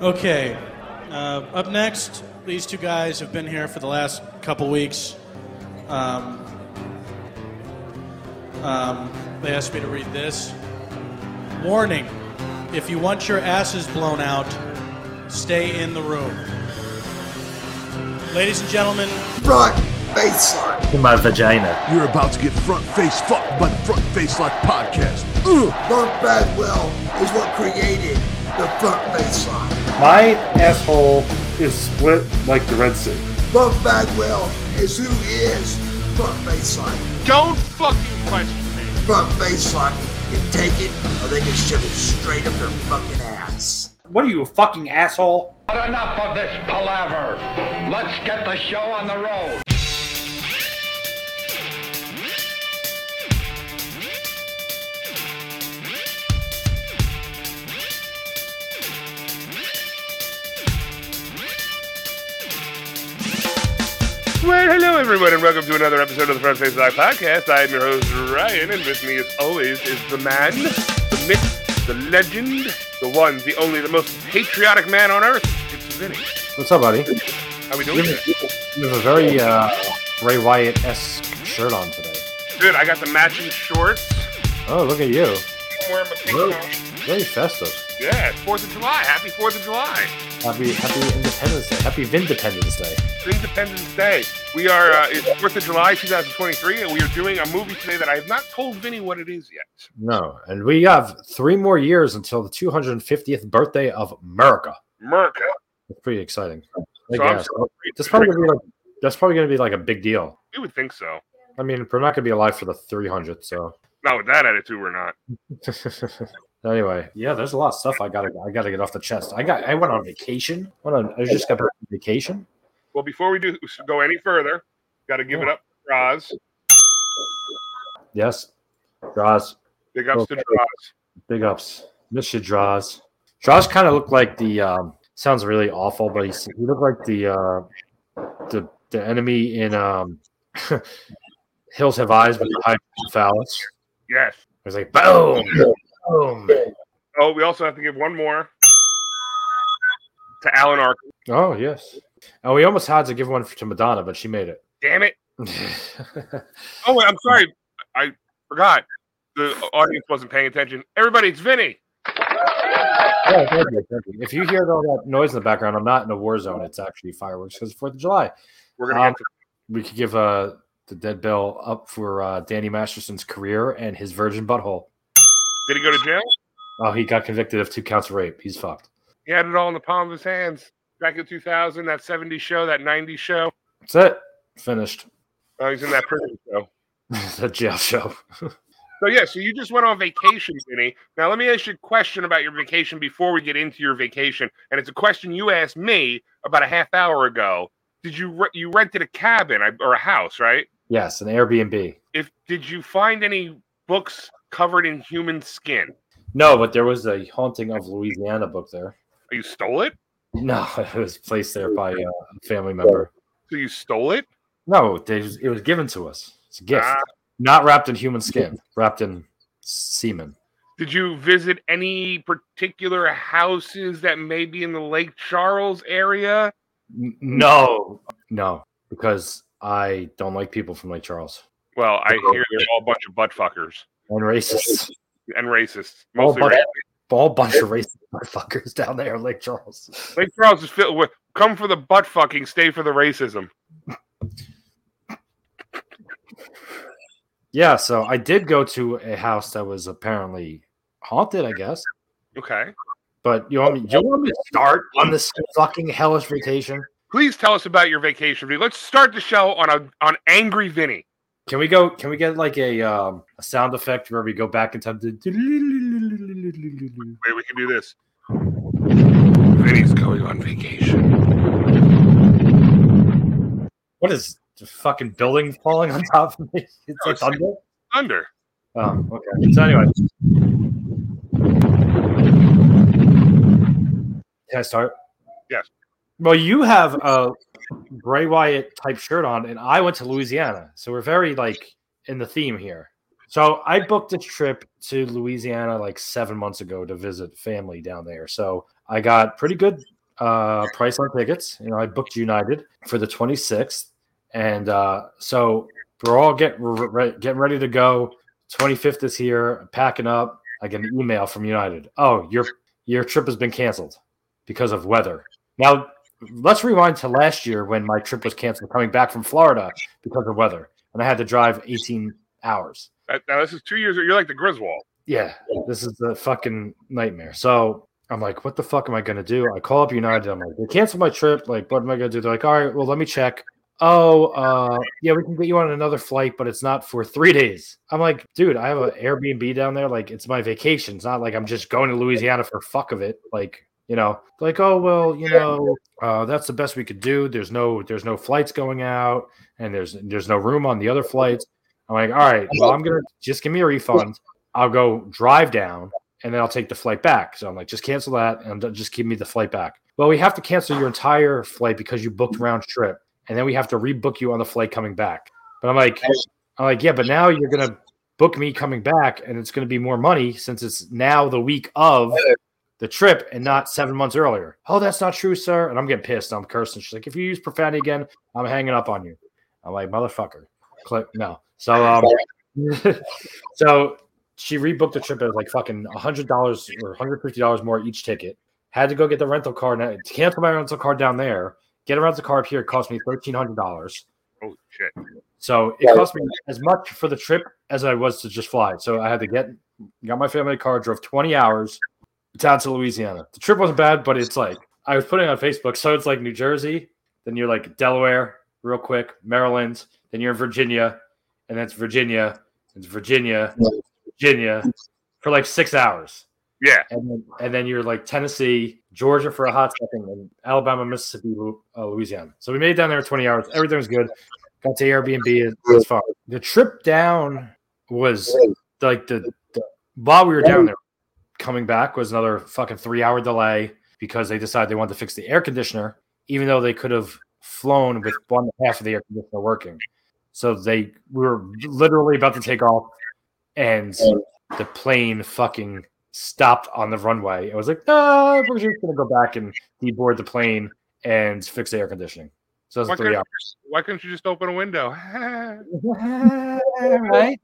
Okay. Uh, up next, these two guys have been here for the last couple weeks. Um, um, they asked me to read this. Warning if you want your asses blown out, stay in the room. Ladies and gentlemen, Brock Baseline. In my vagina. You're about to get front face fucked by the Front Face Lock podcast. Ugh. Mark Bagwell is what created the front baseline. My asshole is split like the Red Sea. Mark Bagwell is who is front baseline. Don't fucking question me. Front baseline can take it or they can shove it straight up their fucking ass. What are you, a fucking asshole? But enough of this palaver. Let's get the show on the road. Well, hello everyone, and welcome to another episode of the Front Face Live podcast. I am your host Ryan, and with me, as always, is the man, the myth, the legend, the one, the only, the most patriotic man on earth. It's Vinny. What's up, buddy? You How we doing? today? have a very uh, Ray Wyatt esque shirt on today. Good. I got the matching shorts. Oh, look at you. I'm wearing my pink. Very, Really? very festive. Yeah, it's Fourth of July. Happy Fourth of July. Happy Happy Independence Day. Happy Vindependence Day. Independence Day. We are uh, it's Fourth of July, 2023, and we are doing a movie today that I have not told Vinny what it is yet. No, and we have three more years until the 250th birthday of America. Merca. It's pretty exciting. I So I'm guess. sorry. That's probably gonna be like, that's probably going to be like a big deal. You would think so. I mean, we're not going to be alive for the 300th, so. Not with that attitude, we're not. anyway, yeah, there's a lot of stuff I gotta I gotta get off the chest. I got I went on vacation. Went on, I just got back from vacation. Well, before we do go any further, got to give it up, to Draws. Yes, Draws, Big ups to Okay. Draws. big ups. Miss you, Draws. Draws kind of looked like the um, sounds really awful, but he's, he looked like the uh, the the enemy in um, Hills Have Eyes with the high phallus. It Yes. was like boom, boom. Oh, we also have to give one more to Alan Ark. Oh yes. And we almost had to give one to Madonna, but she made Damn it! it. Oh, wait, I'm sorry. I forgot. The audience wasn't paying attention. Everybody, it's Vinny. Yeah, thank you, thank you. If you hear all that noise in the background, I'm not in a war zone. It's actually fireworks because Fourth of July. We're gonna Um, We could give uh, the dead bell up for uh, Danny Masterson's career and his virgin butthole. get, did he go to jail? Oh, he got convicted of two counts of rape. He's fucked. He had it all in the palm of his hands back in 2000. That 70s show, that 90s show. That's it. Finished. Uh, he's in that prison show. the jail show. So yeah, so you just went on vacation, Vinny. Now let me ask you a question about your vacation before we get into your vacation, and it's a question you asked me about a half hour ago. Did you re- you rented a cabin I- or a house, right? yes, an Airbnb. If did you find any books covered in human skin? No, but there was a haunting of Louisiana book there. Oh, You stole it? No, it was placed there by uh, a family member. So you stole it? No, they, it was given to us. It's a gift. Ah. Not wrapped in human skin, wrapped in semen. Did you visit any particular houses that may be in the Lake Charles area? N- No, no, because I don't like people from Lake Charles Well, I hear they're all a bunch of butt fuckers and racists. and racists. All Mostly bunch, racists. all bunch of racist fuckers down there in Lake Charles. Lake Charles is filled with come for the butt fucking, stay for the racism. Yeah, so I did go to a house that was apparently haunted, I guess. Okay. But you want me? You want me to start on this fucking hellish vacation? Please tell us about your vacation. Vinny. Let's start the show on a on angry Vinny. Can we go? Can we get like a um, a sound effect where we go back in time? To... Wait, we can do this. Vinny's going on vacation. What is the fucking building falling on top of me? It's like thunder. Thunder. Oh, okay. So anyway. Can I start? Yes. Well, you have a Bray Wyatt type shirt on, and I went to Louisiana. So we're very like in the theme here. So I booked this trip to Louisiana like seven months ago to visit family down there. So I got pretty good uh, price on tickets. You know, I booked United for the 26th, and uh, so we're all get we're re- getting ready to go. 25th is here, packing up. I get an email from United. Oh, your your trip has been canceled because of weather. Now, let's rewind to last year when my trip was canceled coming back from Florida because of weather, and I had to drive 18 hours. Uh, Now this is two years. You're like the Griswold. Yeah, this is the fucking nightmare. So I'm like, what the fuck am I gonna do? I call up United. I'm like, they canceled my trip. Like, what am I gonna do? They're like, all right, well, let me check. Oh, uh, yeah, we can get you on another flight, but it's not for three days. I'm like, dude, I have an Airbnb down there. Like, it's my vacation. It's not like I'm just going to Louisiana for fuck of it. Like, you know, like, oh well, you know, uh, that's the best we could do. There's no, there's no flights going out, and there's, there's no room on the other flights. I'm like, all right, well, I'm gonna just give me a refund. I'll go drive down and then I'll take the flight back. So I'm like, just cancel that and d- just give me the flight back. Well, we have to cancel your entire flight because you booked round trip, and then we have to rebook you on the flight coming back. But I'm like, I'm like, yeah, but now you're gonna book me coming back, and it's gonna be more money since it's now the week of the trip and not seven months earlier. Oh, that's not true, sir. And I'm getting pissed. I'm cursing. She's like, if you use profanity again, I'm hanging up on you. I'm like, motherfucker. Click no. So um, so she rebooked the trip at like fucking hundred dollars or hundred fifty dollars more each ticket. Had to go get the rental car now. Cancel my rental car down there. Get a rental car up here. It cost me thirteen hundred dollars. Oh shit! So it cost me as much for the trip as I was to just fly. So I had to get got my family a car, drove 20 hours down to Louisiana. The trip wasn't bad, but it's like I was putting it on Facebook. So it's like New Jersey, then you're like Delaware, real quick, Maryland, then you're in Virginia, and that's Virginia, it's Virginia, Virginia for like six hours. Yeah, And then, and then you're like Tennessee, Georgia for a hot second, and Alabama, Mississippi, Lu- uh, Louisiana. So we made it down there in 20 hours. Everything was good. Got to Airbnb. It was fun. The trip down was like the, the while we were down there, coming back was another fucking three hour delay because they decided they wanted to fix the air conditioner, even though they could have flown with one half of the air conditioner working. So they we were literally about to take off, and the plane fucking stopped on the runway. I was like, ah, we're just gonna go back and deboard the plane and fix the air conditioning. So that's why three couldn't, hours. why couldn't you just open a window? right.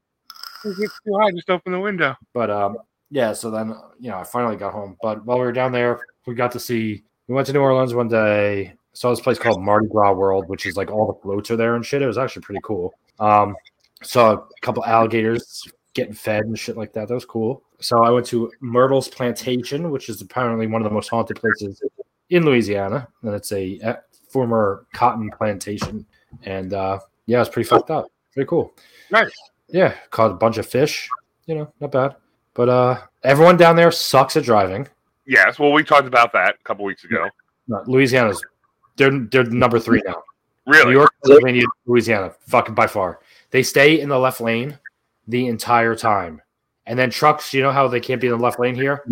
it's too high. Just open the window. But um, yeah. So then you know, I finally got home. But while we were down there, we got to see. We went to New Orleans one day. Saw this place called Mardi Gras World, which is like all the floats are there and shit. It was actually pretty cool. Um, saw a couple alligators getting fed and shit like that. That was cool. So I went to Myrtle's Plantation, which is apparently one of the most haunted places in Louisiana, and it's a uh, former cotton plantation. And uh, yeah, it's pretty fucked up. Pretty cool. Nice. Yeah, caught a bunch of fish. You know, not bad. But uh, everyone down there sucks at driving. Yes. Well, we talked about that a couple weeks ago. No, Louisiana's they're they're number three now. Really? New York, Pennsylvania, Louisiana, fucking by far. They stay in the left lane the entire time, and then trucks. You know how they can't be in the left lane here?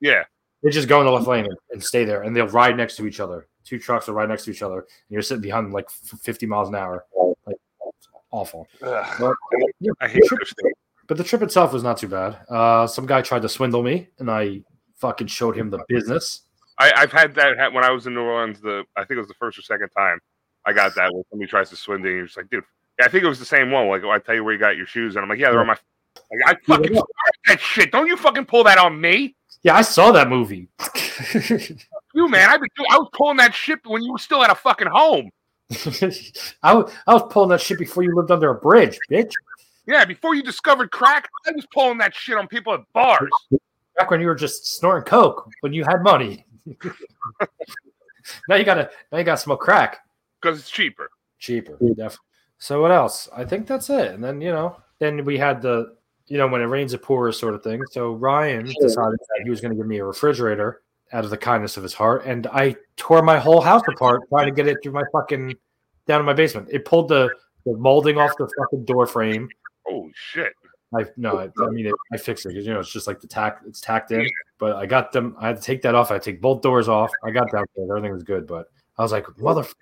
yeah. They just go in the left lane and- and stay there, and they'll ride next to each other. Two trucks will ride next to each other, and you're sitting behind them like f- 50 miles an hour. Like, it's awful. Ugh, But, yeah, I hate those things. but the trip itself was not too bad. Uh, some guy tried to swindle me, and I fucking showed him the business. I, I've had that ha- when I was in New Orleans. The I think it was the first or second time I got that when somebody tries to swindle you. You're just like, dude. I think it was the same one. Like, oh, I tell you where you got your shoes, and I'm like, yeah, they're on my. Like, I fucking Yeah. started that shit. Don't you fucking pull that on me, Yeah, I saw that movie. you man. I've been. doing- I was pulling that shit when you were still at a fucking home. I, wa- I was pulling that shit before you lived under a bridge, bitch. Yeah, before you discovered crack, I was pulling that shit on people at bars. Back when you were just snorting coke when you had money. now you gotta now you gotta smoke crack. because it's cheaper. Cheaper, definitely. So what else? I think that's it. And then you know, then we had the you know when it rains it pours sort of thing. So Ryan decided that he was going to give me a refrigerator out of the kindness of his heart, and I tore my whole house apart trying to get it through my fucking down in my basement. It pulled the, the molding off the fucking door frame. Oh shit! I no, I, I mean it, I fixed it because you know it's just like the tack, it's tacked in. But I got them. I had to take that off. I had to take both doors off. I got that. good, Everything was good, but I was like, motherfucker!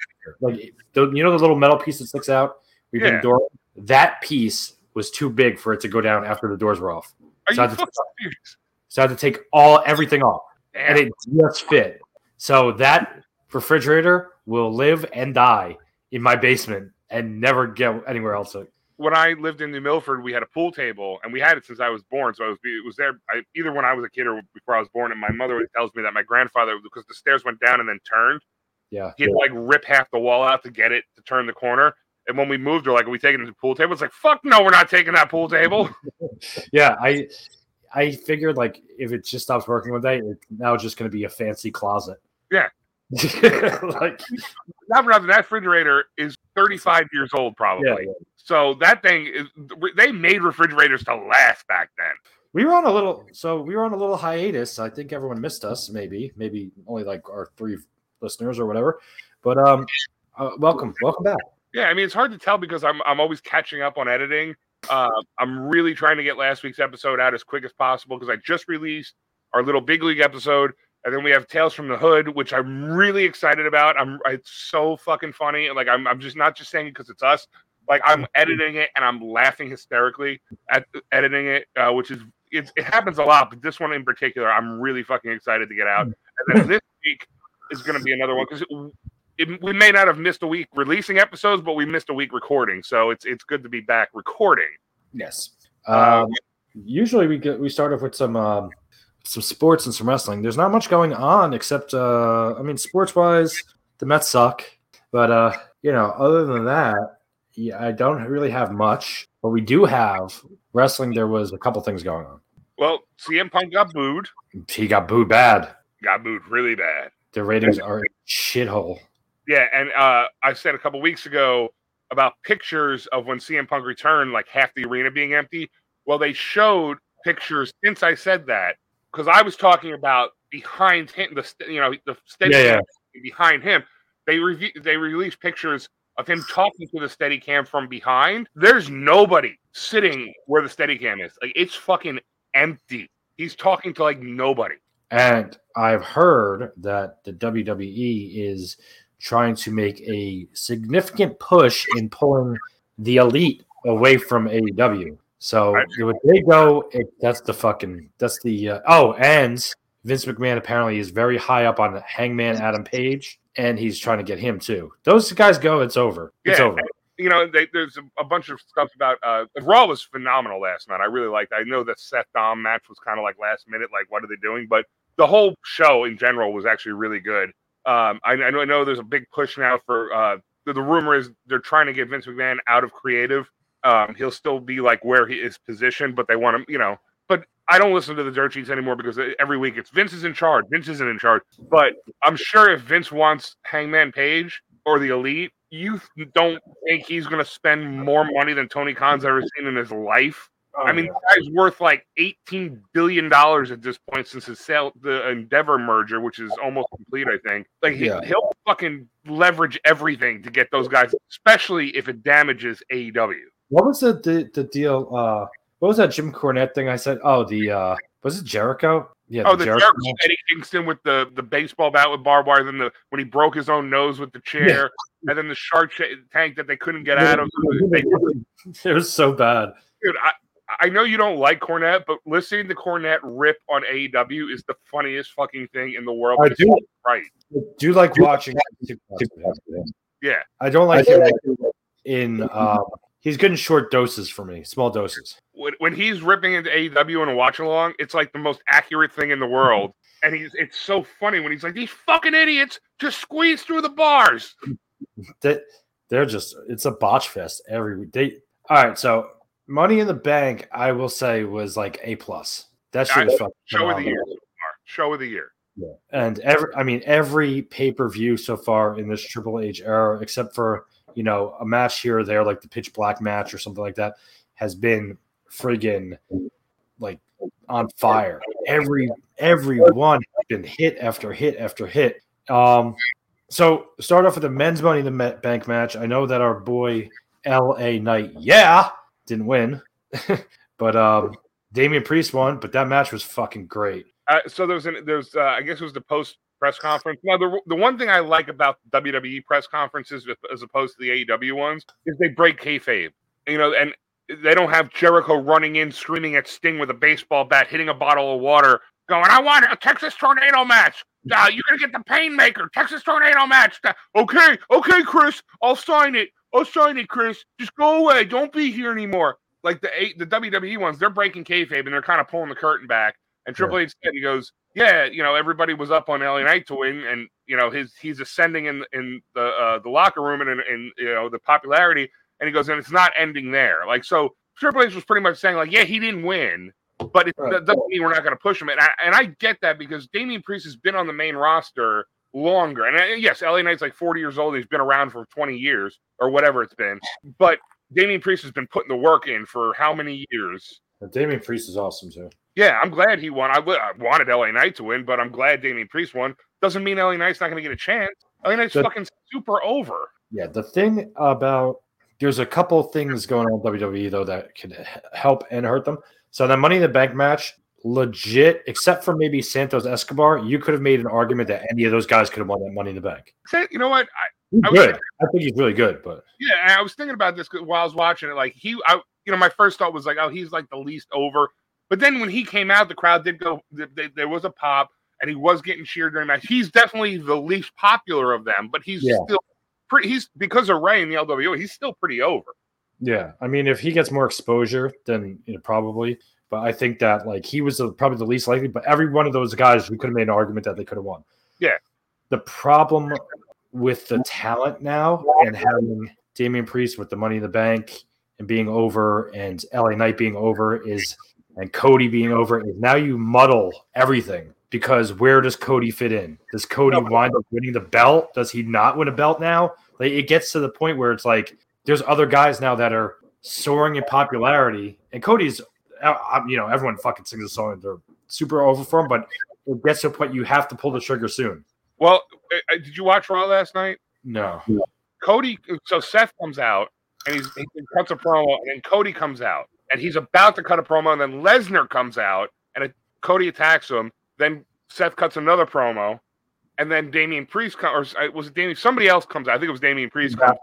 Like the, you know the little metal piece that sticks out. We've Yeah. been door. That piece was too big for it to go down after the doors were off. Are So I you just- fucking serious? So I had to take all everything off. and it just fit. So that refrigerator will live and die in my basement and never get anywhere else. when I lived in New Milford, we had a pool table, and we had it since I was born. So I was it was there I, either when I was a kid or before I was born. And my mother always tells me that my grandfather, because the stairs went down and then turned, Yeah. he'd like rip half the wall out to get it to turn the corner. And when we moved, they're like, "Are we taking the pool table?" It's like, "Fuck no, we're not taking that pool table." Yeah, I I figured like if it just stops working one day, it's now just going to be a fancy closet. Yeah. like not for nothing. That refrigerator is 35 years old, probably. yeah, yeah. So that thing is. They made refrigerators to last back then. We were on a little so we were on a little hiatus. I think everyone missed us maybe, maybe only like our three listeners or whatever. But um uh, welcome, welcome back. Yeah, I mean it's hard to tell because I'm I'm always catching up on editing. Uh, I'm really trying to get last week's episode out as quick as possible because I just released our little big league episode, and then we have Tales from the Hood, which I'm really excited about. I'm it's so fucking funny. Like I'm I'm just not just saying it because it's us. Like I'm editing it and I'm laughing hysterically at editing it, uh, which is it, it happens a lot, but this one in particular, I'm really fucking excited to get out. And then this week is going to be another one because it, we may not have missed a week releasing episodes, but we missed a week recording. So it's it's good to be back recording. Yes. Um, usually we get we start off with some um, some sports and some wrestling. There's not much going on except uh, I mean sports wise, the Mets suck. But uh, you know, other than that, yeah, I don't really have much. But we do have wrestling. There was a couple things going on. Well, CM Punk got booed. He got booed bad. Got booed really bad. The ratings are a shithole. Yeah, and uh, I said a couple weeks ago about pictures of when CM Punk returned, like half the arena being empty. Well, they showed pictures since I said that because I was talking about behind him, the st- you know the steady Yeah, behind him. They review they released pictures of him talking to the steady cam from behind. There's nobody sitting where the steady cam is. Like it's fucking empty. He's talking to like nobody. And I've heard that the WWE is trying to make a significant push in pulling the elite away from AEW. So Right. if they go, it, that's the fucking, that's the, uh, oh, and Vince McMahon apparently is very high up on Hangman Adam Page, and he's trying to get him too. Those guys go, it's over. It's Yeah. over. you know, they, there's a, a bunch of stuff about uh, Raw was phenomenal last night. I really liked. It. I know the Seth Dom match was kind of like last minute, like what are they doing? But the whole show in general was actually really good. Um, I, I know, I know there's a big push now for uh, the, the rumor is they're trying to get Vince McMahon out of creative. Um, he'll still be like where he is positioned, but they want him, you know. But I don't listen to the dirt sheets anymore because e, every week it's Vince is in charge. Vince isn't in charge. But I'm sure if Vince wants Hangman Page or the Elite, you don't think he's going to spend more money than Tony Khan's ever seen in his life. I mean, the guy's worth like eighteen billion dollars at this point since his sale, the Endeavor merger, which is almost complete. I think. Like he, Yeah. he'll fucking leverage everything to get those guys, especially if it damages E AEW. What was the, the, the deal? Uh, what was that Jim Cornette thing I said? Oh, the, uh, was it Jericho? Yeah, oh, the Jericho Eddie Kingston with the the baseball bat with barbed wire, then the when he broke his own nose with the chair, and then the shark sh- tank that they couldn't get out of. They It was so bad. dude, I, I know you don't like Cornette, but listening to Cornette rip on AEW is the funniest fucking thing in the world. I but do, it's Right. I do like watching. Yeah. I don't like him in. Um, he's good in short doses for me, small doses. When, when he's ripping into AEW and a watch along, it's like the most accurate thing in the world. And he's it's so funny when he's like, these fucking idiots just squeeze through the bars. That they're just it's a botch fest every week. They all right. So Money in the Bank, I will say, was like a plus. That shit was fucking Show of the phenomenal. year. so far. Show of the year. and every I mean every pay per view so far in this Triple H era, except for you know a match here or there, like the Pitch Black match or something like that, has been friggin' like on fire. Every every one has been hit after hit after hit. Um, so start off with the men's Money in the Ma- Bank match. I know that our boy L.A. Knight, yeah, didn't win, but um, Damian Priest won. But that match was fucking great. Uh, so there's an there's uh, I guess it was the post press conference. Now the the one thing I like about WWE press conferences with- as opposed to the AEW ones is they break kayfabe. You know, and they don't have Jericho running in screaming at Sting with a baseball bat, hitting a bottle of water, going, I want a Texas tornado match. Uh, you're gonna get the Painmaker Texas tornado match. Uh, okay, okay, Chris, I'll sign it. I'll sign it, Chris. Just go away. Don't be here anymore. Like the eight, the WWE ones, they're breaking kayfabe and they're kind of pulling the curtain back. And Triple H said, he goes, yeah, you know, everybody was up on LA Knight to win, and you know, his he's ascending in in the uh, the locker room and in, in you know the popularity. And he goes, and it's not ending there. Like so, Triple H was pretty much saying like, yeah, he didn't win, but it, that doesn't mean we're not going to push him. And I, and I get that because Damian Priest has been on the main roster longer. And uh, yes, LA Knight's like 40 years old. He's been around for 20 years or whatever it's been. But Damian Priest has been putting the work in for how many years? But Damian Priest is awesome too. Yeah, I'm glad he won. I w- I wanted LA Knight to win, but I'm glad Damian Priest won. Doesn't mean LA Knight's not going to get a chance. LA Knight's The- fucking super over. Yeah, the thing about there's a couple things going on in WWE E, though that could h- help and hurt them. So that Money in the Bank match, legit, except for maybe Santos Escobar, you could have made an argument that any of those guys could have won that Money in the Bank. Say- You know what? I, He's I was good. I think he's really good, but Yeah, and I was thinking about this 'cause while I was watching it. Like he, I, you know, my first thought was like, oh, he's like the least over. But then when he came out, the crowd did go. th- th- There was a pop, and he was getting cheered during the match. He's definitely the least popular of them, but he's Yeah. still pretty. He's because of Ray in the LWO, he's still pretty over. Yeah, I mean, if he gets more exposure, then you know, probably. But I think that like he was the, probably the least likely. But every one of those guys, we could have made an argument that they could have won. Yeah. The problem with the talent now and having Damian Priest with the Money in the Bank and being over, and LA Knight being over is, and Cody being over is now you muddle everything because where does Cody fit in? Does Cody wind up winning the belt? Does he not win a belt now? Like it gets to the point where it's like there's other guys now that are soaring in popularity, and Cody's, uh, um, you know, everyone fucking sings a song and they're super over for him, but it gets to a point you have to pull the trigger soon. Well, uh, uh, did you watch Raw last night? No, Cody, so Seth comes out and he's, he cuts a promo, and then Cody comes out and he's about to cut a promo, and then Lesnar comes out and it, Cody attacks him. Then Seth cuts another promo, and then Damian Priest comes, or uh, was it Damian? Somebody else comes out. I think it was Damian Priest. Comes out.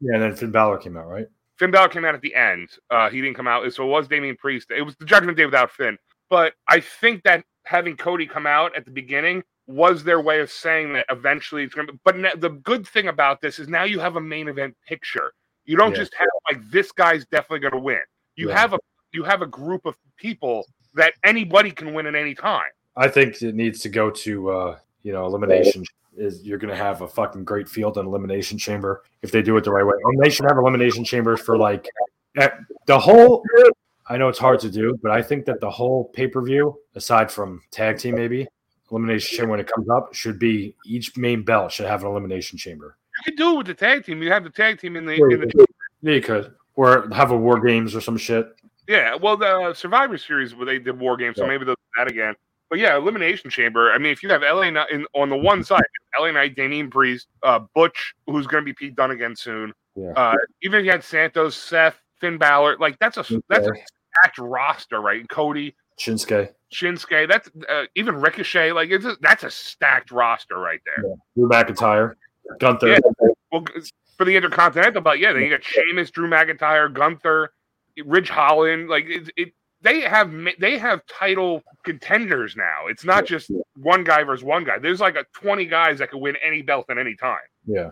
yeah, and then Finn Balor came out, right? Finn Balor came out at the end. Uh, he didn't come out, so it was Damian Priest. It was the Judgment Day without Finn. But I think that having Cody come out at the beginning was their way of saying that eventually it's going to. But now, the good thing about this is now you have a main event picture. You don't Yeah. just have like this guy's definitely going to win. You Yeah. have a you have a group of people that anybody can win at any time. I think it needs to go to uh, you know elimination. Is you're going to have a fucking great field and elimination chamber if they do it the right way. And they should have elimination chambers for like eh, the whole. I know it's hard to do, but I think that the whole pay per view, aside from tag team, maybe elimination chamber when it comes up, should be each main belt should have an elimination chamber. You can do it with the tag team. You have the tag team in the, in the Yeah, you could, or have a war games or some shit. Yeah, well, the uh, Survivor Series where they did War Games, so Yeah. maybe they'll do that again. But yeah, Elimination Chamber. I mean, if you have LA Knight in, on the one side, LA Knight, Damian Priest, uh, Butch, who's going to be Pete Dunne again soon. Yeah. Uh, even if you had Santos, Seth, Finn Balor, like that's a that's a Okay. stacked roster, right? Cody, Shinsuke, Shinsuke, that's uh, even Ricochet, like it's a, that's a stacked roster right there. Drew McIntyre, Gunther. Yeah. Well, g- for the Intercontinental belt, yeah, then you got Sheamus, Drew McIntyre, Gunther, Ridge Holland. Like it, it they have ma- they have title contenders now. It's not just one guy versus one guy. There's like a twenty guys that can win any belt at any time. Yeah.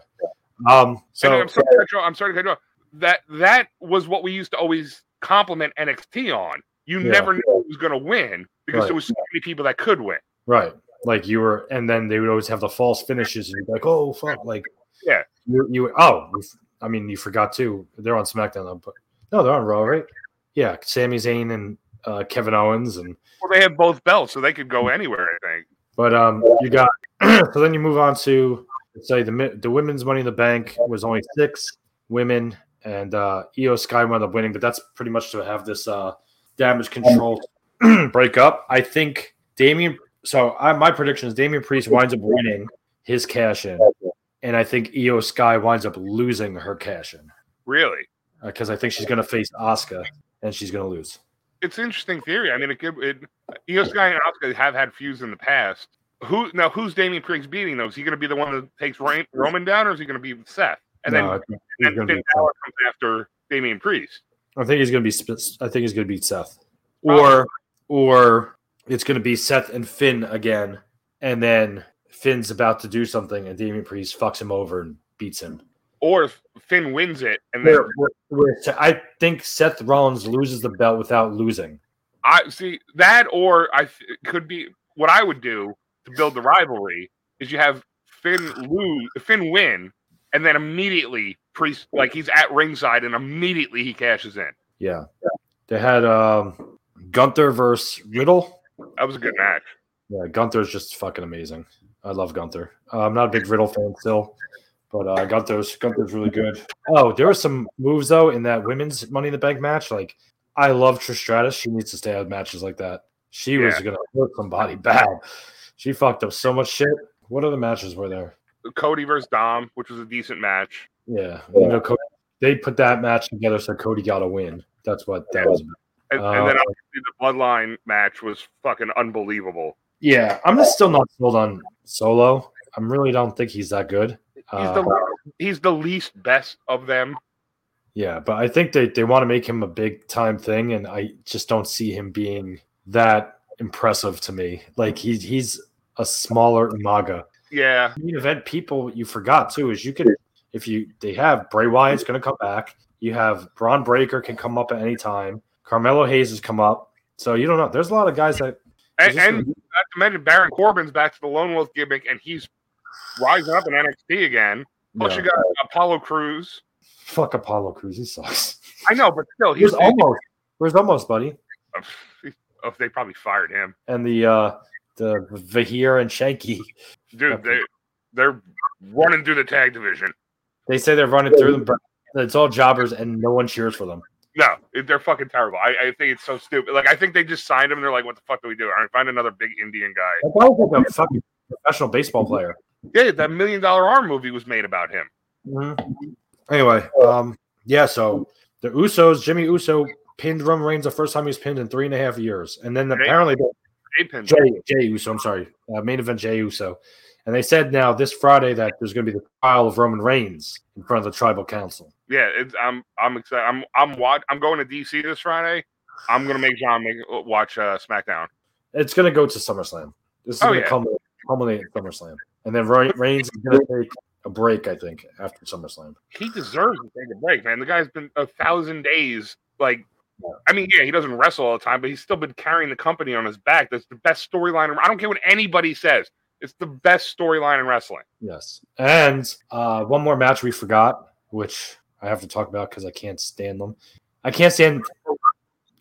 Um. So and I'm sorry, to cut you off- I'm sorry to cut you off. That that was what we used to always compliment NXT on. You Yeah. never knew who was going to win because Right. there was so many people that could win. Right. Like you were, and then they would always have the false finishes, and you'd be like, oh, fuck. Like, Yeah. You, you oh, we f- I mean, you forgot too. They're on SmackDown, though, but no, they're on Raw, right? Yeah. Sami Zayn and uh, Kevin Owens. And, Well, they have both belts, so they could go anywhere. I think. but, um, you got, so then you move on to, let's say, the, mi- the women's money in the bank was only six women, and, uh, Io Sky wound up winning, but that's pretty much to have this, uh, damage control break up. I think Damian. So I, my prediction is Damian Priest winds up winning his cash in, and I think Io Sky winds up losing her cash in Really. because I think she's going to face Asuka and she's going to lose. it's an interesting theory. I mean, it could. It, E Io Sky and Asuka have had feuds in the past. Who now? Who's Damien Priest beating though? Is he going to be the one that takes Ra- Roman down, or is he going to be Seth? And No, I then, think he's and gonna then beat Finn Balor comes after Damien Priest. Seth. I think he's going to be. sp- I think he's going to beat Seth, Probably. or or it's going to be Seth and Finn again, and then Finn's about to do something, and Damien Priest fucks him over and beats him. Or if Finn wins it, and then Where- where- where- I think Seth Rollins loses the belt without losing. I see that, or I th- it could be what I would do to build the rivalry is you have Finn lose, Finn win, and then immediately Priest like he's at ringside and immediately he cashes in. Yeah, they had um, Gunther versus Riddle. That was a good match. Yeah, Gunther's just fucking amazing. I love Gunther. Uh, I'm not a big Riddle fan still, but uh, Gunther's Gunther's really good. Oh, there were some moves though in that women's Money in the Bank match. Like, I love Trish Stratus. She needs to stay out of matches like that. She was Yeah. gonna hurt somebody bad. She fucked up so much shit. What other matches were there? Cody versus Dom, which was a decent match. Yeah, you know, Cody, they put that match together so Cody got a win. That's what that was. about. And, and then Uh, obviously the Bloodline match was fucking unbelievable. Yeah, I'm just still not sold on Solo. I really don't think he's that good. He's Uh, the he's the least best of them. Yeah, but I think they, they want to make him a big time thing, and I just don't see him being that impressive to me. Like he he's a smaller Umaga. Yeah, Main event people you forgot too is you could if you they have Bray Wyatt's going to come back. You have Braun Breaker can come up at any time. Carmelo Hayes has come up, so you don't know. There's a lot of guys that and, just- and not to mention Baron Corbin's back to the Lone Wolf gimmick, and he's rising up in NXT again. Plus, Yeah. you got Apollo Cruz. fuck Apollo Crews. He sucks. I know, but still, he's Where's almost? Where's almost, buddy? Oh, they probably fired him, And the uh the Vahir and Shanky. dude. They they're running through the tag division. They say they're running through them, but it's all jobbers and no one cheers for them. No, they're fucking terrible. I, I think it's so stupid. Like, I think they just signed him. And they're like, "What the fuck do we do? All right, find another big Indian guy." That guy was like a fucking professional baseball player. Yeah, that Million Dollar Arm movie was made about him. Mm-hmm. Anyway, um, yeah, so the Usos, Jimmy Uso pinned Roman Reigns the first time he was pinned in three and a half years. And then apparently They pinned him. Jay, Jay Uso, I'm sorry, uh, main event Jay Uso. And they said now this Friday that there's going to be the trial of Roman Reigns in front of the tribal council. Yeah, it's, I'm I'm excited. I'm I'm watch. I'm going to DC this Friday. I'm gonna make John make, watch uh, SmackDown. It's going to go to SummerSlam. This is Oh, going to yeah. culminate, culminate at SummerSlam. And then Re- Reigns is going to take a break, I think, after SummerSlam. He deserves to take a break, man. The guy's been a thousand days. Like, I mean, yeah, he doesn't wrestle all the time, but he's still been carrying the company on his back. That's the best storyline. I don't care what anybody says. It's the best storyline in wrestling. Yes. And uh, one more match we forgot, which I have to talk about because I can't stand them. I can't stand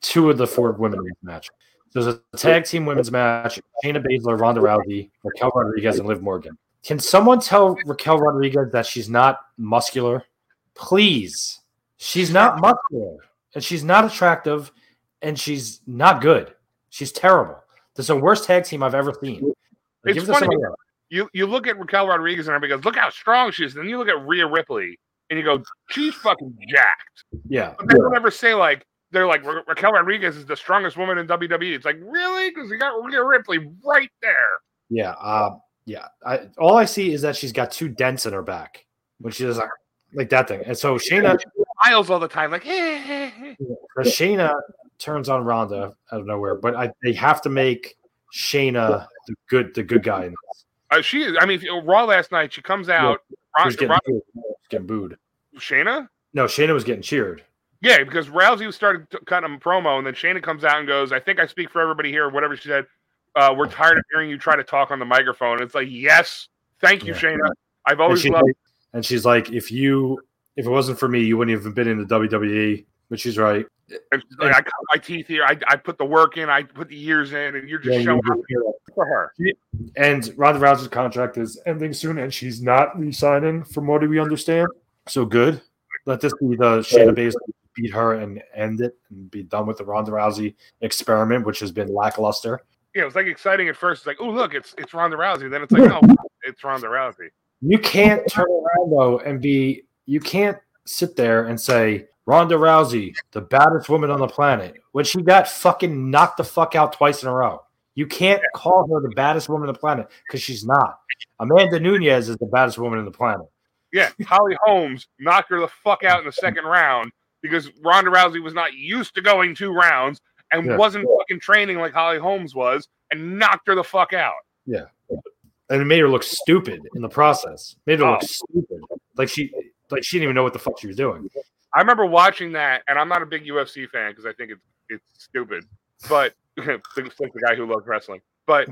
two of the four women in this match. There's a tag team women's match Shayna Baszler, Ronda Rousey, Raquel Rodriguez, and Liv Morgan. Can someone tell Raquel Rodriguez that she's not muscular? Please. She's not muscular, and she's not attractive, and she's not good. She's terrible. This is the worst tag team I've ever seen. It's Give it to funny. somebody else. You you look at Raquel Rodriguez and everybody goes, "Look how strong she is." Then you look at Rhea Ripley and you go, "She's fucking jacked." Yeah. But they don't ever say like they're like Ra- Raquel Rodriguez is the strongest woman in WWE. It's like really because they got Rhea Ripley right there. Yeah, uh, yeah. I, all I see is that she's got two dents in her back when she does like, like that thing. And so Shayna, Miles all the time, like "Eh, eh, eh." so Shayna turns on Ronda out of nowhere, but I, they have to make Shayna the good, the good guy in this. Uh, she is. I mean, if you- Raw last night she comes out. Ron, She's getting, Ron- booed. She's getting booed. Shayna, No, Shayna was getting cheered. yeah, because Rousey started t- cutting him a promo, and then Shayna comes out and goes, "I think I speak for everybody here." Whatever she said, uh, we're tired of hearing you try to talk on the microphone. It's like, yes, thank you, Yeah. Shayna. I've And always she's, loved. like, and she's like, if you, if it wasn't for me, you wouldn't even been in the WWE. But she's right. and she's like, I cut my teeth here. I, I put the work in. I put the years in, and you're just Yeah, you showing just up hear that. for her. And Ronda Rousey's contract is ending soon, and she's not re-signing, from what we understand. So good. Let this be the Shayna Baszler beat her and end it, and be done with the Ronda Rousey experiment, which has been lackluster. Yeah, it was like exciting at first. It's like, oh look, it's it's Ronda Rousey. Then it's like, oh, it's Ronda Rousey. You can't turn around though and be. You can't sit there and say Ronda Rousey, the baddest woman on the planet, when she got fucking knocked the fuck out twice in a row. You can't call her the baddest woman on the planet because she's not. Amanda Nunez is the baddest woman on the planet. Yeah, Holly Holmes knocked her the fuck out in the second round because Ronda Rousey was not used to going two rounds, and Yeah. wasn't fucking training like Holly Holmes was and knocked her the fuck out. and it made her look stupid in the process. Made her Oh. look stupid, like she, like she didn't even know what the fuck she was doing. I remember watching that, and I'm not a big UFC fan because I think it's it's stupid. But it's like the guy who loves wrestling. But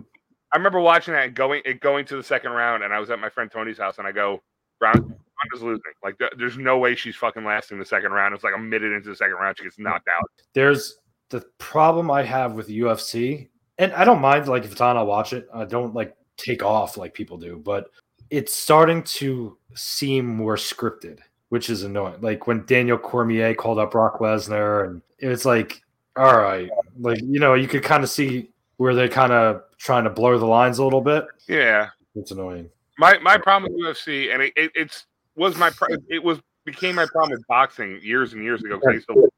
I remember watching that and going it going to the second round, and I was at my friend Tony's house, and I go, "Round Ronda's losing. Like th- there's no way she's fucking lasting the second round. It's like a minute into the second round, she gets knocked out. There's the problem I have with UFC, and I don't mind like if it's on, I'll watch it. I don't like take off like people do, but it's starting to seem more scripted, which is annoying. Like when Daniel Cormier called up Brock Lesnar, and it's like, all right, like you know, you could kind of see where they're kind of trying to blur the lines a little bit. Yeah, It's annoying. My my problem with UFC, and it, it it's was my pro- it was became my problem with boxing years and years ago. 'cause I used to-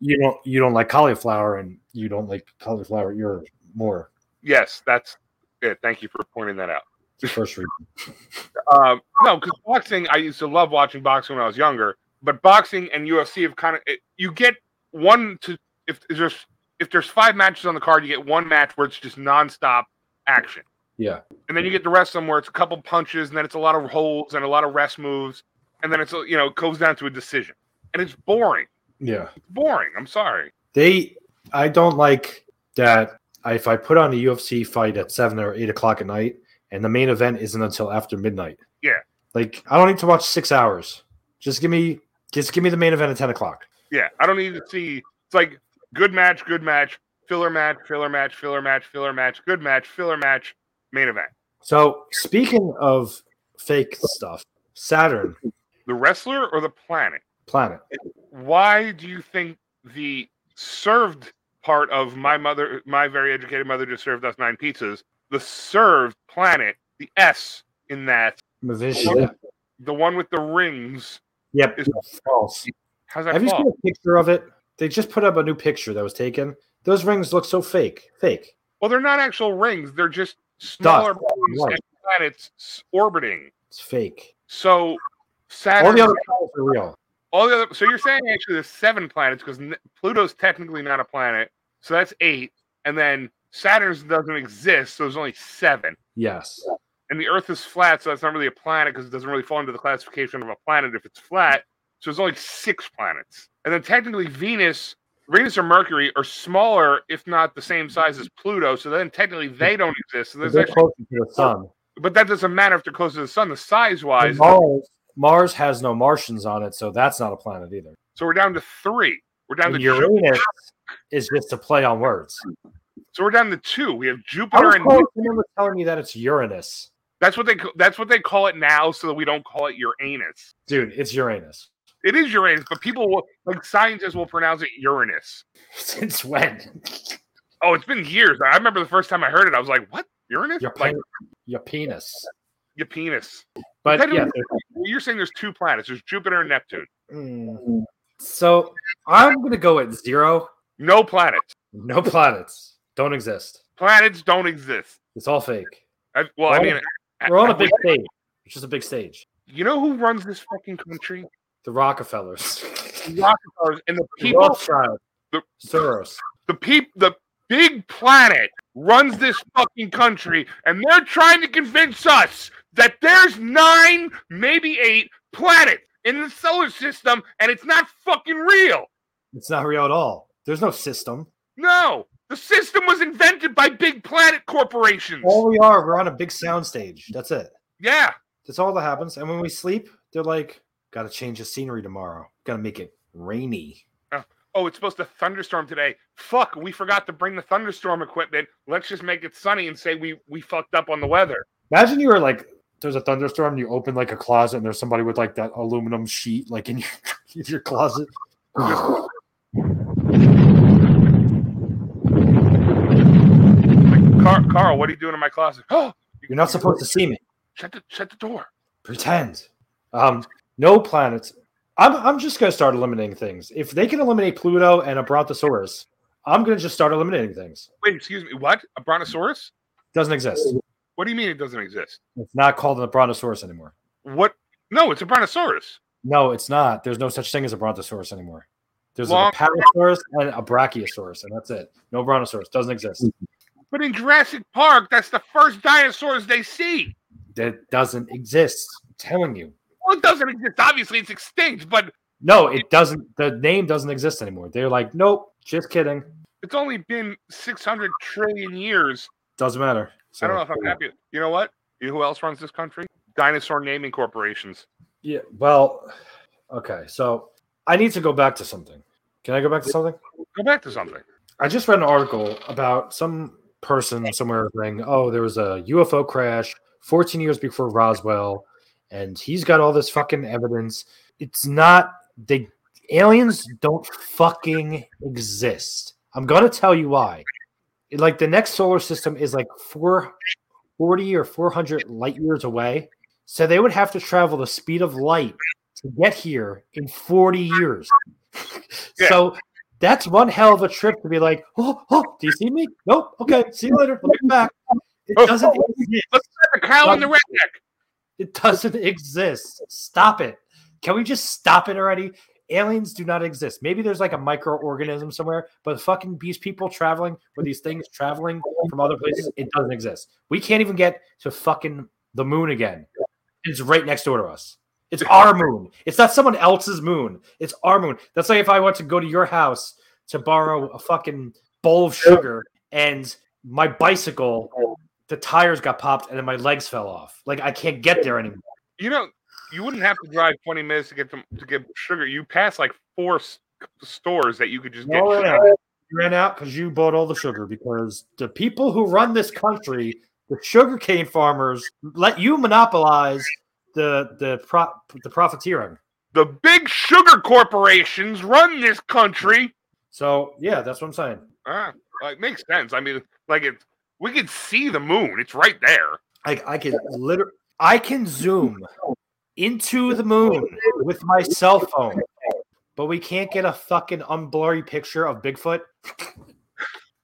you don't you don't like cauliflower and you don't like cauliflower ear more. yes, that's it. Thank you for pointing that out. It's the First reason. Um, no, because boxing, I used to love watching boxing when I was younger. But boxing and UFC have kind of it, you get one to if there's if there's five matches on the card, you get one match where it's just nonstop action. Yeah. and then you get the rest of them where it's a couple punches, and then it's a lot of holds and a lot of rest moves, and then it's you know it goes down to a decision, and it's boring. Yeah. boring. I'm sorry. They I don't like that if I put on a UFC fight at seven or eight o'clock at night and the main event isn't until after midnight. Yeah. Like I don't need to watch six hours. Just give me just give me the main event at ten o'clock. Yeah, I don't need to see. It's like good match, good match, filler match, filler match, filler match, filler match, good match, filler match, main event. So speaking of fake stuff, Saturn The wrestler or the planet? planet. Why do you think the served part of my mother, my very educated mother, just served us nine pizzas? The served planet, the S in that, Mavish. the one with the rings. Yep. False. How's that Have you fall? seen a picture of it? They just put up a new picture that was taken. Those rings look so fake. Fake. Well, they're not actual rings; they're just smaller rings Right. and planets s- orbiting. It's fake. So All Saturn, the other planets are real. all the other, so you're saying actually there's seven planets because n- Pluto's technically not a planet, so that's eight, and then Saturn's doesn't exist, so there's only seven, Yes. and the Earth is flat, so that's not really a planet because it doesn't really fall into the classification of a planet if it's flat. So there's only six planets, and then technically Venus, Venus or Mercury are smaller, if not the same size as Pluto, so then technically they don't exist. So there's They're actually, closer to the sun. but that doesn't matter if they're close to the sun. The size And wise, Mars, Mars has no Martians on it, so that's not a planet either. so we're down to three. We're down And to Ju- Uranus is just a play on words. So we're down to two. We have I Jupiter was and told- remember telling me that it's Uranus. that's what they ca- that's what they call it now, so that we don't call it Uranus. Dude, it's Uranus. It is Uranus, but people will like scientists will pronounce it Uranus. Since when? Oh, it's been years. I remember the first time I heard it, I was like, "What Uranus? Your, like pen- your penis. your penis?" But That yeah, is- You're saying there's two planets. There's Jupiter and Neptune. Mm. So I'm gonna go at zero. No planets. No planets. Don't exist. Planets don't exist. It's all fake. I, well, I We're mean, on- We're on a I- big stage. It's just a big stage. You know who runs this fucking country? The Rockefellers, The Rockefellers and the the people. Rothschild, The- Soros. the peop the big planet runs this fucking country and they're trying to convince us that there's nine maybe eight planets in the solar system and it's not fucking real It's not real at all. There's no system. no the system was invented by big planet corporations All we are, we're on a big sound stage. That's it. yeah That's all that happens. And when we sleep, they're like, "Got to change the scenery tomorrow. Got to make it rainy." oh it's supposed to thunderstorm today fuck we forgot to bring the thunderstorm equipment let's just make it sunny and say we we fucked up on the weather Imagine you were like, there's a thunderstorm. You open like a closet, and there's somebody with like that aluminum sheet, like in your, in your closet. like Car- carl what are you doing in my closet oh You're not supposed to see me. shut the shut the door pretend. Um, no planets. I'm I'm just gonna start eliminating things. If they can eliminate Pluto and a Brontosaurus, I'm gonna just start eliminating things. Wait, excuse me. What? A brontosaurus? Doesn't exist. What do you mean it doesn't exist? It's not called a Brontosaurus anymore. What? No, it's a brontosaurus. No, it's not. There's no such thing as a Brontosaurus anymore. There's Long- a Patasaurus and a Brachiosaurus, and that's it. No Brontosaurus doesn't exist. But in Jurassic Park, that's the first dinosaurs they see. That doesn't exist. I'm telling you. Well, it doesn't exist. Obviously, it's extinct, but No, it doesn't. The name doesn't exist anymore. They're like, nope, just kidding. it's only been 600 trillion years. Doesn't matter. So, I don't know if I'm happy. You know what? You know who else runs this country? Dinosaur naming corporations. Yeah. Well, okay. So I need to go back to something. Can I go back to something? Go back to something. I just read an article about some person somewhere saying, "Oh, there was a UFO crash 14 years before Roswell, and he's got all this fucking evidence." It's not they aliens don't fucking exist. I'm gonna tell you why. It- like the next solar system is like four, 40 or 400 light years away, so they would have to travel the speed of light to get here in 40 years. So that's one hell of a trip to be like, oh, oh, do you see me? Nope. Okay, see you later. Let me back. It doesn't exist. The cow and the redneck. It doesn't exist. Stop it. Can we just stop it already? Aliens do not exist. Maybe there's like a microorganism somewhere, but fucking these people traveling with these things traveling from other places, it doesn't exist. We can't even get to fucking the moon again. It's right next door to us. It's our moon. It's not someone else's moon. It's our moon. That's like if I want to go to your house to borrow a fucking bowl of sugar and my bicycle the tires got popped and then my legs fell off. Like I can't get there anymore. You know, you wouldn't have to drive 20 minutes to get to, to get sugar. You pass like four s- stores that you could just get. No, no, sugar. no. You ran out because you bought all the sugar because the people who run this country, the sugarcane farmers, let you monopolize the the pro- the profiteering. The big sugar corporations run this country. So yeah, that's what I'm saying. Ah, well, it makes sense. I mean, like it, we could see the moon. It's right there. Like I can literally, I can zoom into the moon with my cell phone, but we can't get a fucking unblurry picture of Bigfoot.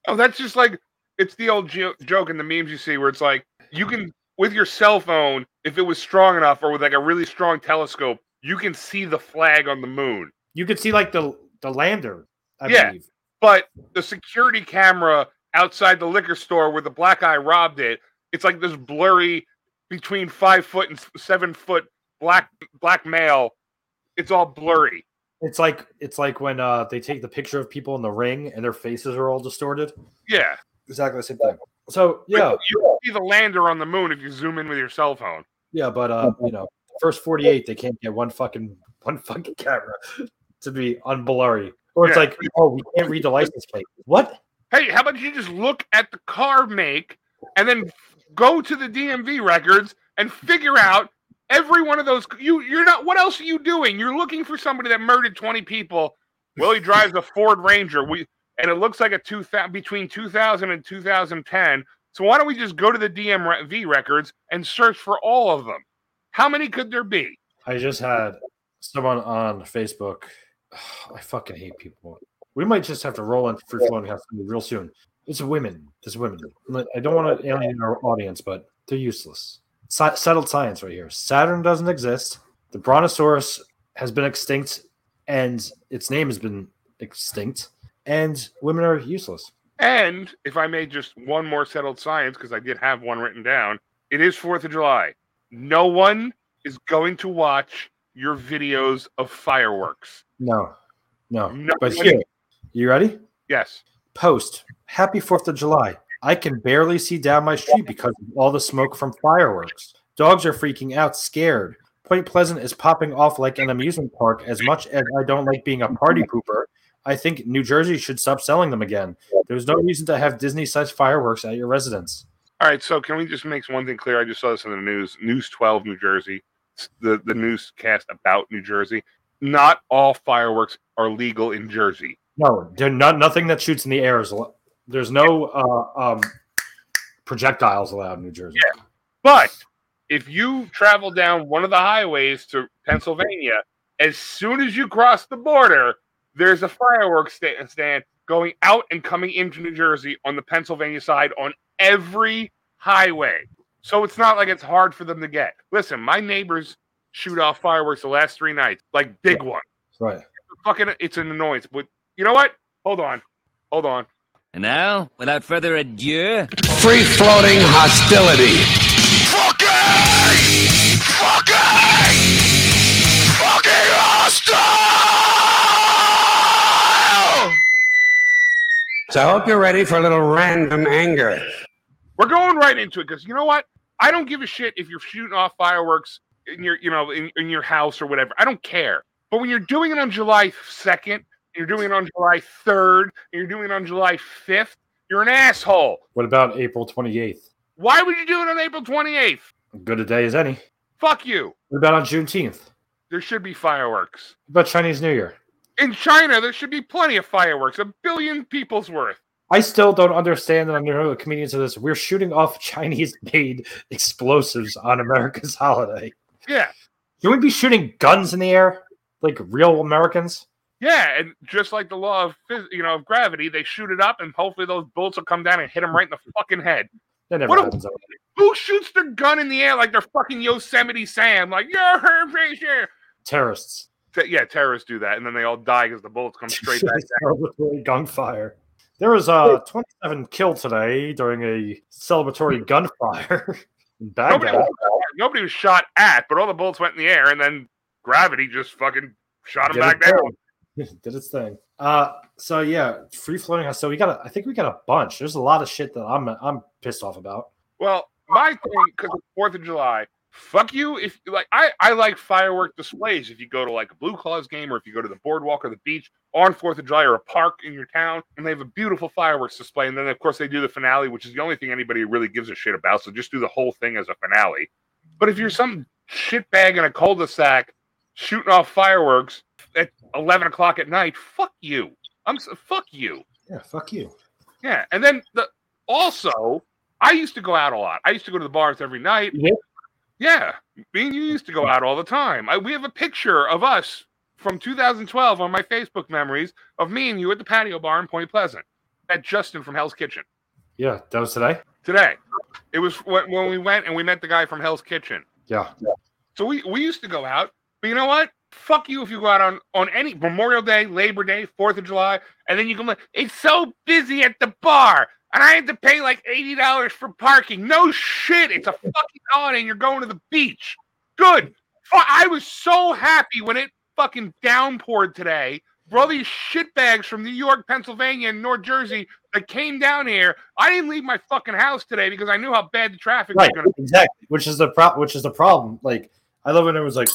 Oh, that's just like it's the old jo- joke in the memes you see where it's like you can with your cell phone, if it was strong enough, or with like a really strong telescope, you can see the flag on the moon. You could see like the the lander. I Yeah. believe. But the security camera outside the liquor store where the black guy robbed it, it's like this blurry between five foot and s- seven foot black black male. It's all blurry. It's like it's like when uh, they take the picture of people in the ring and their faces are all distorted. Yeah. Exactly the same thing. So But yeah, You can see the lander on the moon if you zoom in with your cell phone. yeah, but uh, you know, the first forty-eight they can't get one fucking one fucking camera to be unblurry, or it's Yeah. like oh we can't read the license plate. What? hey, how about you just look at the car make and then go to the DMV records and figure out every one of those you you're not what else are you doing? You're looking for somebody that murdered 20 people. Well, he drives a Ford Ranger. We and it looks like a 2000 between 2000 and 2010. So why don't we just go to the DMV records and search for all of them? How many could there be? I just had someone on Facebook. I fucking hate people. We might just have to roll into free flowing house real soon. It's women. It's women. Like, I don't want to alienate our audience, but they're useless. Si- settled science right here. Saturn doesn't exist. The Brontosaurus has been extinct, and its name has been extinct. And women are useless. And if I may, just one more settled science because I did have one written down. It is Fourth of July. No one is going to watch your videos of fireworks. No, no. No Oh, But one- here, you ready? yes, post happy fourth of july i can barely see down my street because of all the smoke from fireworks dogs are freaking out scared point pleasant is popping off like an amusement park as much as i don't like being a party pooper i think new jersey should stop selling them again there's no reason to have disney sized fireworks at your residence All right, so can we just make one thing clear? I just saw this in the news, News 12 New Jersey, s- the, the newscast about New Jersey. Not all fireworks are legal in Jersey. no they're not nothing that shoots in the air is al- there's no uh, um, projectiles allowed in new jersey But if you travel down one of the highways to Pennsylvania, as soon as you cross the border, there's a fireworks sta- stand going out and coming into New Jersey on the Pennsylvania side on every highway. So it's not like it's hard for them to get. Listen, my neighbors shoot off fireworks the last three nights, like big one. right fucking it's an annoyance. But you know what? Hold on. Hold on. And now, without further ado, Free floating hostility. So I hope you're ready for a little random anger. We're going right into it because you know what? I don't give a shit if you're shooting off fireworks in your, you know, in, in your house or whatever. I don't care. But when you're doing it on July 2nd, you're doing it on July 3rd, and you're doing it on July 5th, you're an asshole. What about April 28th? Why would you do it on April 28th? Good a day as any. Fuck you. What about on Juneteenth? There should be fireworks. What about Chinese New Year? In China, there should be plenty of fireworks, a billion people's worth. I still don't understand, and I know the comedians of this. We're shooting off Chinese-made explosives on America's holiday. Yeah. Can we be shooting guns in the air like real Americans? Yeah, and just like the law of phys- you know of gravity, they shoot it up, and hopefully those bullets will come down and hit them right in the fucking head. That never What a- happens. over there. Who shoots their gun in the air like they're fucking Yosemite Sam? Like yeah, pretty sure. Terrorists. Te- yeah, terrorists do that, and then they all die because the bullets come straight back. Celebratory gunfire. There was uh, 27 killed today during a celebratory gunfire in Hmm. Nobody, Baghdad. was, nobody was shot at, but all the bullets went in the air, and then gravity just fucking shot Did them back its down. thing. Did its thing. Uh, so yeah, free floating. So we got. A, I think we got a bunch. There's a lot of shit that I'm I'm pissed off about. Well, my thing because it's Fourth of July. Fuck you if like I I like firework displays. If you go to like a Blue Claws game or if you go to the boardwalk or the beach on Fourth of July or a park in your town, and they have a beautiful fireworks display, and then of course they do the finale, which is the only thing anybody really gives a shit about. So just do the whole thing as a finale. But if you're some shitbag in a cul-de-sac shooting off fireworks at eleven o'clock at night, fuck you. I'm s- fuck you. Yeah, fuck you. Yeah, and then the also, I used to go out a lot. I used to go to the bars every night. You did? Yeah, me and you used to go out all the time. I, we have a picture of us from 2012 on my Facebook memories of me and you at the patio bar in Point Pleasant at Justin from Hell's Kitchen Yeah, that was today. today. It was when, when we went and we met the guy from Hell's Kitchen. Yeah, So we, we used to go out, but you know what? Fuck you if you go out on, on any Memorial Day, Labor Day, Fourth of July, and then you come like it's so busy at the bar, and I had to pay like eighty dollars for parking. No shit, it's a fucking holiday, and you're going to the beach. Good. Fu- I was so happy when it fucking downpoured today. For all these shitbags from New York, Pennsylvania, and North Jersey that came down here, I didn't leave my fucking house today because I knew how bad the traffic right, was going to. exactly. Which is the pro- Which is the problem. Like I love when it was like,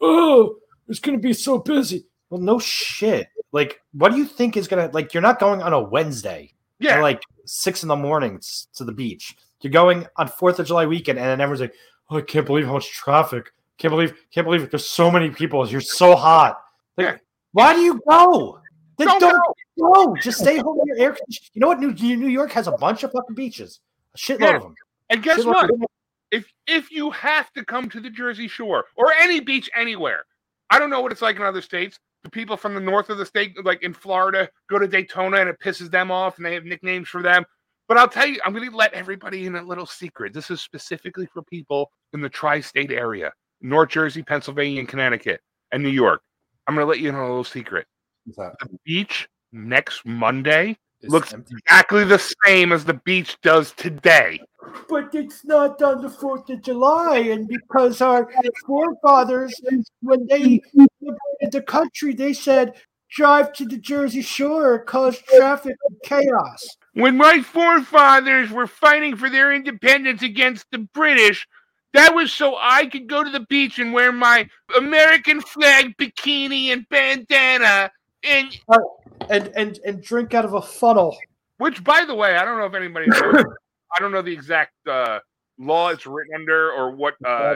oh, it's gonna be so busy. Well, no shit. Like, what do you think is gonna like? You're not going on a Wednesday. at Yeah, like six in the morning s- to the beach. You're going on Fourth of July weekend, and then everyone's like, "Oh, I can't believe how much traffic! Can't believe, can't believe there's so many people. You're so hot. Like, Yeah. why do you go? Then Don't don't, go. Just stay home in your air conditioning. You know what? New, New York has a bunch of fucking beaches. A shitload Yeah. of them. And guess Good what? luck. If if you have to come to the Jersey Shore or any beach anywhere, I don't know what it's like in other states. The people from the north of the state, like in Florida, go to Daytona and it pisses them off, and they have nicknames for them. But I'll tell you, I'm going to let everybody in a little secret. This is specifically for people in the tri-state area: North Jersey, Pennsylvania, and Connecticut, and New York. I'm going to let you in on a little secret. What's that? The beach next Monday It's Looks- empty. exactly the same as the beach does today. but it's not on the Fourth of July, and because our forefathers, when they liberated the country, they said, "Drive to the Jersey Shore, cause traffic and chaos." When my forefathers were fighting for their independence against the British, that was so I could go to the beach and wear my American flag bikini and bandana. And and and and drink out of a funnel. which, by the way, I don't know if anybody, knows, I don't know the exact uh, law it's written under or what uh,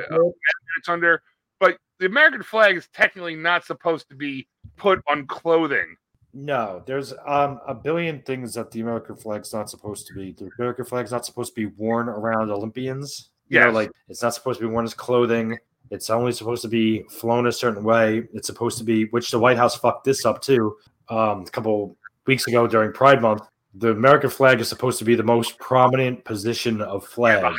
it's under, but the American flag is technically not supposed to be put on clothing. no, there's um a billion things that the American flag's not supposed to be. The American flag's not supposed to be worn around Olympians. You know, Yes. like it's not supposed to be worn as clothing. It's only supposed to be flown a certain way. It's supposed to be, which the White House fucked this up too. Um, a couple weeks ago during Pride Month, the American flag is supposed to be the most prominent position of flag. Highest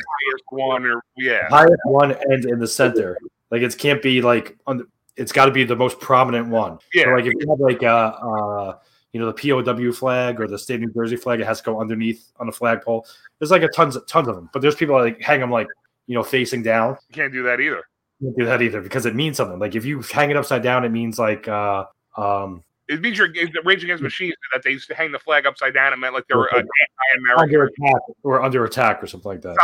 one or yeah. highest one end in the center. Like it can't be like on the, it's got to be the most prominent one. So, Yeah. like if you have like uh, uh, you know, the POW flag or the state of New Jersey flag, it has to go underneath on the flagpole. There's like a tons of tons of them, but there's people that like hang them like you know facing down. You can't do that either. Can't do that either because it means something. Like if you hang it upside down, it means like uh, um, It means you're it's the Rage Against the Machine that they used to hang the flag upside down. It meant like they were uh, anti-American. under attack or under attack or something like that.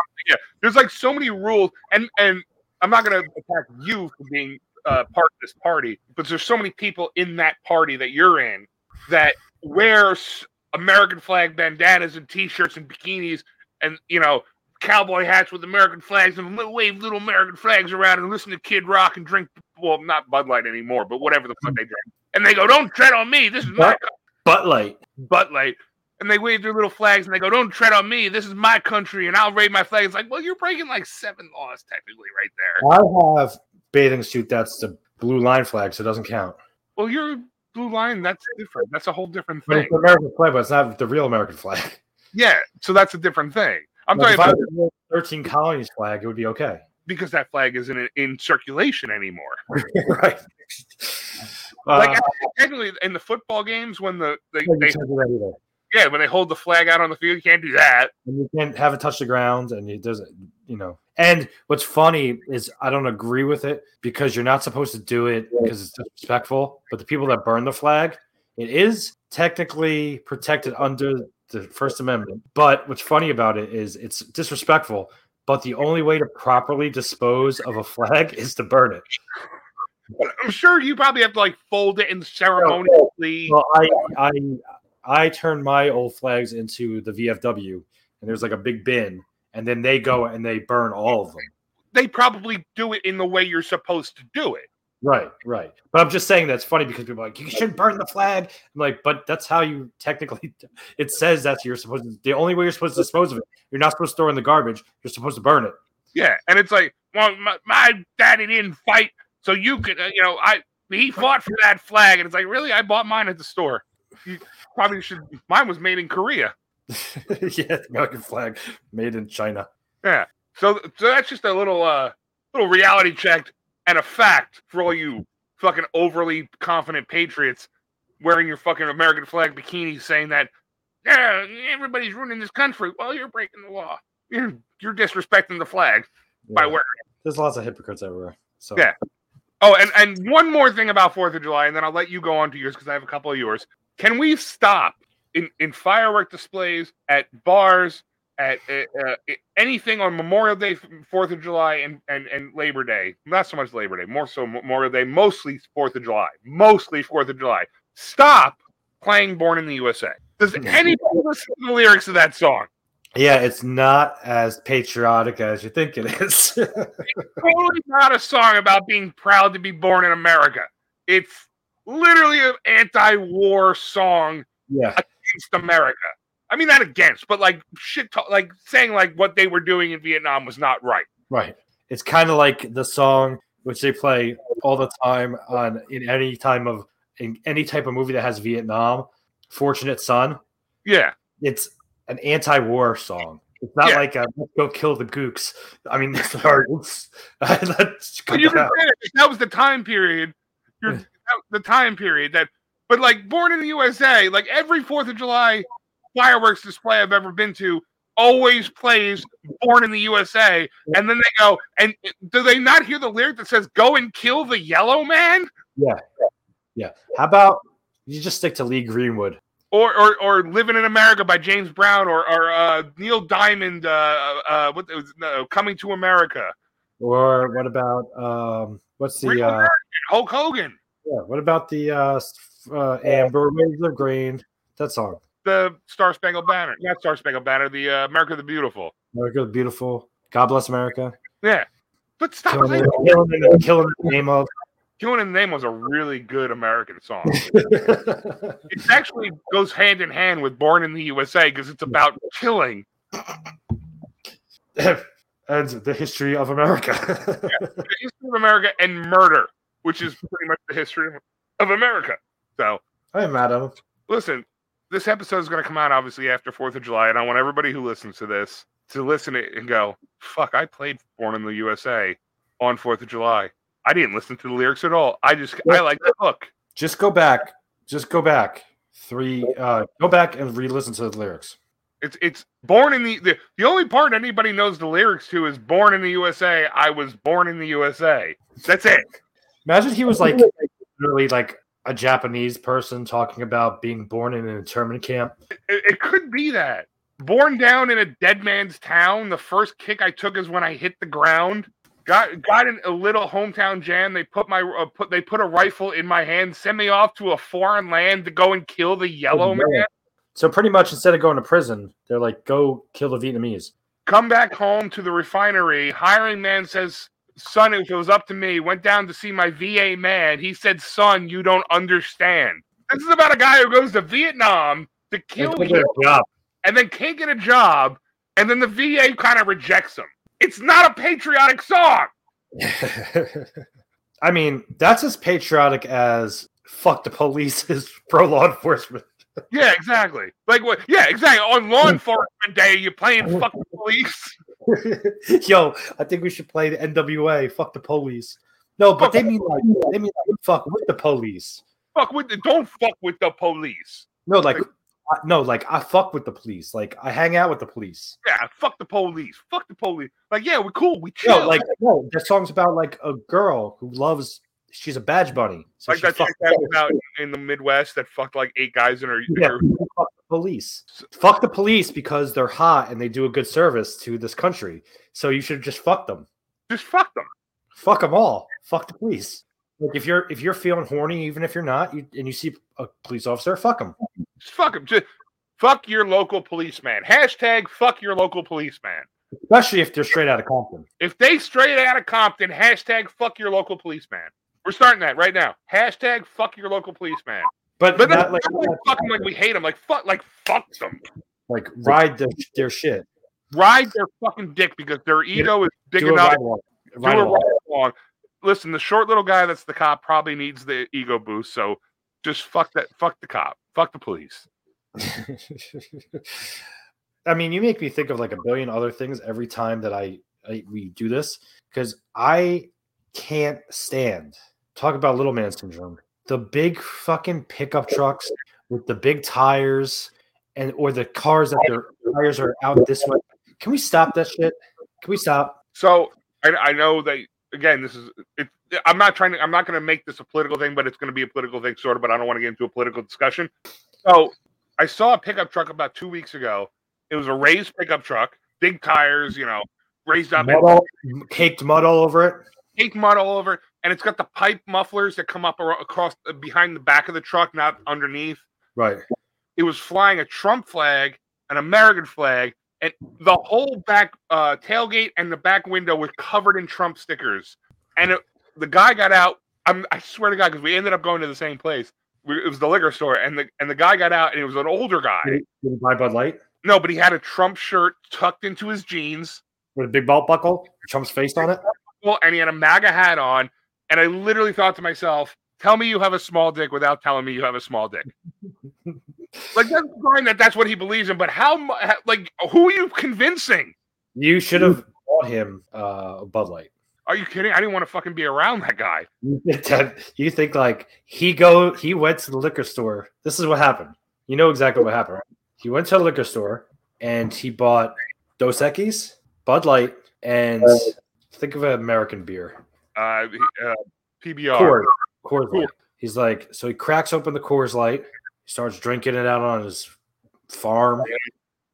There's like so many rules, and and I'm not gonna attack you for being uh, part of this party, but there's so many people in that party that you're in that wear s- American flag bandanas and T-shirts and bikinis, and you know cowboy hats with American flags and li- wave little American flags around and listen to Kid Rock and drink well not Bud Light anymore, but whatever the fuck they drink, and they go, "Don't tread on me. This is my Bud- But like butt light. And they wave their little flags and they go, Don't tread on me. This is my country and I'll raid my flag. It's like, Well, you're breaking like seven laws technically right there. I have bathing suit that's the blue line flag, so it doesn't count. Well, you're blue line. That's different. That's a whole different But thing. it's the American flag, but it's not the real American flag. Yeah. So that's a different thing. I'm Like, talking if I about had the thirteen colonies flag, it would be okay. because that flag isn't in, in circulation anymore. right. Like, Uh, Technically, in the football games, when the they, you they can't do that either. yeah when they hold the flag out on the field, you can't do that. and you can't have it touch the ground and it doesn't you know and what's funny is i don't agree with it because you're not supposed to do it because it's disrespectful but the people that burn the flag it is technically protected under the first amendment but what's funny about it is it's disrespectful but the only way to properly dispose of a flag is to burn it But I'm sure you probably have to like fold it and ceremoniously. well i i i turn my old flags into the vfw and there's like a big bin and then they go and they burn all of them They probably do it in the way you're supposed to do it. Right, right. But I'm just saying that's funny because people are like, you should burn the flag. I'm like, but that's how you technically, it says that's you're supposed to, the only way you're supposed to dispose of it. You're not supposed to throw it in the garbage. You're supposed to burn it. Yeah, and it's like, well, my, my daddy didn't fight, so you could, uh, you know, I he fought for that flag, and it's like, really, I bought mine at the store. You probably should. Mine was made in Korea, yeah, the American flag made in China. so so that's just a little uh little reality check and a fact for all you fucking overly confident patriots wearing your fucking American flag bikinis, saying that yeah, everybody's ruining this country. Well, you're breaking the law. You're you're disrespecting the flag by Yeah. wearing. There's lots of hypocrites everywhere. So, Yeah. Oh, and, and one more thing about Fourth of July, and then I'll let you go on to yours because I have a couple of yours. Can we stop in, in firework displays at bars, at uh, uh, anything on Memorial Day, Fourth of July, and, and and Labor Day? Not so much Labor Day, more so Memorial Day, mostly Fourth of July, mostly Fourth of July. Stop playing "Born in the USA." Does anybody listen to the lyrics of that song? yeah, it's not as patriotic as you think it is. totally not a song about being proud to be born in America. It's literally an anti-war song yeah. against America. I mean, not against, but like shit, talk, like saying like what they were doing in Vietnam was not right. Right. It's kind of like the song which they play all the time on in any time of in any type of movie that has Vietnam, Fortunate Son. Yeah, It's an anti-war song. It's not Yeah. like a, let's go kill the gooks. I mean, sorry, oops. let's but cut you that can out. say it. that was the time period. You're, Yeah. that- the time period that, but like born in the USA, like every Fourth of July fireworks display I've ever been to always plays "Born in the USA," and then they go and do they not hear the lyric that says "Go and kill the yellow man"? How about you just stick to Lee Greenwood? or or, or Living in America by James Brown or or uh, Neil Diamond uh, uh, what was no, Coming to America Or what about um what's the Real uh American, Hulk Hogan yeah, what about the uh, s- uh Amber Waves of Green? That song. the Star Spangled Banner not Star Spangled Banner the uh, America the Beautiful America the beautiful. God bless America. yeah but stop Killing, saying in- killing, in- killing in the name of Killing in the Name was a really good American song yeah, it actually goes hand in hand with Born in the USA because it's about killing and the history of America. the history of America and murder which is pretty much the history of America so Hi, madam. listen, this episode is going to come out obviously after Fourth of July, and I want everybody who listens to this to listen it and go, "Fuck, I played Born in the USA on Fourth of July. I didn't listen to the lyrics at all. I just I like the hook. Just go back. Just go back. Three. Uh, go back and re-listen to the lyrics. It's it's born in the, the the only part anybody knows the lyrics to is born in the USA. I was born in the USA. That's it. Imagine he was like literally like a Japanese person talking about being born in an internment camp. It, it could be that. Born down in a dead man's town, the first kick I took is when I hit the ground. Got got in a little hometown jam. They put my uh, put they put a rifle in my hand, sent me off to a foreign land to go and kill the yellow Oh, man. man. So pretty much instead of going to prison, they're like, go kill the Vietnamese. Come back home to the refinery. Hiring man says, "Son, if it was up to me, went down to see my VA man. He said, "Son, you don't understand. This is about a guy who goes to Vietnam to kill They people." get a job. and then can't get a job, and then the VA kind of rejects them. It's not a patriotic song. I mean, that's as patriotic as fuck the police is pro law enforcement. Yeah, exactly. Like what? Yeah, exactly. On law enforcement day, you're playing fucking police. Yo, I think we should play the NWA, fuck the police. No, but they mean like they mean like fuck with the police. Fuck with the, don't fuck with the police. No, like I- no, like I fuck with the police. Like I hang out with the police. Yeah, fuck the police. Fuck the police. Like, yeah, we're cool. We chill. No, like no, that song's about like a girl who loves she's a badge bunny. So like she that chick fucks that with was out in the Midwest that fucked like eight guys in her. in Yeah, her- fuck the police. Fuck the police because they're hot and they do a good service to this country. So you should just fuck them. Just fuck them. Fuck them all. Fuck the police. Like if you're if you're feeling horny, even if you're not, you, and you see a police officer, fuck them. Just fuck them. Just fuck your local policeman. Hashtag fuck your local policeman. Especially if they're straight out of Compton. If they straight out of Compton, hashtag fuck your local policeman. We're starting that right now. Hashtag fuck your local policeman. But, But not not, like, like, fuck 'em like we hate them. Like fuck, like fuck them. like ride their, their shit. Ride their fucking dick because their ego is big Do a enough. ride along. Do Ride a along. ride along. Listen, the short little guy that's the cop probably needs the ego boost. So just fuck that. Fuck the cop. Fuck the police. I mean, you make me think of like a billion other things every time that I, I we do this because I can't stand talk about little man syndrome. The big fucking pickup trucks with the big tires and or the cars that their tires are out this way. Can we stop that shit? Can we stop? So I, I know that again. This is it, I'm not trying to. I'm not going to make this a political thing, but it's going to be a political thing, sort of. But I don't want to get into a political discussion. So I saw a pickup truck about two weeks ago. It was a raised pickup truck, big tires, you know, raised up, Mud all, caked mud all over it. cake mud all over, it, and it's got the pipe mufflers that come up ar- across uh, behind the back of the truck, not underneath. Right. It was flying a Trump flag, an American flag, and the whole back uh, tailgate and the back window was covered in Trump stickers. And it, the guy got out. I'm, I swear to God, because we ended up going to the same place. We, it was the liquor store, and the and the guy got out, and it was an older guy. Did he buy Bud Light No, but he had a Trump shirt tucked into his jeans. with a big belt buckle, Trump's face on it. Well, and he had a MAGA hat on. And I literally thought to myself, "Tell me you have a small dick without telling me you have a small dick." like that's fine that that's what he believes in, but how? mu- how- Like, who are you convincing? You should have bought him uh, a Bud Light. Are you kidding? I didn't want to fucking be around that guy. You think that- you think like he go he went to the liquor store. This is what happened. You know exactly what happened. Right? He went to the liquor store and he bought Dos Equis, Bud Light, and think of an American beer. Uh, he- uh, PBR. Coors, Coors Coors. Light. He's like, so he cracks open the Coors Light, starts drinking it out on his farm,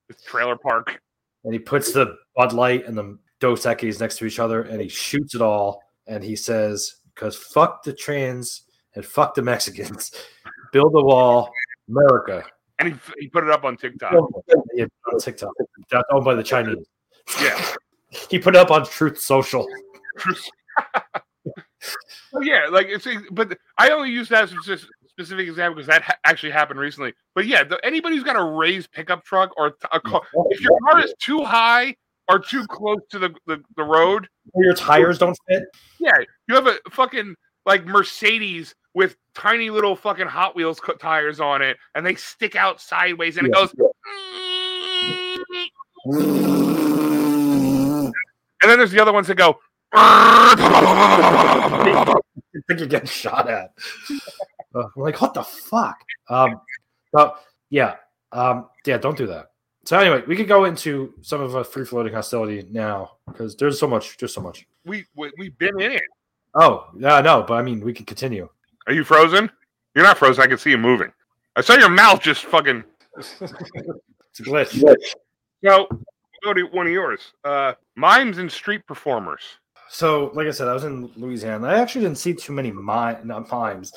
It's trailer park. and he puts the Bud Light and the Dos Equis next to each other, and he shoots it all, and he says, "Cause fuck the trans and fuck the Mexicans, build a wall, America." And he, he put it up on TikTok. Yeah, on TikTok, that's owned by the Chinese. Yeah. He put it up on Truth Social. Oh, yeah, like it's. But I only use that as a spec- specific example because that ha- actually happened recently. But yeah, the, anybody who's got a raised pickup truck or t- a car, if your car is too high or too close to the, the, the road, Your tires don't fit. yeah, you have a fucking like Mercedes with tiny little fucking Hot Wheels co- tires on it, and they stick out sideways, and it goes. And then there's the other ones that go. I think you get shot at. Uh, I'm like, what the fuck? Um, but yeah, um, yeah, don't do that. So anyway, we could go into some of a free floating hostility now because there's so much. There's so much. We, we we've been in it. Oh yeah, no, but I mean, we could continue. Are you frozen? You're not frozen. I can see you moving. I saw your mouth just fucking. It's a glitch. So go to one of yours. Uh, mimes and street performers. So, like I said, I was in Louisiana. I actually didn't see too many mime, not mimes,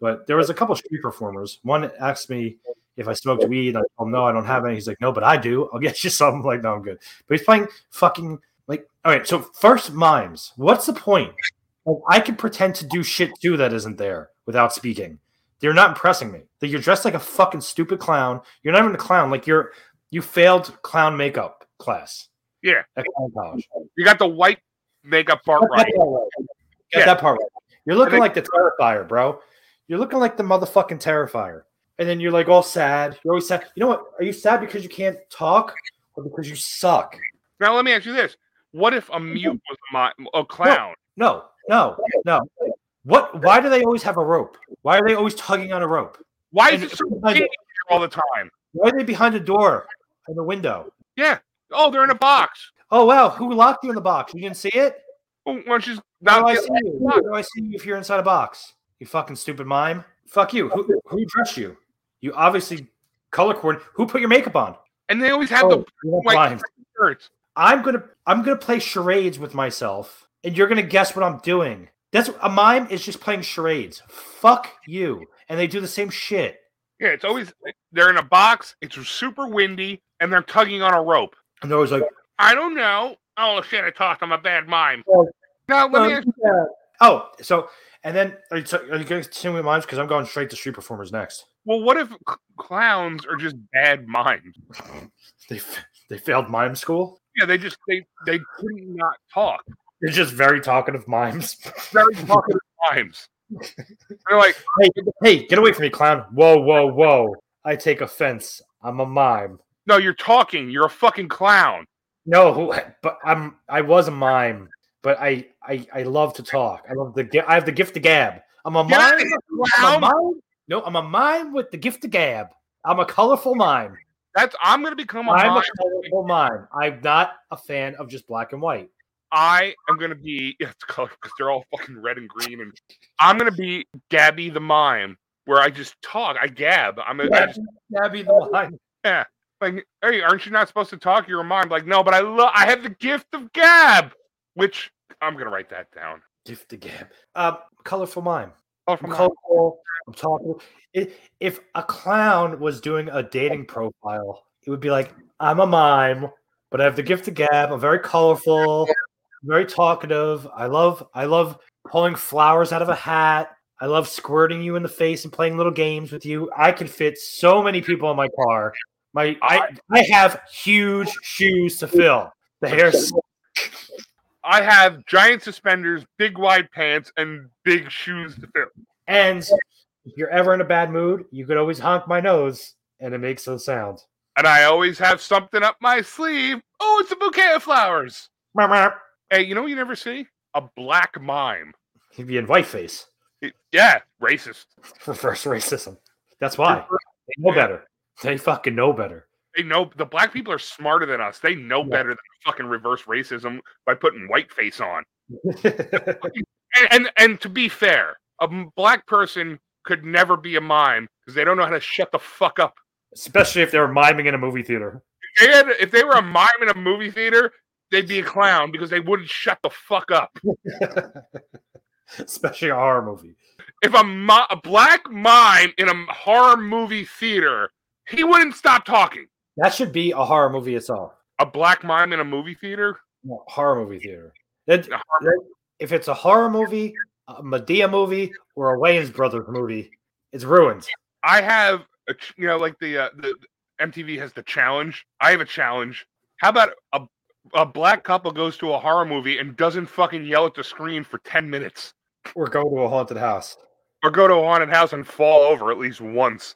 but there was a couple street performers. One asked me if I smoked weed. I told him, no, I don't have any. He's like, no, but I do. I'll get you some. I'm like, no, I'm good. But he's playing fucking like, all right. So first mimes. What's the point? Like, I can pretend to do shit too that isn't there without speaking. You're not impressing me. That you're dressed like a fucking stupid clown. You're not even a clown. Like you're you failed clown makeup class Yeah, at clown college. you got the white makeup part Got right. that part right. Got Yeah. that part right. You're looking think- like the terrifier, bro. You're looking like the motherfucking terrifier. And then you're like all sad. You're always sad. You know what? Are you sad because you can't talk or because you suck? Now let me ask you this: What if a mute was a, mi- a clown? No, no, no. What why do they always have a rope? Why are they always tugging on a rope? Why is And- it so dingy all the time? Why are they behind a door and a window? Oh, they're in a box. Oh wow, who locked you in the box? You didn't see it? Oh, Why don't you just How do not I get- see you? How do I see you if you're inside a box? You fucking stupid mime. Fuck you. Who who dressed you? You obviously color coordinate. Who put your makeup on? And they always have Oh, the you're not white blind. shirts. I'm gonna I'm gonna play charades with myself, and you're gonna guess what I'm doing. That's a mime is just playing charades. Fuck you. And they do the same shit. Yeah, it's always they're in a box. It's super windy, and they're tugging on a rope. And they're always like, I don't know. Oh shit! I talked. I'm a bad mime. Now let um, me ask you, oh, so and then are you, so are you gonna continue with mimes? Because I'm going straight to street performers next. well, what if c- clowns are just bad mimes? They f- they failed mime school. Yeah, they just they they couldn't not talk. They're just very talkative mimes. Very talkative mimes. They're like, hey, hey, get away from me, clown. Whoa, whoa, whoa. I take offense. I'm a mime. no, you're talking. You're a fucking clown. No, who- but I'm I was a mime, but I I, I love to talk. I love the gi- I have the gift of gab. I'm a Get out of mime. here, I'm a clown. mime. No, I'm a mime with the gift of gab. I'm a colorful mime. That's I'm gonna become a I'm mime. a colorful mime. I'm not a fan of just black and white. I am gonna be yeah, it's color because they're all fucking red and green, and I'm gonna be Gabby the mime, where I just talk. I gab. I'm a, I just, Gabby the mime. like, hey, aren't you not supposed to talk? You're a mime. Like, no, but I love. I have the gift of gab, which I'm gonna write that down. Gift of gab. Um, colorful mime. Oh, I'm from colorful. I'm talking. If, if a clown was doing a dating profile, it would be like, I'm a mime, but I have the gift of gab. I'm very colorful, very talkative. I love, I love pulling flowers out of a hat. I love squirting you in the face and playing little games with you. I can fit so many people in my car. My, I, I have huge shoes to fill. The hair, I have giant suspenders, big wide pants, and big shoes to fill. and if you're ever in a bad mood, you could always honk my nose, and it makes a sound. And I always have something up my sleeve. Oh, it's a bouquet of flowers. Hey, you know what you never see? A black mime. He'd be in whiteface. It- yeah, racist. Reverse racism. That's why they know better. They fucking know better. They know the black people are smarter than us. They know better than fucking reverse racism by putting whiteface on. And and, and to be fair, a m- black person could never be a mime because they don't know how to shut the fuck up. Especially if they were miming in a movie theater. If they, had, if they were a mime in a movie theater, they'd be a clown because they wouldn't shut the fuck up. Especially a horror movie. if a, mi- a black mime in a horror movie theater, he wouldn't stop talking. That should be a horror movie itself. A black mime in a movie theater? No, horror movie theater. That- that- if it's a horror movie, a Medea movie, or a Wayans Brothers movie, it's ruined. I have, a, ch- you know, like the, uh, the MTV has the challenge. I have a challenge. How about a, a black couple goes to a horror movie and doesn't fucking yell at the screen for 10 minutes Or go to a haunted house. or go to a haunted house and fall over at least once?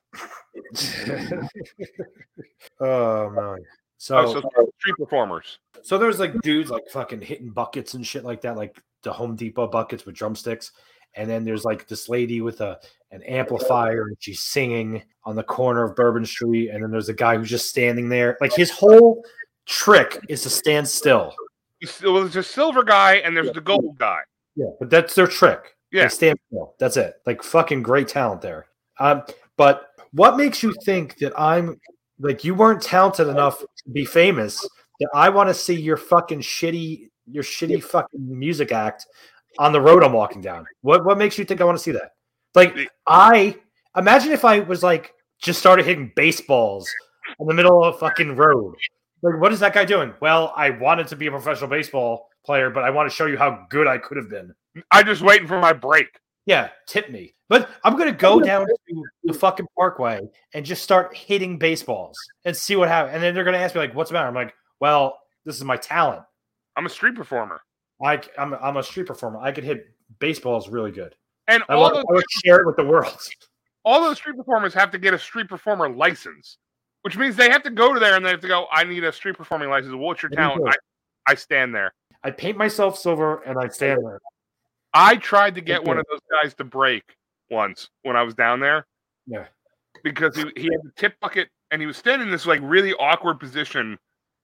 oh man. Oh, so street performers. So there's like dudes like fucking hitting buckets and shit like that, like the Home Depot buckets with drumsticks. And then there's like this lady with a an amplifier and she's singing on the corner of Bourbon Street. And then there's a guy who's just standing there. Like his whole trick is to stand still. Well, there's a silver guy and there's the gold guy. Yeah, but that's their trick. They Yeah. stand still. That's it. Like fucking great talent there. Um, but what makes you think that I'm like you weren't talented enough to be famous that I want to see your fucking shitty your shitty fucking music act on the road I'm walking down? What what makes you think I want to see that? Like I imagine if I was like just started hitting baseballs in the middle of a fucking road. Like, what is that guy doing? Well, I wanted to be a professional baseball player, but I want to show you how good I could have been. I'm just waiting for my break. Yeah, tip me. But I'm gonna go down to the fucking parkway and just start hitting baseballs and see what happens. And then they're gonna ask me like, "What's the matter?" I'm like, "Well, this is my talent. I'm a street performer. I, am I'm a street performer. I could hit baseballs really good. And I, all want, those, I would share it with the world." all those street performers have to get a street performer license, which means they have to go to there and they have to go, I need a street performing license. What's your What do you talent? do? I, I stand there. I paint myself silver and I stand there. I tried to get do one it. of those guys to break once when I was down there. Yeah. Because he, he had the tip bucket and he was standing in this like really awkward position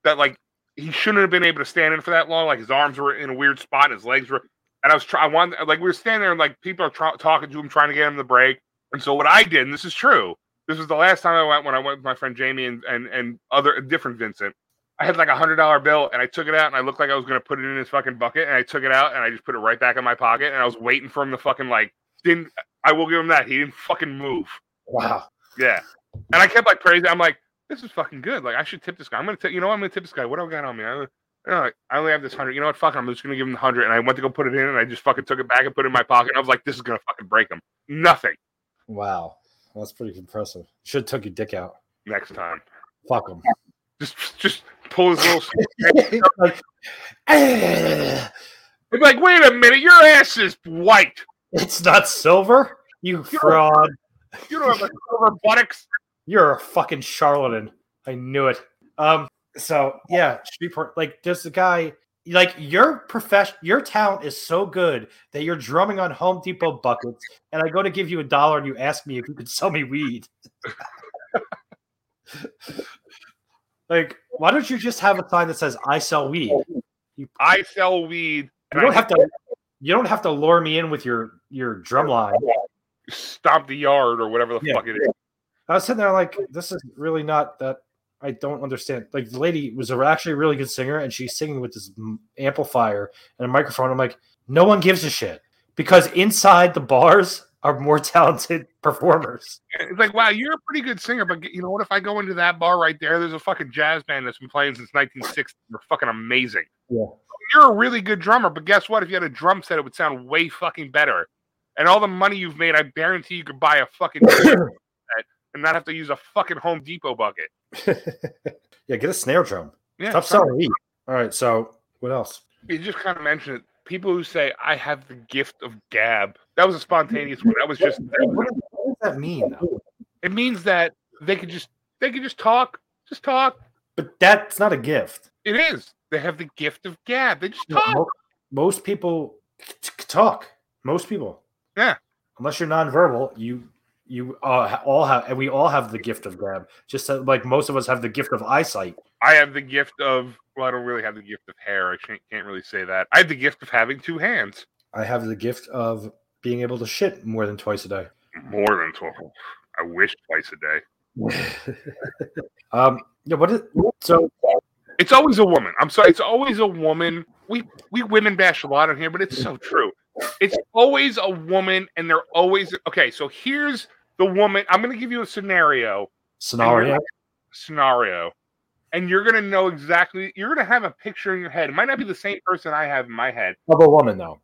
that like he shouldn't have been able to stand in for that long. Like his arms were in a weird spot, his legs were. And I was trying, I wanted, like, we were standing there and like people are try- talking to him, trying to get him to break. And so what I did, and this is true, this was the last time I went when I went with my friend Jamie and and, and other different Vincent. I had like a hundred dollar bill and I took it out and I looked like I was gonna put it in his fucking bucket and I took it out and I just put it right back in my pocket and I was waiting for him to fucking like didn't I will give him that. He didn't fucking move. Wow. Yeah. And I kept like praising I'm like, this is fucking good. Like I should tip this guy. I'm gonna tip you know what? I'm gonna tip this guy. What do I got on me? I, I I only have this hundred. You know what? Fuck it. I'm just gonna give him the hundred. And I went to go put it in and I just fucking took it back and put it in my pocket. And I was like, this is gonna fucking break him. Nothing Wow. That's pretty impressive. Should have took your dick out. next time. Fuck them. Just just pull his little it's They'd be like, wait a minute, your ass is white. not silver. You fraud. You don't have a silver buttocks. You're a fucking charlatan. I knew it. Um. So yeah, street per- like there's a guy like your profession, your talent is so good that you're drumming on Home Depot buckets, and I go to give you a dollar, and you ask me if you could sell me weed. like, why don't you just have a sign that says "I sell weed"? I sell weed. You And don't I have to. You don't have to lure me in with your your drum line. stomp the yard or whatever the Yeah. fuck it is. I was sitting there like, this is really not that. I don't understand. Like the lady was a, actually a really good singer, and she's singing with this m- amplifier and a microphone. I'm like, no one gives a shit because inside the bars are more talented performers. It's like, wow, you're a pretty good singer, but you know what? If I go into that bar right there, there's a fucking jazz band that's been playing since 1960. They're fucking amazing. Yeah. You're a really good drummer, but guess what? If you had a drum set, it would sound way fucking better. And all the money you've made, I guarantee you could buy a fucking set and not have to use a fucking Home Depot bucket. yeah, get a snare drum. Yeah, Stop selling weed. All right, so what else? you just kind of mentioned it. People who say I have the gift of gab. That was a spontaneous one. That was just What does what does that mean? though? it means that they could just they could just talk, just talk. But that's not a gift. It is. They have the gift of gab. They just You know, talk. mo- most people c- c- talk. Most people. Yeah. Unless you're nonverbal, you you uh, ha- all have and we all have the gift of gab. Just that, like most of us have the gift of eyesight. I have the gift of well, I don't really have the gift of hair. I can't, can't really say that. I have the gift of having two hands. I have the gift of being able to shit more than twice a day. More than twelve. I wish twice a day. um. Yeah. What is so? It's always a woman. I'm sorry. It's always a woman. We we women bash a lot on here, but it's so true. It's always a woman, and they're always okay. So here's the woman. I'm going to give you a scenario. Scenario. Scenario, and you're going to know exactly. You're going to have a picture in your head. It might not be the same person I have in my head Of a woman, though.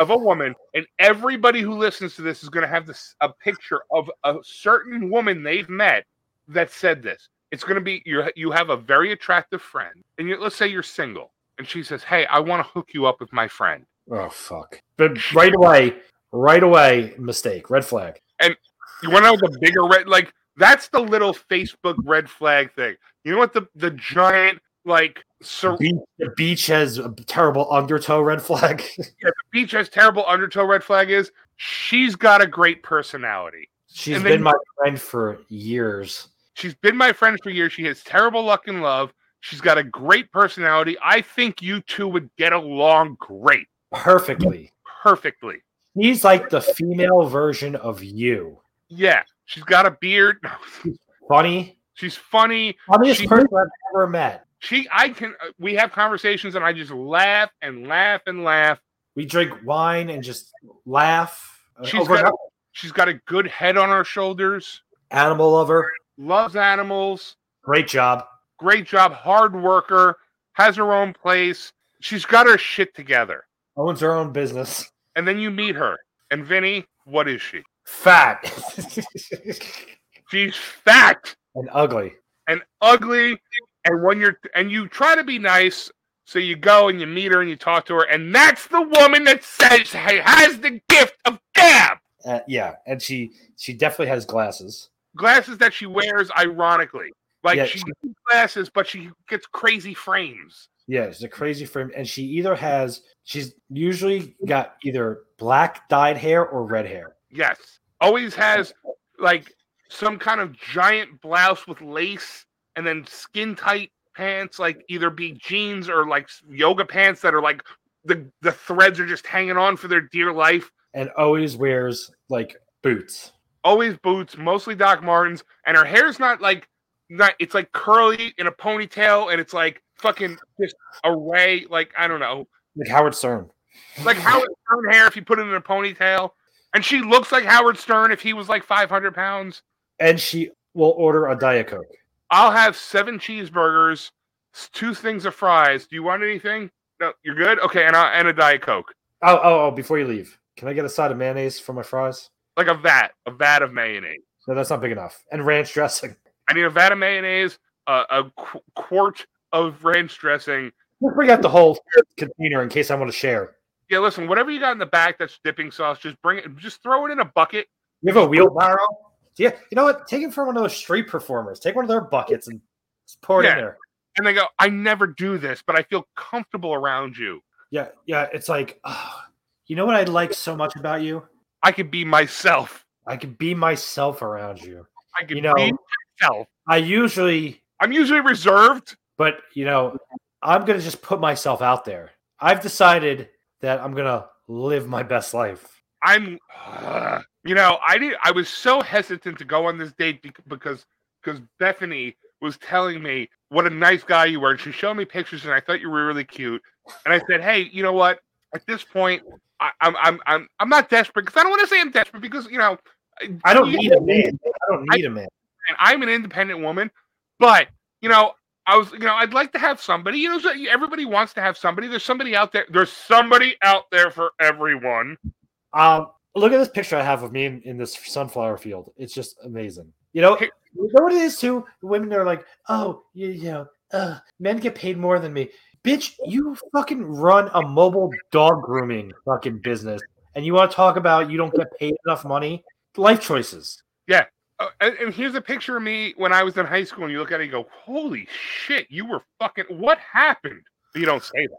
of a woman, and everybody who listens to this is going to have this a picture of a certain woman they've met that said this. It's going to be you. You have a very attractive friend, and you, let's say you're single, and she says, "Hey, I want to hook you up with my friend." Oh fuck! But right away, right away, mistake, red flag. You want to know the bigger red? Like that's the little Facebook red flag thing. You know what the the giant Like, sur- Beach, the beach has a terrible undertow red flag. Beach has terrible undertow red flag is she's got a great personality. She's And been then- my friend for years. She's been my friend for years. She has terrible luck in love. She's got a great personality. I think you two would get along great, Perfectly. perfectly. He's like the female version of you. Yeah, she's got a beard. Funny. She's funny. Funniest She- person I've ever met. She, I can. uh, We have conversations, and I just laugh and laugh and laugh. We drink wine and just laugh. uh, She's over got, a, she's got a good head on her shoulders. animal lover. Loves animals. Great job. Great job. Hard worker. Has her own place. She's got her shit together. Owns her own business. And then you meet her. And Vinny, what is she? Fat She's fat and ugly. and ugly. And when you're and you try to be nice, so you go and you meet her and you talk to her, and that's the woman that says hey, has the gift of gab. Uh, yeah, and she she definitely has glasses. Glasses that she wears ironically. Like Yeah, she she- gets glasses, but she gets crazy frames. Yeah, it's a crazy frame, and she either has she's usually got either black dyed hair or red hair. Yes. Always has like some kind of giant blouse with lace and then skin tight pants, like either be jeans or like s- yoga pants that are like the, the threads are just hanging on for their dear life. and always wears like boots. Always boots, mostly Doc Martens, and her hair's not like not it's like curly in a ponytail and it's like fucking just array, like I don't know. Like Howard Stern. Like Howard Stern hair if you put it in a ponytail. And she looks like Howard Stern if he was like five hundred pounds. And she will order a Diet Coke. I'll have seven cheeseburgers, s- two things of fries. Do you want anything? No, you're good. Okay, and I, and a diet coke, Oh, oh, oh, before you leave, can I get a side of mayonnaise for my fries? like a vat, a vat of mayonnaise. No, that's not big enough. And ranch dressing. I need a vat of mayonnaise, uh, a qu- quart of ranch dressing. We'll bring out the whole container in case I want to share. Yeah, listen, whatever you got in the back that's dipping sauce, just bring it. Just throw it in a bucket. You have a wheelbarrow? Yeah, you know what? Take it from one of those street performers. Take one of their buckets and just pour it Yeah. in there. And they go, I never do this, but I feel comfortable around you. Yeah, yeah. It's like, oh, you know what I like so much about you? I can be myself. I can be myself around you. I can You know- be myself. I usually I'm usually reserved. but you know i'm gonna just put myself out there i've decided that i'm gonna live my best life I'm, you know, I did. I was so hesitant to go on this date bec- because because Bethany was telling me what a nice guy you were, and she showed me pictures, and I thought you were really cute. And I said, hey, you know what? At this point, I, I'm I'm I'm I'm not desperate because I don't want to say I'm desperate because you know i don't you- need a man i don't I- need a man and I'm an independent woman, but you know, I was, you know, I'd like to have somebody. You know, so everybody wants to have somebody. There's somebody out there. There's somebody out there for everyone. um look at this picture i have of me in, in this sunflower field it's just amazing you know Here- you know what it is too women are like oh you, you know uh, men get paid more than me bitch you fucking run a mobile dog grooming fucking business and you want to talk about you don't get paid enough money life choices Uh, and, and here's a picture of me when I was in high school, and you look at it, and you go, "Holy shit, you were fucking. What happened?" You don't say that.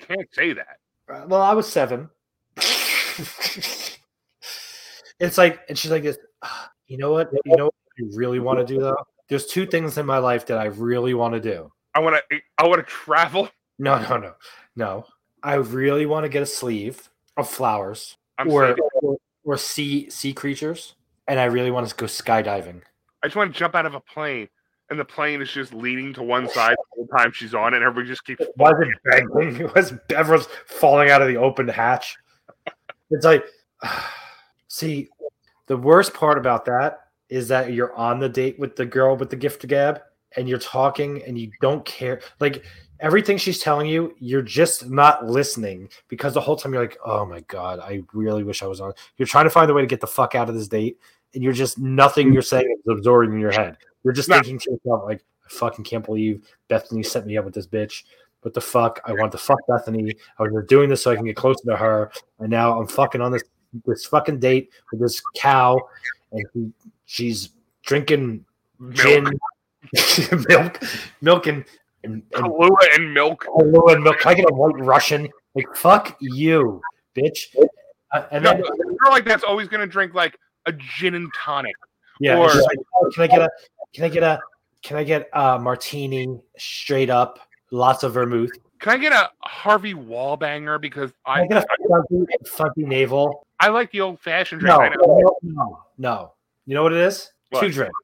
You can't say that. Uh, Well, I was seven. it's like, and she's like, this, "Ah, you know what? You know what I really want to do though? There's two things in my life that I really want to do. I want to. I want to travel. No, no, no, no. I really want to get a sleeve of flowers I'm or, sorry. or or sea sea creatures, and I really want to go skydiving. I just want to jump out of a plane, and the plane is just leaning to one side the whole time she's on, it, and everybody just keeps. Why is it banging? It was everyone's falling out of the open hatch. It's like, see, the worst part about that is that you're on the date with the girl with the gift gab and you're talking and you don't care. Like everything she's telling you, you're just not listening because the whole time you're like, oh my God, I really wish I was on. You're trying to find a way to get the fuck out of this date and you're just nothing you're saying is absorbing in your head. You're just No. thinking to yourself, like, I fucking can't believe Bethany set me up with this bitch. What the fuck? I want to fuck Bethany. I was doing this so I can get closer to her, and now I'm fucking on this this fucking date with this cow, and she- she's drinking gin, milk, milk, and and, and Kahlua and milk. Kahlua and milk. Can I get a white Russian? Like fuck you, bitch. Uh, and No, then no, a girl like that's always going to drink like a gin and tonic. yeah, or- it's just like, oh, can I get a can I get a can I get a martini straight up, lots of vermouth. Can I get a Harvey Wallbanger because Can I I get a funky, funky navel. I like the old fashioned drink. No, I know. no, no, no. You know what it is? What? Two drinks.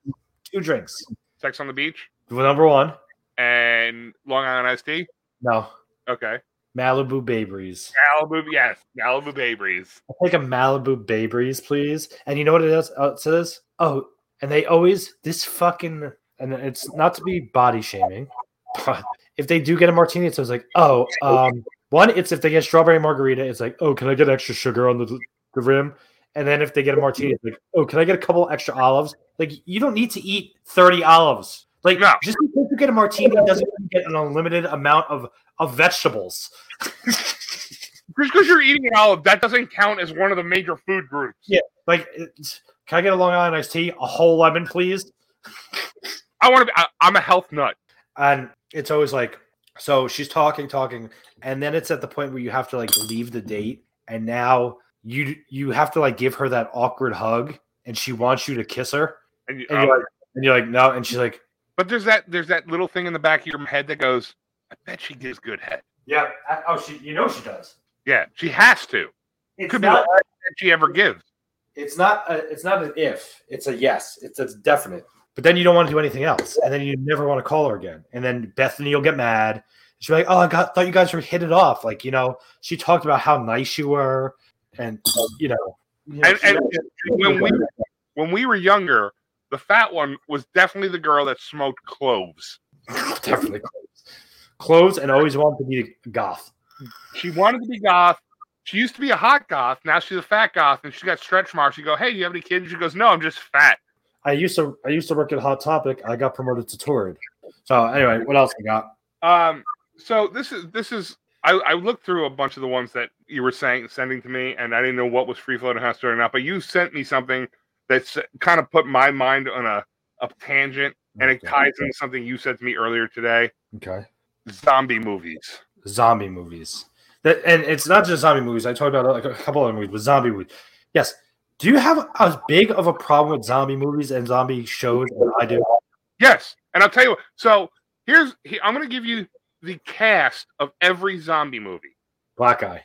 Two drinks. Sex on the Beach Well, Number one, and Long Island iced tea. no Okay, Malibu Bay Breeze. Malibu, yes, Malibu Bay Breeze. I'll take a Malibu Bay Breeze, please. And you know what it is? Oh, it says, oh, and they always this fucking and it's not to be body shaming, but if they do get a martini, it's always like, oh, um, one, it's if they get strawberry margarita, it's like, oh, can I get extra sugar on the, the rim? And then if they get a martini, it's like, oh, can I get a couple extra olives? Like, you don't need to eat 30 olives. Like, No. just because you get a martini doesn't mean you get an unlimited amount of, of vegetables. Just because you're eating an olive, that doesn't count as one of the major food groups. Like, it's, can I get a Long Island iced tea, a whole lemon, please? I want to. be I, I'm a health nut. And it's always like, so she's talking, talking, and then it's at the point where you have to like leave the date, and now you you have to like give her that awkward hug, and she wants you to kiss her, And, you, and you're like, and you're like no, and she's like, but there's that there's that little thing in the back of your head that goes, I bet she gives good head. yeah, I- oh she, you know she does. Yeah, she has to. It's Could be not, the best that she ever gives. it's not, a, it's not an if, it's a yes, it's a definite. But then you don't want to do anything else, and then you never want to call her again, and then Bethany will get mad. She'll be like, "Oh, I got, thought you guys were hit it off." Like you know, she talked about how nice you were, and you know, you know, And, she- and when we when we were younger, the fat one was definitely the girl that smoked cloves. definitely clothes. Clothes and always wanted to be a goth. She wanted to be goth. She used to be a hot goth. Now she's a fat goth, and she got stretch marks. You go, hey, do you have any kids? She goes, no, I'm just fat. I used to I used to work at Hot Topic. I got promoted to toured. So anyway, what else we got? Um, so this is this is I, I looked through a bunch of the ones that you were saying sending to me, and I didn't know what was free floating hustler or not. But you sent me something that's kind of put my mind on a a tangent, and it ties into something you said to me earlier today: Okay. zombie movies. Zombie movies. That and it's not just zombie movies. I talked about like a couple other movies, but zombie movies. Yes. Do you have as big of a problem with zombie movies and zombie shows as I do? Yes, and I'll tell you. what. So here's he, I'm going to give you the cast of every zombie movie. Black Eye.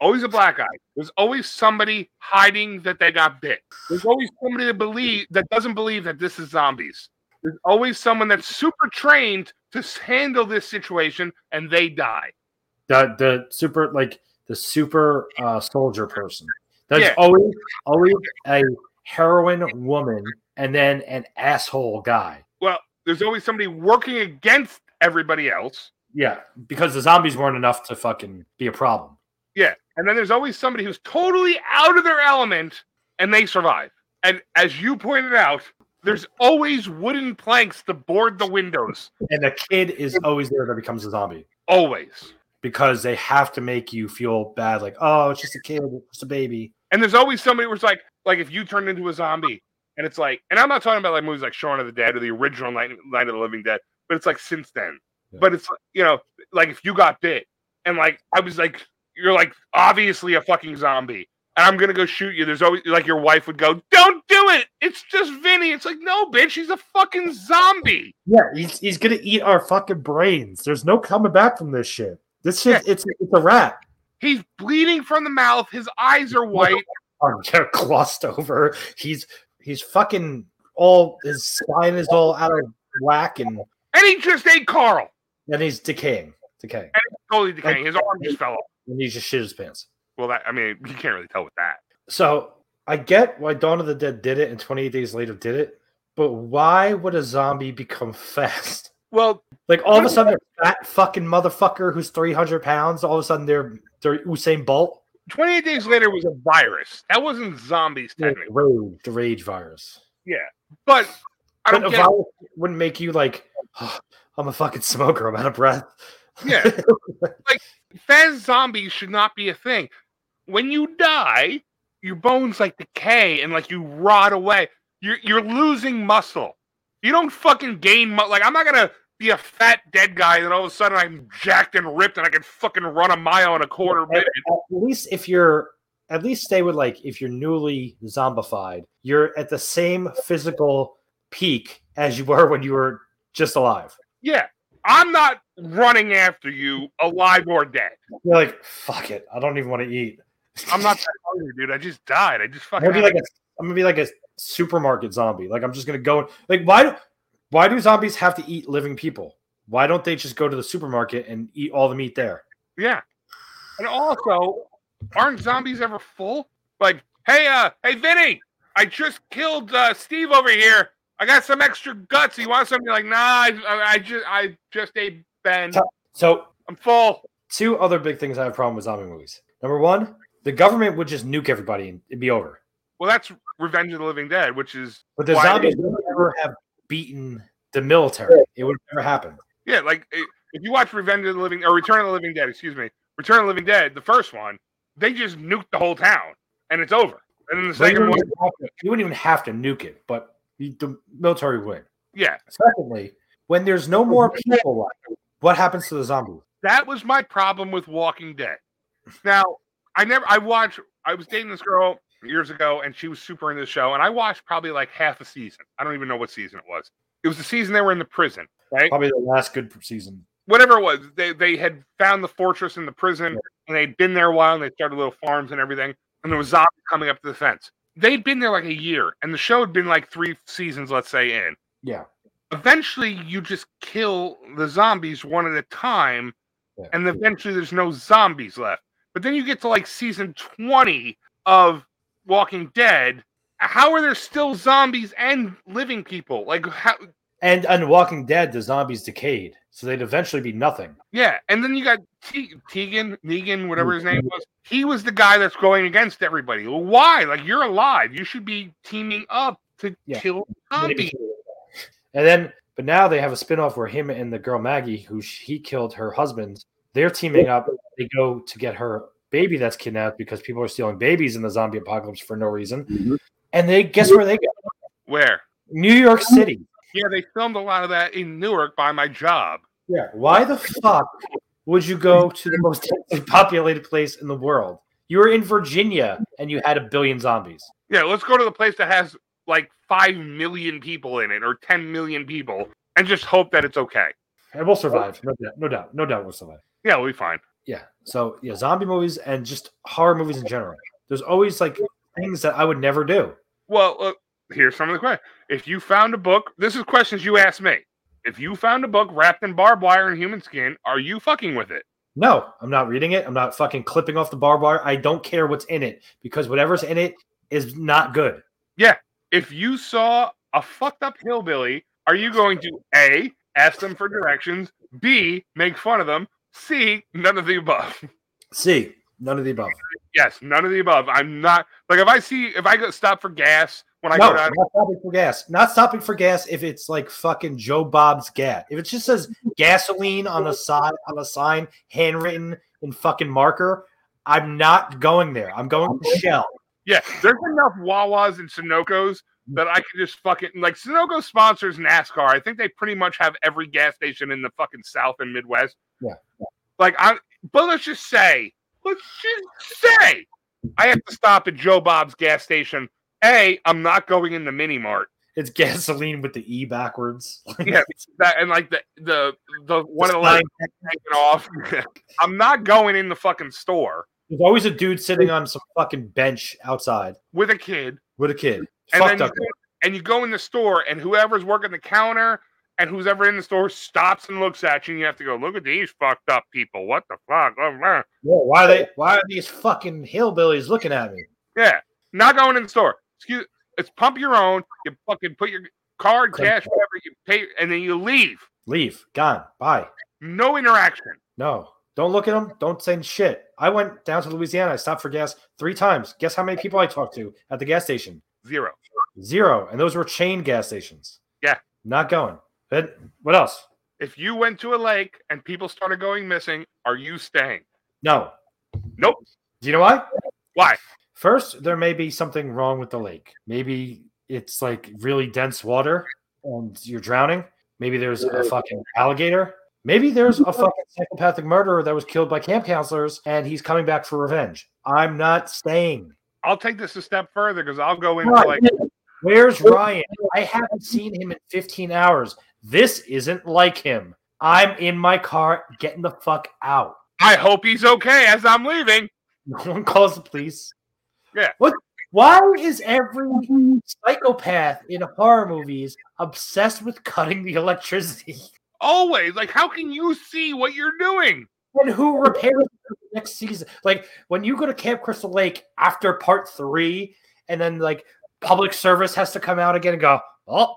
Always a black guy. There's always somebody hiding that they got bit. There's always somebody that believe that doesn't believe that this is zombies. There's always someone that's super trained to s- handle this situation and they die. the the super like the super uh, soldier person. There's Yeah. always always a heroin woman and then an asshole guy. Well, there's always somebody working against everybody else. Yeah, because the zombies weren't enough to fucking be a problem. Yeah. And then there's always somebody who's totally out of their element and they survive. And as you pointed out, there's always wooden planks to board the windows. And the kid is always there that becomes a zombie Always. because they have to make you feel bad, like oh, it's just a kid, it's just a baby. And there's always somebody who's like, like if you turned into a zombie, and it's like, and I'm not talking about like movies like Shaun of the Dead or the original Night, Night of the Living Dead, but it's like since then. Yeah. But it's you know, like if you got bit, and like I was like, you're like obviously a fucking zombie, and I'm gonna go shoot you. There's always like your wife would go, don't do it. It's just Vinny. It's like no, bitch, he's a fucking zombie. Yeah, he's, he's gonna eat our fucking brains. There's no coming back from this shit. This shit, it's it's a rat. He's bleeding from the mouth. His eyes are white. arm they're glossed over. He's he's fucking all his spine is all out of whack and And he just ate Carl. then he's decaying, decaying, Totally decaying. His arm just fell off. and he just shit his pants. Well, that I mean, you can't really tell with that. So I get why Dawn of the Dead did it and 28 Days Later did it, but why would a zombie become fast? Well, Like all of a sudden, a fat fucking motherfucker who's 300 pounds, all of a sudden they're they're Usain Bolt. 28 days later was a virus. That wasn't zombies The technically. rage, the rage virus. But But I don't a get it. virus wouldn't make you like, "Oh, I'm a fucking smoker. I'm out of breath. yeah. like fast zombies should not be a thing. When you die, your bones like decay and like you rot away. You're you're losing muscle. You don't fucking gain mu- like I'm not gonna be a fat dead guy, and then all of a sudden I'm jacked and ripped, and I can fucking run a mile in a quarter at, minute. at least if you're at least stay with like if you're newly zombified, you're at the same physical peak as you were when you were just alive. Yeah, I'm not running after you, alive or dead. You're like, fuck it, I don't even want to eat. I'm not that hungry, dude. I just died. I just I'm fucking. gonna be like a I'm gonna be like a supermarket zombie. Like I'm just gonna go like why why do zombies have to eat living people? Why don't they just go to the supermarket and eat all the meat there? Yeah. And also, aren't zombies ever full? Like, hey, uh, hey, Vinny, I just killed uh, Steve over here. I got some extra guts. You want something? You're Like, nah, I, I, I just, I just ate Ben. So I'm full. two other big things I have a problem with zombie movies. Number one, the government would just nuke everybody and it'd be over. Well, that's Revenge of the Living Dead, which is But the why- zombies would never have beaten the military. It would never happen. Yeah, like i- if you watch Revenge of the Living or Return of the Living Dead, excuse me, Return of the Living Dead, the first one, they just nuked the whole town, and it's over. And then the Like, you, wouldn't second one, even have to, you wouldn't even have to nuke it, but you, the military would. yeah, Secondly, when there's no more people left, what happens to the zombie? that was my problem with Walking Dead. Now, I never I watched I was dating this girl years ago and she was super into the show and I watched probably like half a season. I don't even know what season it was. It was the season they were in the prison, right? Probably the last good season. Whatever it was, they they had found the fortress in the prison and they'd been there a while and they started little farms and everything and there was zombies coming up to the fence. They'd been there like a year and the show had been like 3 seasons let's say in Yeah. eventually you just kill the zombies one at a time Yeah. and eventually there's no zombies left but then you get to like season 20 of walking dead how are there still zombies and living people like how And on Walking Dead, the zombies decayed, so they'd eventually be nothing. yeah and then you got Te- tegan negan whatever his Mm-hmm. name was he was the guy that's going against everybody well, why like you're alive you should be teaming up to Yeah. kill zombies Maybe. And then, but now they have a spinoff where him and the girl Maggie, who sh- he killed her husband, they're teaming up. They go to get her baby that's kidnapped because people are stealing babies in the zombie apocalypse for no reason. And they guess where they go? where New York City. yeah they filmed a lot of that in newark by my job Yeah. Why the fuck would you go to the most densely populated place in the world? You were in Virginia and you had a billion zombies. Yeah, let's go to the place that has like 5 million people in it or 10 million people and just hope that it's okay. And we'll survive. No doubt. No doubt. No doubt we'll survive. Yeah, we'll be fine. Yeah. So yeah, zombie movies and just horror movies in general. There's always like things that I would never do. Well, uh, here's some of the questions. If you found a book, this is questions you asked me. If you found a book wrapped in barbed wire and human skin, are you fucking with it? No, I'm not reading it. I'm not fucking clipping off the barbed wire. I don't care what's in it because whatever's in it is not good. If you saw a fucked up hillbilly, are you going to A, ask them for directions, B, make fun of them, C, none of the above? See, none of the above. Yes, none of the above. I'm not like if I see if I go stop for gas when I no, go down not stopping for gas. Not stopping for gas if it's like fucking Joe Bob's gas. If it just says gasoline on a side on a sign, handwritten in fucking marker, I'm not going there. I'm going to Shell. Yeah, there's enough Wawas and Sunoco's that I could just fucking like Sunoco sponsors NASCAR. I think they pretty much have every gas station in the fucking South and Midwest. Yeah, Like I but let's just say, let's just say I have to stop at Joe Bob's gas station. A, I'm not going in the mini mart. It's gasoline with the E backwards. Yeah, that and like the the the one of the Sign legs taken off. I'm not going in the fucking store There's always a dude sitting on some fucking bench outside with a kid with a kid. and Fucked then up. you go, and you go in the store, and whoever's working the counter and who's ever in the store stops and looks at you, and you have to go, "Look at these fucked up people! What the fuck?" Oh, Blah, blah. Yeah, why are they? Why are these fucking hillbillies looking at me? Yeah, not going in the store. Excuse, it's pump your own. You fucking put your card, Credit cash, whatever you pay, and then you leave. Leave. Gone. Bye. No interaction. No. Don't look at them. Don't send shit. I went down to Louisiana. I stopped for gas three times. Guess how many people I talked to at the gas station? Zero. Zero. And those were chain gas stations. Yeah. Not going. But what else? If you went to a lake and people started going missing, are you staying? No. Nope. Do you know why? Why? First, there may be something wrong with the lake. Maybe it's like really dense water and you're drowning. Maybe there's a fucking alligator. Maybe there's a fucking psychopathic murderer that was killed by camp counselors and he's coming back for revenge. I'm not staying. I'll take this a step further because I'll go into like Ryan, Where's Ryan? I haven't seen him in 15 hours. This isn't like him. I'm in my car getting the fuck out. I hope he's okay as I'm leaving. No one calls the police. Yeah. What? Why is every psychopath in horror movies obsessed with cutting the electricity? Always. Like, how can you see what you're doing? And who repairs it for the next season? Like when you go to Camp Crystal Lake after part three, and then like public service has to come out again and go, oh,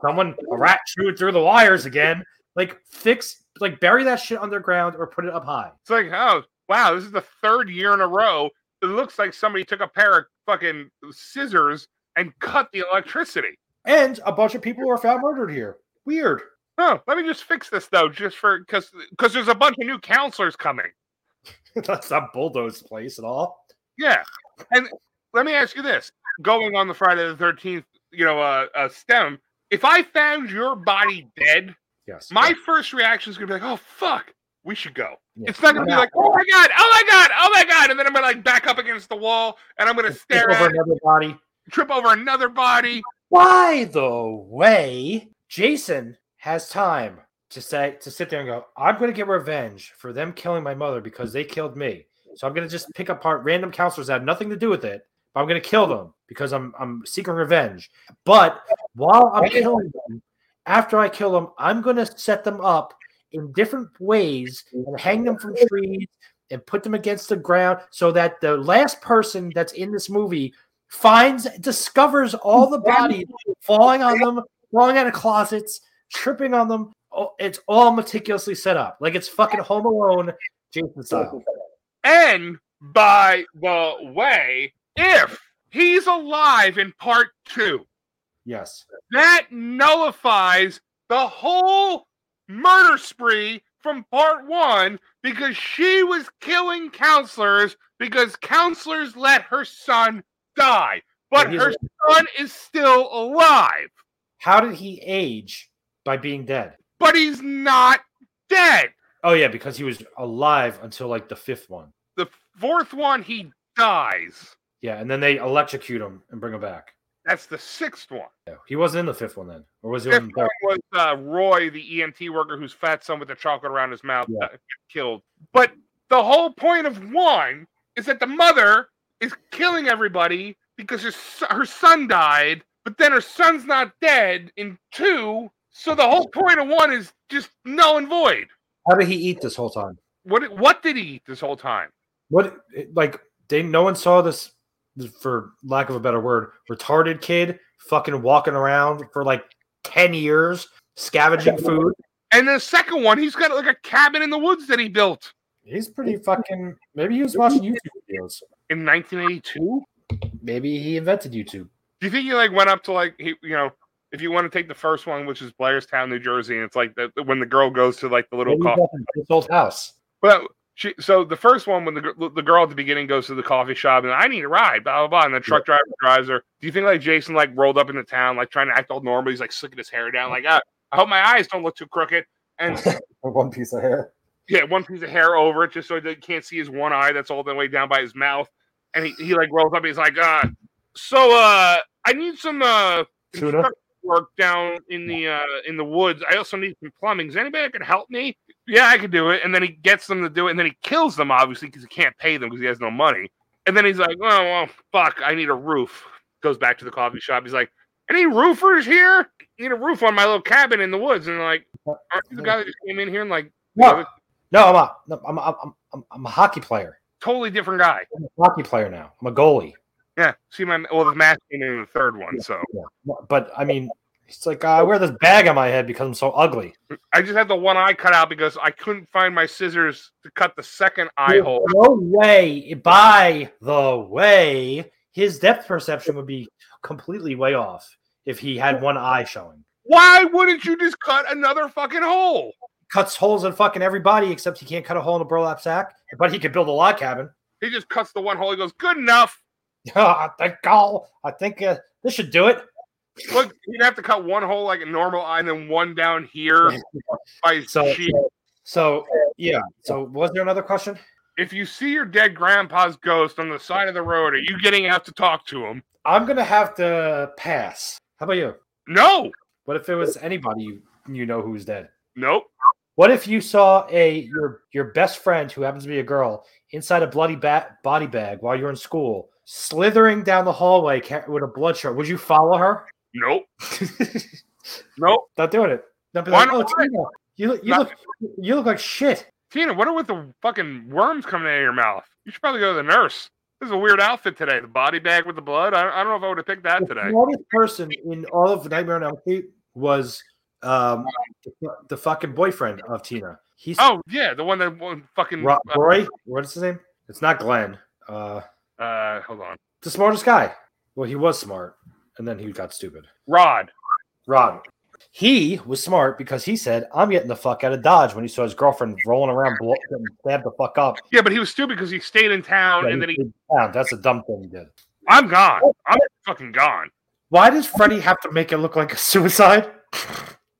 someone a rat chewed through the wires again. Like fix, like bury that shit underground or put it up high. It's like, oh, wow, this is the third year in a row. It looks like somebody took a pair of fucking scissors and cut the electricity. And a bunch of people were found murdered here. Weird. Oh, let me just fix this though, just for because because there's a bunch of new counselors coming. That's not bulldozed place at all. Yeah, and let me ask you this: going on the Friday the Thirteenth, you know, uh, uh, stem. If I found your body dead, Yes. my first reaction is gonna be like, "Oh fuck, we should go." Yeah. It's not gonna be like, "Oh my god, oh my god, oh my god," and then I'm gonna like back up against the wall and I'm gonna Tip stare over at it, another body. trip over another body. By the way, Jason has time to say to sit there and go, I'm gonna get revenge for them killing my mother because they killed me. So I'm gonna just pick apart random counselors that have nothing to do with it, but I'm gonna kill them because I'm I'm seeking revenge. But while I'm killing them, after I kill them, I'm gonna set them up in different ways and hang them from trees and put them against the ground so that the last person that's in this movie finds discovers all the bodies falling on them, falling out of closets, tripping on them. Oh, It's all meticulously set up, like it's fucking Home Alone, Jason style. And by the way, if he's alive in part two, Yes, that nullifies the whole murder spree from part one because she was killing counselors because counselors let her son die. But Yeah, her he's- son is still alive, how did he age by being dead? but he's not dead. Oh yeah, because he was alive until like the fifth one. The fourth one, he dies. Yeah, and then they electrocute him and bring him back. That's the sixth one. Yeah, he wasn't in the fifth one then, or was he? Fifth in the one third? was uh, Roy, the EMT worker whose fat son with the chocolate around his mouth Yeah. uh, got killed. But the whole point of one is that the mother is killing everybody because her, s- her son died, but then her son's not dead in two. So the whole point of one is just null and void. How did he eat this whole time? What what did he eat this whole time? what it- like they no one saw this for lack of a better word retarded kid fucking walking around for like 10 years scavenging food And the second one, he's got like a cabin in the woods that he built he's pretty fucking maybe he was watching youtube videos in 1982. maybe he invented youtube Do you think he like went up to like he you know if you want to take the first one, which is Blairstown, New Jersey, and it's like the, when the girl goes to like the little maybe he coffee. got this old house Well, she so the first one when the gir- the girl at the beginning goes to the coffee shop and I need a ride, blah blah blah, and the truck driver drives her. Do you think like Jason like rolled up into town like trying to act all normal? He's like slicking his hair down, like ah, I hope my eyes don't look too crooked. And one piece of hair yeah, one piece of hair over it just so they can't see his one eye that's all the way down by his mouth. And he, he like rolls up. he's like, uh, so uh, I need some uh Tuna? construction work down in the uh in the woods. I also need some plumbing. Is anybody that can help me? Yeah, I can do it. And then he gets them to do it, and then he kills them obviously because he can't pay them because he has no money. And then he's like, oh well, fuck, I need a roof. Goes back to the coffee shop. He's like, any roofers here? Need a roof on my little cabin in the woods? And like, aren't you the guy that just came in here and like no no i'm not no, I'm, I'm, I'm- I'm, I'm a hockey player totally different guy? i'm a hockey player now i'm a goalie Yeah. See my well, the mask came in the third one, so but i mean it's like i wear this bag on my head because i'm so ugly I just had the one eye cut out because I couldn't find my scissors to cut the second eye There's hole. No way. By the way, his depth perception would be completely way off if he had one eye showing. Why wouldn't you just cut another fucking hole? Cuts holes in fucking everybody except he can't cut a hole in a burlap sack, but he could build a log cabin. He just cuts the one hole. He goes, "Good enough." I think I'll, I think uh, this should do it. Look, you'd have to cut one hole like a normal eye and then one down here by his So, cheek. so yeah. So, was there another question? If you see your dead grandpa's ghost on the side of the road, are you getting out to talk to him? I'm gonna have to pass. How about you? No. What if it was anybody you, you know who's dead? Nope. What if you saw a your your best friend who happens to be a girl inside a bloody bat body bag while you're in school, slithering down the hallway ca- with a blood shot? Would you follow her? Nope. Nope. Not doing it. Not be Why like, oh, not? Tina, you look you Not- look you look like shit. Tina, what are with the fucking worms coming out of your mouth? You should probably go to the nurse. This is a weird outfit today. The body bag with the blood. I, I don't know if I would have picked that The today. smartest person in all of Nightmare on Elm Street was um, the, the fucking boyfriend of Tina. He's Oh yeah, the one that one fucking. Ro- uh, Roy. What's his name? It's not Glenn. Uh, Uh, hold on, the smartest guy. Well, he was smart, and then he got stupid. Rod. Rod. He was smart because he said, "I'm getting the fuck out of Dodge." When he saw his girlfriend rolling around, blo- getting stabbed the fuck up, Yeah, but he was stupid because he stayed in town Oh, and then he. Yeah, that's a dumb thing he did. I'm gone. I'm fucking gone. Why does Freddy have to make it look like a suicide?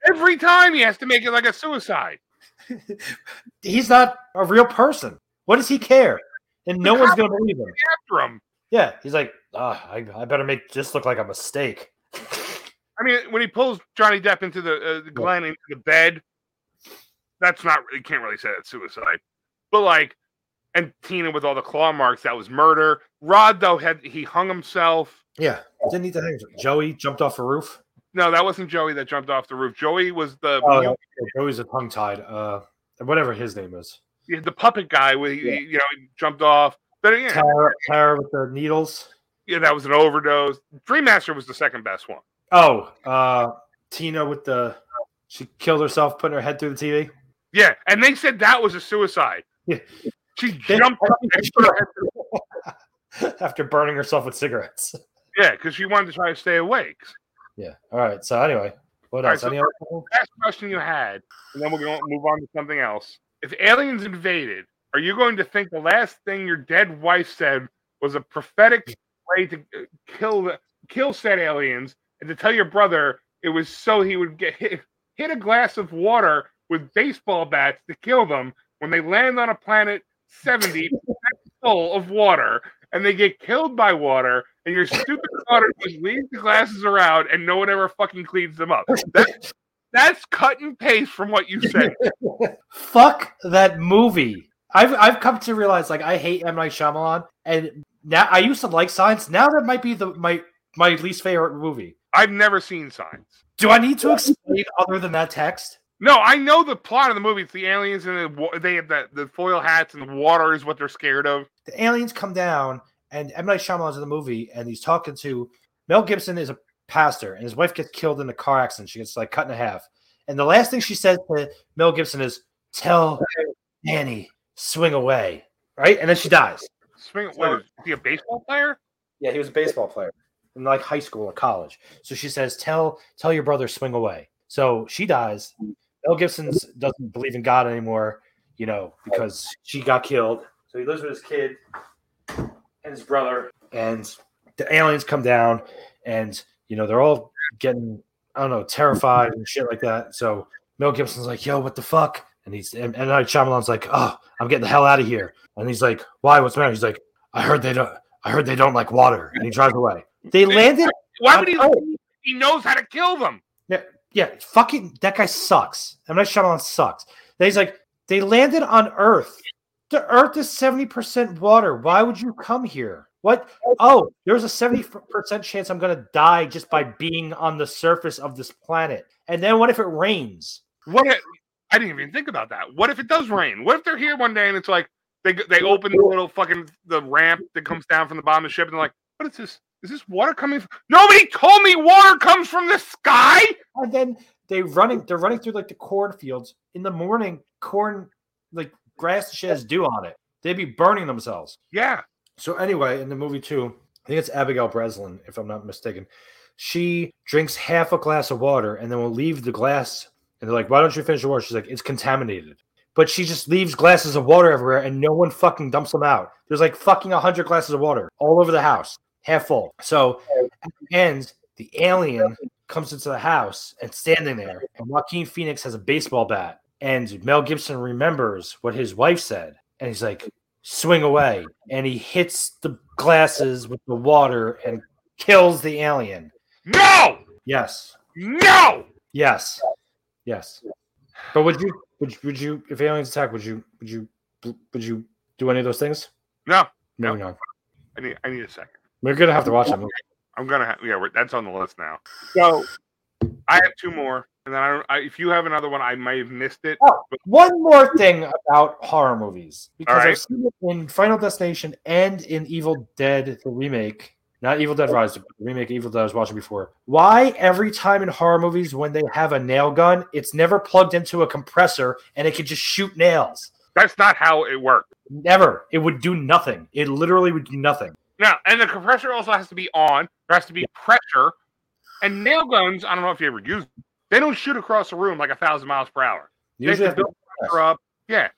Every time he has to make it like a suicide. He's not a real person. What does he care? And no one's gonna believe him. After him. Yeah, he's like, ah, I, I better make this look like a mistake. I mean, when he pulls Johnny Depp into the uh, the Glenn into the bed, that's not. You can't really say that's suicide. But like, and Tina with all the claw marks, that was murder. Rod though had he hung himself. Yeah, didn't need to hang. Joey jumped off a roof. No, that wasn't Joey that jumped off the roof. Joey was the Oh, yeah, Joey's a tongue tied. Uh, whatever his name is. yeah, the puppet guy. Where he, you know, he jumped off. But yeah, Tara, Tara with the needles. yeah, that was an overdose. Dream Master was the second best one. Oh, uh, Tina with the she killed herself putting her head through the TV. Yeah, and they said that was a suicide. Yeah. She jumped up and put her head through- after burning herself with cigarettes. yeah, because she wanted to try to stay awake. Yeah. All right. So anyway, what All right, else? so- Any other- Last question you had, and then we're going to move on to something else. If aliens invaded, are you going to think the last thing your dead wife said was a prophetic way to uh, kill the, kill said aliens, and to tell your brother it was so he would get hit, hit a glass of water with baseball bats to kill them when they land on a planet seventy full of water and they get killed by water, and your stupid daughter just leaves the glasses around and no one ever fucking cleans them up. That, that's cut and paste from what you said. Fuck that movie. I've I've come to realize like I hate M Night Shyamalan, and now I used to like Science. Now that might be the my my least favorite movie. I've never seen signs. Do I need to explain other than that text? No, I know the plot of the movie. It's the aliens and the, wa- they have the, the foil hats and the water is what they're scared of. the aliens come down, and M Night Shyamalan's in the movie, and he's talking to Mel Gibson is a pastor, and his wife gets killed in a car accident. She gets like cut in half, and the last thing she says to Mel Gibson is, "Tell Danny swing away," right? And then she dies. Swing, what is is he a baseball player? Yeah, he was a baseball player in like high school or college. So she says, "Tell tell your brother swing away." So she dies. Mel Gibson doesn't believe in God anymore, you know, because she got killed. So he lives with his kid and his brother, and the aliens come down, and you know they're all getting I don't know terrified and shit like that. So Mel Gibson's like, "Yo, what the fuck?" And he's and, and I Shyamalan's like, "Oh, I'm getting the hell out of here." And he's like, "Why? What's the matter?" He's like, "I heard they don't." I heard they don't like water, and he drives away. They landed. Why would he? Oh. He knows how to kill them. Yeah, fucking that guy sucks. I'm not Shyamalan sucks. Then he's like, they landed on Earth. The Earth is seventy percent water. Why would you come here? What? Oh, there's a seventy percent chance I'm gonna die just by being on the surface of this planet. And then what if it rains? What? If, I didn't even think about that. What if it does rain? What if they're here one day and it's like they they open the little fucking the ramp that comes down from the bottom of the ship and they're like, what is this? Is this water coming? From? Nobody told me water comes from the sky. And then they running. They're running through like the cornfields in the morning. Corn, like grass, and shit has dew on it. They'd be burning themselves. Yeah, So anyway, in the movie too, I think it's Abigail Breslin, if I'm not mistaken. She drinks half a glass of water and then will leave the glass. And they're like, "Why don't you finish the water?" She's like, "It's contaminated." But she just leaves glasses of water everywhere, and no one fucking dumps them out. There's like fucking hundred glasses of water all over the house, half full. So at the end, the the alien comes into the house and standing there, and Joaquin Phoenix has a baseball bat, and Mel Gibson remembers what his wife said, and he's like, swing away, and he hits the glasses with the water and kills the alien. No, Yes, no. yes, yes. But would you, would you, would you, if aliens attack, would you, would you, would you do any of those things? No. Moving on. I need I need a second. We're gonna have to watch them. I'm gonna have yeah. We're, that's on the list now. So I have two more, and then I don't. I, if you have another one, I may have missed it. One more thing about horror movies because All right. I've seen it in Final Destination and in Evil Dead the remake, not Evil Dead Rise, but the remake of Evil Dead I was watching before. Why every time in horror movies when they have a nail gun, it's never plugged into a compressor and it can just shoot nails? That's not how it worked. Never. It would do nothing. It literally would do nothing. No, and the compressor also has to be on. There has to be pressure, and nail guns. I don't know if you ever used. Them, they don't shoot across the room like a thousand miles per hour. Usually, Nathan, have- They're up, yeah,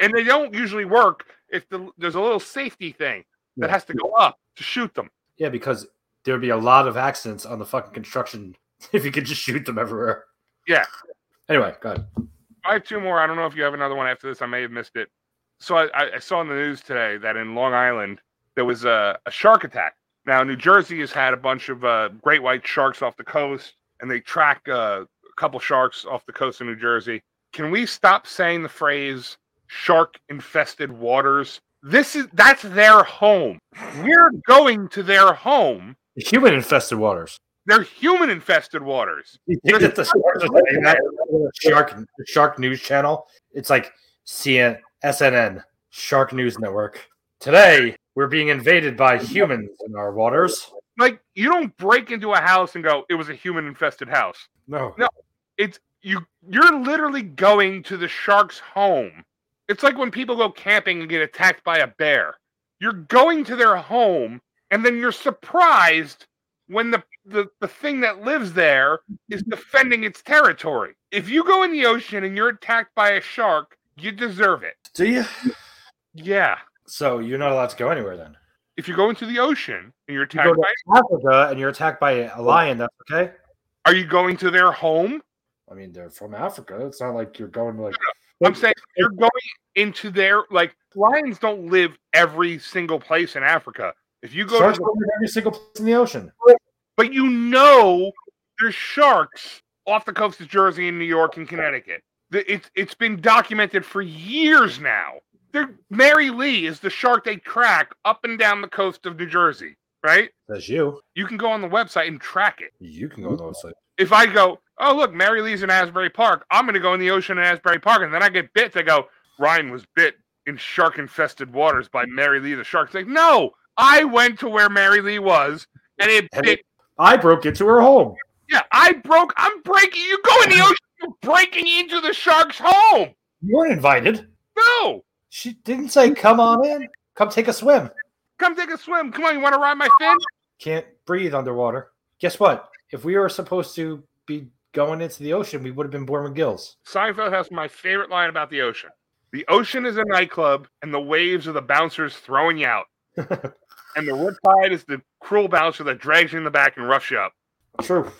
and they don't usually work if the, there's a little safety thing that Yeah. has to go up to shoot them. yeah, because there would be a lot of accidents on the fucking construction if you could just shoot them everywhere. Yeah. Anyway, go ahead. I have two more. I don't know if you have another one after this. I may have missed it. So I, I- I saw in the news today that in Long Island there was a, a shark attack. Now New Jersey has had a bunch of uh, great white sharks off the coast, and they track uh, a couple sharks off the coast of New Jersey. Can we stop saying the phrase "shark infested waters"? This is that's their home. We're going to their home. Human infested waters. They're human infested waters. You think that the sharks are saying that on the shark the shark news channel? It's like CN, SNN, Shark News Network. Today we're being invaded by humans in our waters. Like you don't break into a house and go, "It was a human infested house." No, No. it's you you're literally going to the shark's home it's like when people go camping and get attacked by a bear you're going to their home and then you're surprised when the, the, the thing that lives there is defending its territory if you go in the ocean and you're attacked by a shark you deserve it do you? yeah So you're not allowed to go anywhere then. if you go into the ocean and you're You go attacked to by Africa and you're attacked by a lion. That's okay. are you going to their home I mean, they're from Africa. It's not like you're going to like. i'm saying you're going into their like lions don't live every single place in africa if you go to sharks live in every single place in the ocean. but you know there's sharks off the coast of Jersey and New York and Connecticut. The- It's it's been documented for years now. They're, Mary Lee is the shark they track up and down the coast of New Jersey, right? That's you. You can go on the website and track it. You can go on the website. If I go, oh look, Mary Lee's in Asbury Park, I'm gonna go in the ocean in Asbury Park, and then I get bit. They go, Ryan was bit in shark infested waters by Mary Lee the shark. It's like, no, I went to where Mary Lee was, and it Have bit I broke into her home. Yeah, I broke. I'm breaking. You go in the ocean. You're breaking into the shark's home. You weren't invited. No, She didn't say, "Come on in, come take a swim." come take a swim. Come on, you want to ride my fin? can't breathe underwater. Guess what? If we were supposed to be going into the ocean, we would have been born with gills. Seinfeld has my favorite line about the ocean. The ocean is a nightclub, and the waves are the bouncers throwing you out, and the rip tide is the cruel bouncer that drags you in the back and roughs you up. True.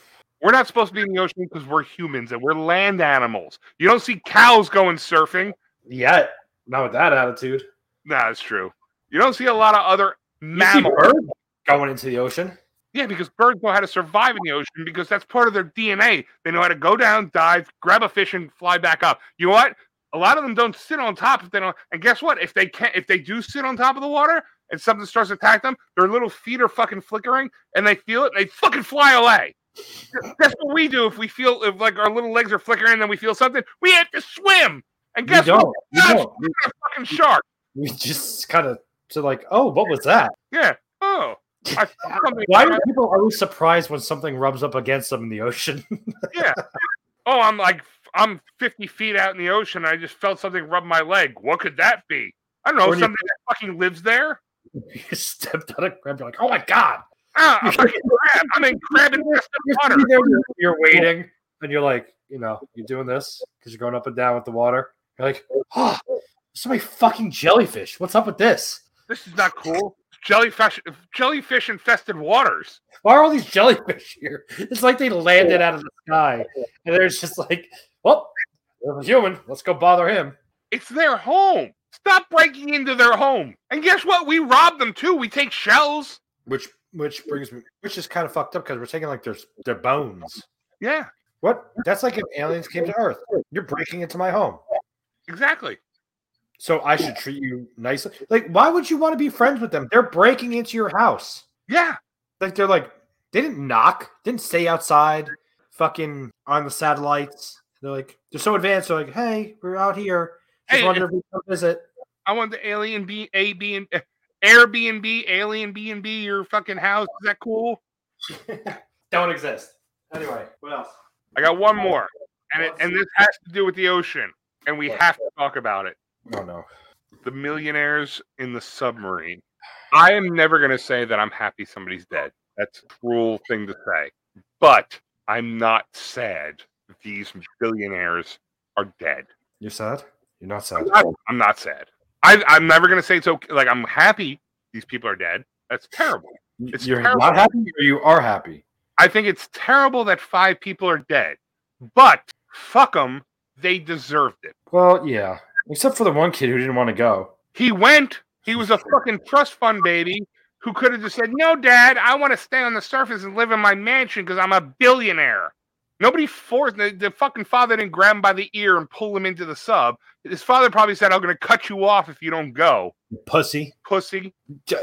We're not supposed to be in the ocean because we're humans and we're land animals. You don't see cows going surfing. Yeah. Not with that attitude. Nah, it's true. You don't see a lot of other You see mammals. birds going into the ocean. Yeah, because birds know how to survive in the ocean because that's part of their DNA. They know how to go down, dive, grab a fish, and fly back up. You know what? A lot of them don't sit on top if they don't. And guess what? If they can't, if they do sit on top of the water and something starts to attack them, their little feet are fucking flickering and they feel it. They fucking fly away. That's what we do if we feel if like our little legs are flickering and then we feel something. We have to swim. And You guess what? don't. You Yes. don't. You- We're a fucking shark. We just kind of to like, oh, what was that? Yeah. Oh. I felt something. Why are people always surprised when something rubs up against them in the ocean? oh, I'm like, I'm 50 feet out in the ocean. I just felt something rub my leg. What could that be? I don't know. Or do you- something that fucking lives there. you stepped on it, grabbed, you're like, oh my god! Ah, I'm, fucking crab. I'm in crab infested You're, water. sitting there, you're- you're waiting, and you're like, you know, you're doing this because you're going up and down with the water. "Ah, You're like, oh, so many fucking jellyfish. What's up with this? This is not cool. jellyfish jellyfish infested waters. Why are all these jellyfish here? It's like they landed out of the sky, and there's just like, well, there's a human. Let's go bother him. It's their home. Stop breaking into their home. And guess what? We rob them too. We take shells. Which which brings me, which is kind of fucked up because we're taking like their their bones. Yeah, What? That's like if aliens came to Earth. You're breaking into my home, exactly. so I should treat you nicely. Like, why would you want to be friends with them? They're breaking into your house. Yeah, Like they're like they didn't knock, didn't stay outside, fucking on the satellites. They're like they're so advanced. They're like, hey, we're out here. Just Hey, wonder if we can visit. I want the alien B A B and eh, Airbnb alien B and B your fucking house. Is that cool? Don't exist. Anyway, what else? I got one more, and it, and this has to do with the ocean, and we have to talk about it. Oh no. The millionaires in the submarine. I am never going to say that I'm happy somebody's dead. That's a cruel thing to say, but I'm not sad that these billionaires are dead. You're sad. You're not sad. I'm not, I'm not sad. I, I'm never going to say it's okay. Like I'm happy these people are dead. That's terrible. It's You're terrible. not happy, or you are happy. I think it's terrible that five people are dead, but fuck them. They deserved it. Well, yeah. Except for the one kid who didn't want to go. He went. He was a fucking trust fund baby who could have just said, "No, Dad, I want to stay on the surface and live in my mansion because I'm a billionaire." Nobody forced the, the fucking father didn't grab him by the ear and pull him into the sub. His father probably said, "I'm going to cut you off if you don't go, Pussy. pussy."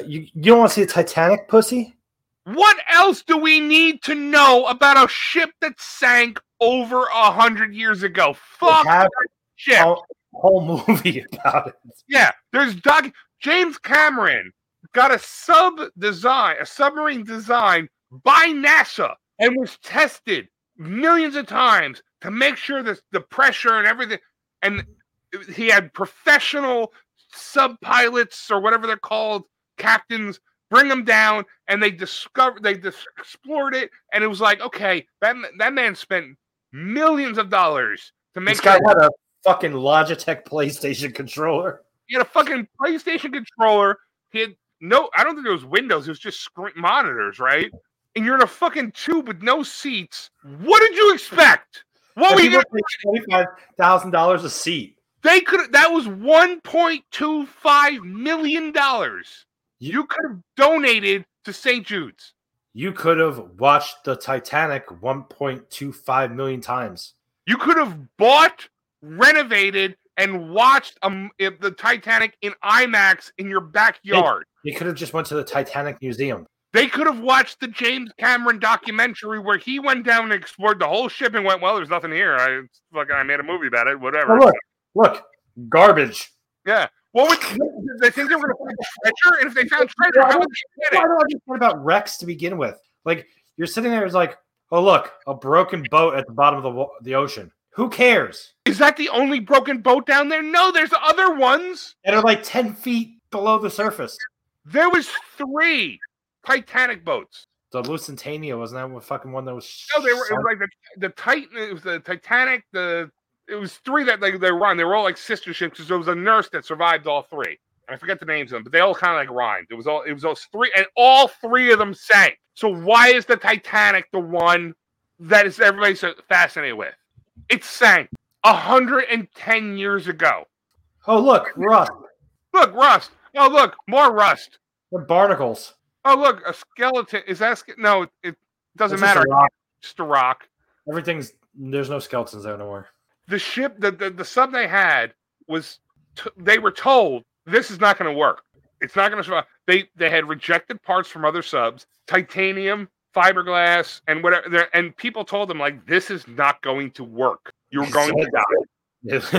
You, you don't want to see the Titanic, pussy? What else do we need to know about a ship that sank over a hundred years ago? Fuck have that ship. whole, whole movie about it. Yeah, there's Doc James Cameron got a sub design, a submarine design by NASA and was tested millions of times to make sure that the pressure and everything and he had professional sub pilots or whatever they're called, captains bring them down and they discovered they dis- explored it and it was like okay that ma- that man spent millions of dollars to make This guy sure- had a fucking Logitech PlayStation controller. He had a fucking PlayStation controller. He had no, I don't think it was Windows. It was just screen monitors, right? And you're in a fucking tube with no seats. What did you expect? Oh, What were you gonna- twenty-five thousand dollars a seat. They could. That was 1.25 million dollars. You could have donated to St. Jude's. You could have watched the Titanic one point two five million times. You could have bought, renovated, and watched um, if the Titanic in IMAX in your backyard. You could have just went to the Titanic Museum. They could have watched the James Cameron documentary where he went down and explored the whole ship and went, "Well, there's nothing here. I fucking I made a movie about it. Oh, Whatever." look, look, garbage. Yeah. What would they think they were going to find treasure? And if they found treasure, how would they Why get it? do I just thought about Rex to begin with? Like you're sitting there, it's like, oh look, a broken boat at the bottom of the wa- the ocean. Who cares? Is that the only broken boat down there? No, there's other ones. And are like ten feet below the surface. There was three Titanic boats. The Lusitania wasn't that one fucking one that was? No, they were. It sunk? was like the the Titan. It was the Titanic. The it was three that they they run. They were all like sister ships because there was a nurse that survived all three. And I forget the names of them, but they all kind of like rhymed. It was all it was those three, and all three of them sank. So why is the Titanic the one that is everybody so fascinated with? It sank hundred and ten years ago. Oh, look, rust Look, rust. Oh, look, more rust. the barnacles. Oh, look, a skeleton. Is that a ske- no? It, it doesn't It's just a matter. rock. It's just a rock. Everything's there's no skeletons there no more. the ship the, the, the sub they had was t- they were told this is not going to work it's not going to survive they they had rejected parts from other subs titanium fiberglass and whatever there- and people told them like this is not going to work you're going to die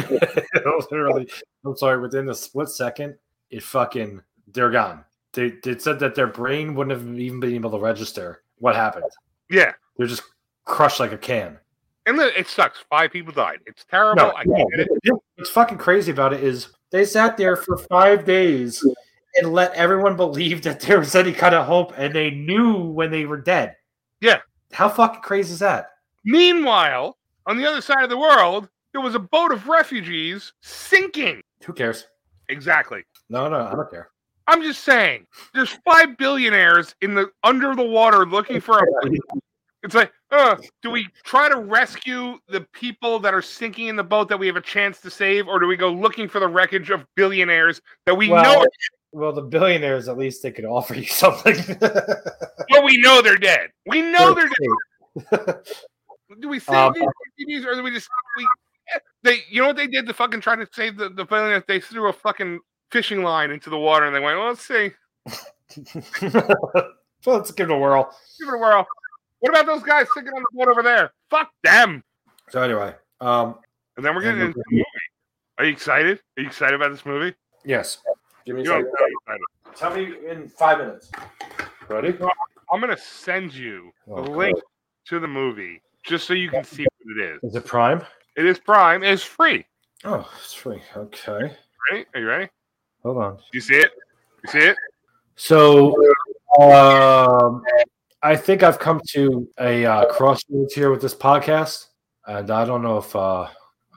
Literally, I'm sorry. Within the split second, it fucking they're gone. They it said that their brain wouldn't have even been able to register what happened. yeah They're just crushed like a can. and li- it sucks five people died it's terrible No, i no, get it what's fucking crazy about it is they sat there for five days and let everyone believe that there was any kind of hope, and they knew when they were dead. Yeah. how fucking crazy is that? meanwhile on the other side of the world there was a boat of refugees sinking Who cares? exactly No, no, I don't care. I'm just saying, there's five billionaires in the under the water looking for a. It's like, uh, do we try to rescue the people that are sinking in the boat that we have a chance to save, or do we go looking for the wreckage of billionaires that we Well- know, Well, the billionaires, at least they could offer you something. but we know they're dead. We know they're dead. Do we save Um, these STDs, or do we just we? They, you know what they did to fucking try to save the the billionaires? They threw a fucking fishing line into the water and they went, well, let's see. well, let's give it a whirl. Give it a whirl. What about those guys sitting on the boat over there? Fuck them. So anyway, um, And then we're And getting into the movie. Are you excited? Are you excited about this movie? yes. Give me You don't sound excited. Tell me in five minutes. Ready? I'm gonna send you Oh, the link to the movie just so you can see what it is. Is it Prime? It is Prime. It's free. Oh, it's free. Okay. Ready? Are you ready? Do Hold on. you see it? You see it? So, um, I think I've come to a uh, crossroads here with this podcast, and I don't know if uh, I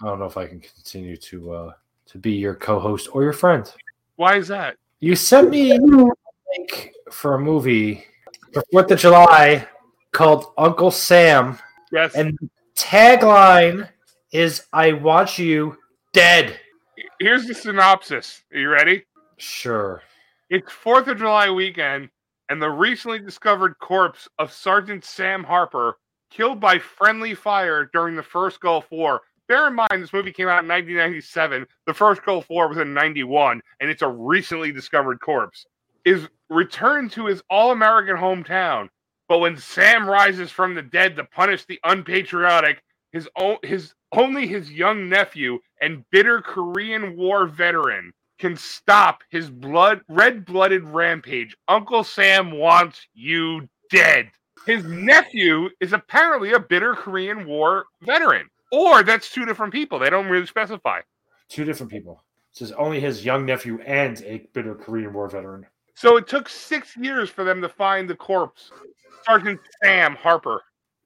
don't know if I can continue to uh, to be your co-host or your friend. Why is that? You sent me a link for a movie for Fourth of July called Uncle Sam, Yes. and the tagline is "I want you dead." Here's the synopsis. Are you ready? Sure. It's Fourth of July weekend, and the recently discovered corpse of Sergeant Sam Harper, killed by friendly fire during the first Gulf War. Bear in mind, this movie came out in 1997. The first Gulf War was in 91, and it's a recently discovered corpse. Is returned to his all American hometown, but when Sam rises from the dead to punish the unpatriotic, his, o- his only his young nephew and bitter Korean War veteran can stop his blood red-blooded rampage. Uncle Sam wants you dead. His nephew is apparently a bitter Korean War veteran. Or that's two different people. They don't really specify. Two different people. This is only his young nephew and a bitter Korean War veteran. So it took six years for them to find the corpse. Sergeant Sam Harper.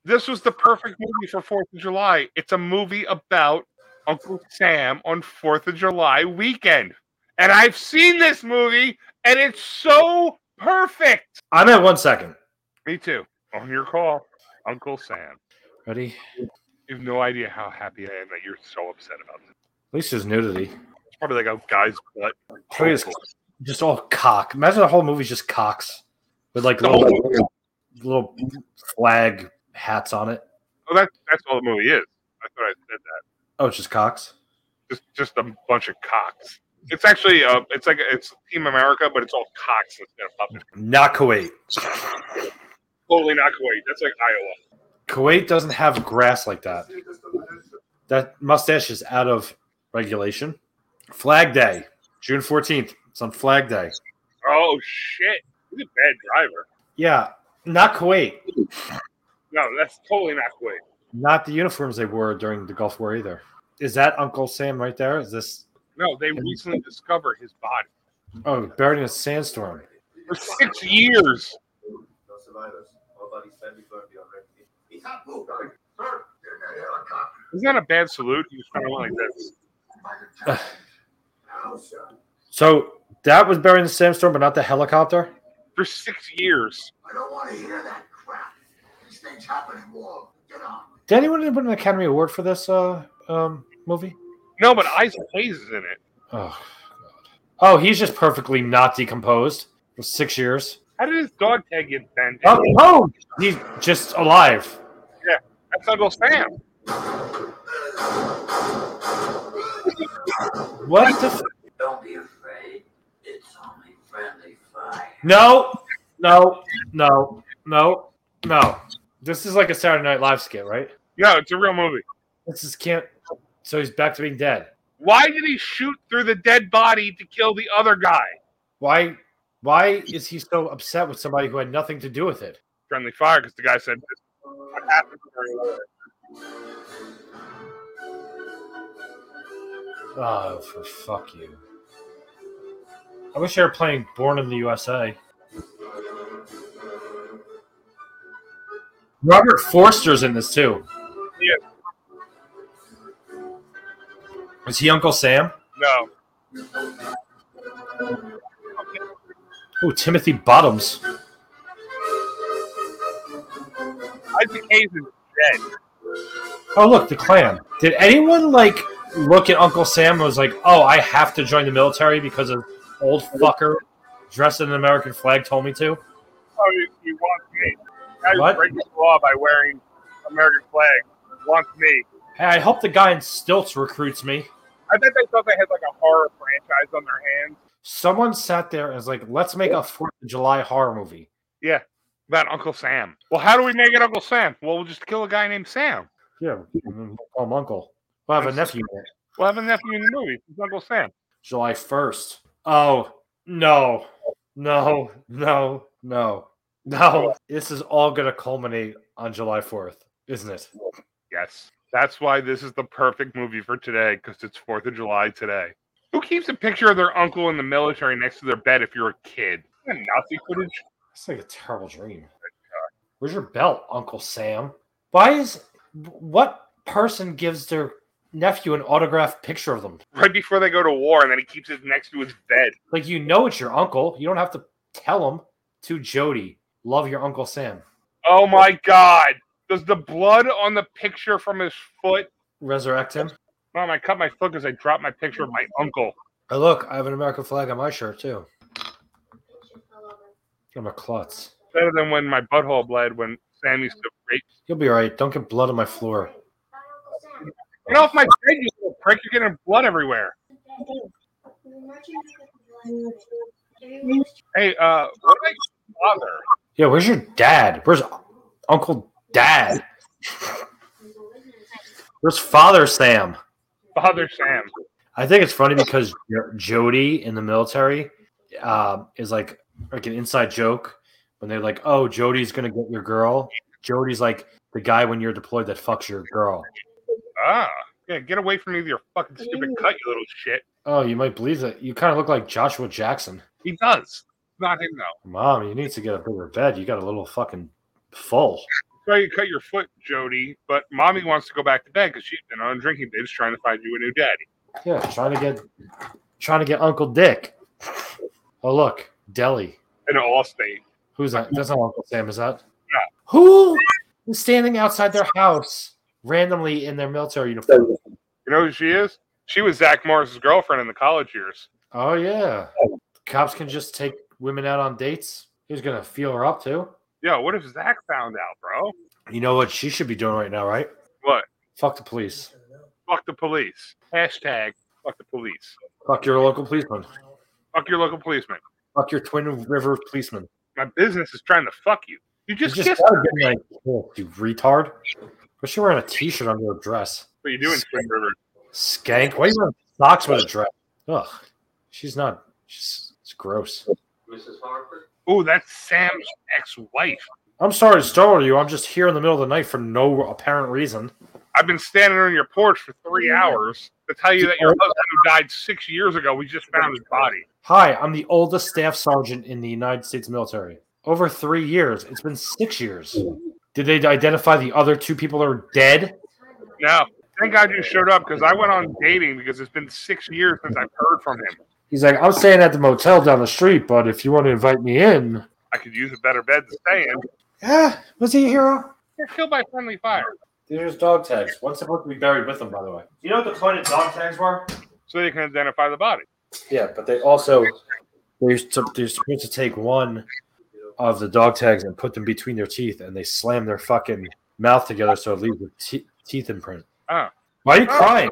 This was the perfect movie for Fourth of July. It's a movie about Uncle Sam on Fourth of July weekend. And I've seen this movie, and it's so perfect. I'm at one second. Me too. On your call, Uncle Sam. Ready? You have no idea how happy I am that you're so upset about this. At least there's nudity. It's probably like a guy's butt. Please. Just all cock. Imagine the whole movie's just cocks with like The little, whole little flag hats on it. Oh, that's that's all the movie is. I thought I said that. Oh, it's just cocks. Just just a bunch of cocks. It's actually uh, it's like it's Team America, but it's all cocks instead of puppets. Not Kuwait. Totally not Kuwait. That's like Iowa. Kuwait doesn't have grass like that. That mustache is out of regulation. Flag Day, June 14th. It's on Flag Day. Oh shit! He's a bad driver. Yeah, not Kuwait. No, that's totally not Kuwait. Not the uniforms they wore during the Gulf War either. Is that Uncle Sam right there? Is this No, they recently discovered his body oh buried in a sandstorm? for six years. Isn't that a bad salute? You just kind of went like this. So that was buried in the sandstorm, but not the helicopter. For six years. Did anyone win an Academy Award for this uh, um, movie? No, but Isaac Hayes is in it. Oh, God. oh, he's just perfectly not decomposed for six years. How did his dog tag get bent? Oh, oh, he's just alive. That's Uncle Sam. What the? F- Don't be afraid. It's only friendly fire. no, no, no, no, no. This is like a Saturday Night Live skit, right? No, it's a real movie. This is can't. So he's back to being dead. Why did he shoot through the dead body to kill the other guy? Why? Why is he so upset with somebody who had nothing to do with it? Friendly fire, because the guy said, "This is what happened during the-" Oh, for fuck you. I wish they were playing Born in the USA. Robert Forster's in this too. Yeah. Is he Uncle Sam? No. Oh, Timothy Bottoms. Isaac Hayes is dead. Oh, look, the clan. Did anyone like look at Uncle Sam and was like, "Oh, I have to join the military because an old fucker dressed in an American flag told me to"? Oh, you, you want me? Guy who What? breaks the law by wearing American flag wants me. Hey, I hope the guy in stilts recruits me. I bet they thought they had like a horror franchise on their hands Someone sat there and was like, "Let's make a Fourth of July horror movie." about Uncle Sam. Well, how do we make it Uncle Sam? Well, we'll just kill a guy named Sam. Yeah, um, call him Uncle. We'll have a nephew. in it. We'll have a nephew in the movie. It's Uncle Sam. July first. Oh no, no, no, no, no! This is all gonna culminate on July fourth, isn't it? Yes. That's why this is the perfect movie for today because it's 4th of July today. Who keeps a picture of their uncle in the military next to their bed if you're a kid? Isn't that Nazi footage? It's like a terrible dream. Where's your belt, Uncle Sam? Why is what person gives their nephew an autographed picture of them? Right before they go to war, and then he keeps it next to his bed. Like you know it's your uncle. You don't have to tell him to Jody. Love your Uncle Sam. Oh my God. Does the blood on the picture from his foot? Resurrect him. Mom, I cut my foot because I dropped my picture of my uncle. Oh look, I have an American flag on my shirt too. I'm a klutz. Better than when my butthole bled when Sam used to rape. You'll be all right. Don't get blood on my floor. Get off my bed, you little prick. You're getting blood everywhere. Hey, uh, what about your father? Yeah, where's your dad? Where's Uncle Dad? Where's Father Sam? Father Sam. I think it's funny because J- Jody in the military um, is like like an inside joke when they're like, "Oh, Jody's gonna get your girl." Jody's like the guy when you're deployed that fucks your girl. Ah, yeah, get away from me with your fucking stupid cut, you little shit. Oh, you might believe that you kind of look like Joshua Jackson. He does. Not him, though. Mom, you need to get a bigger bed. You got a little fucking full. Sorry you cut your foot, Jody, but mommy wants to go back to bed because she's been on a drinking binge trying to find you a new daddy. Yeah, trying to get trying to get Uncle Dick. Oh look, Deli. In all state. Who's that? That's not Uncle Sam, is that? Yeah. Who is standing outside their house randomly in their military uniform? You know who she is? She was Zach Morris's girlfriend in the college years. Oh yeah. Cops can just take women out on dates. He's gonna feel her up too. Yo, what if Zach found out, bro? You know what she should be doing right now, right? What? Fuck the police. Fuck the police. Hashtag fuck the police. Fuck your local policeman. Fuck your local policeman. Fuck your Twin River policeman. My business is trying to fuck you. You You just, just kissed gotta get like, oh, you retard. But she wearing a t-shirt under her dress. what you doing, Twin River. Skank. Why are you wearing socks with a dress? Ugh. She's not. She's it's gross. Oh, that's Sam's ex-wife. I'm sorry to startle you. I'm just here in the middle of the night for no apparent reason. I've been standing on your porch for three hours to tell you that your husband who died six years ago, we just found his body. Hi, I'm the oldest staff sergeant in the United States military. Over three years. It's been six years. Did they identify the other two people that are dead? No. Thank God you showed up because I went on dating because it's been six years since I've heard from him. He's like, I'm staying at the motel down the street, but if you want to invite me in, I could use a better bed to stay in. yeah, was he a hero? You're killed by friendly fire. These are his dog tags. What's supposed to be buried with them, by the way? You know what the point of dog tags were? So they can identify the body. Yeah, but they also they're, sup- they're supposed to take one of the dog tags and put them between their teeth, and they slam their fucking mouth together so it leaves a te- teeth imprint. Oh. Why are you Oh. crying?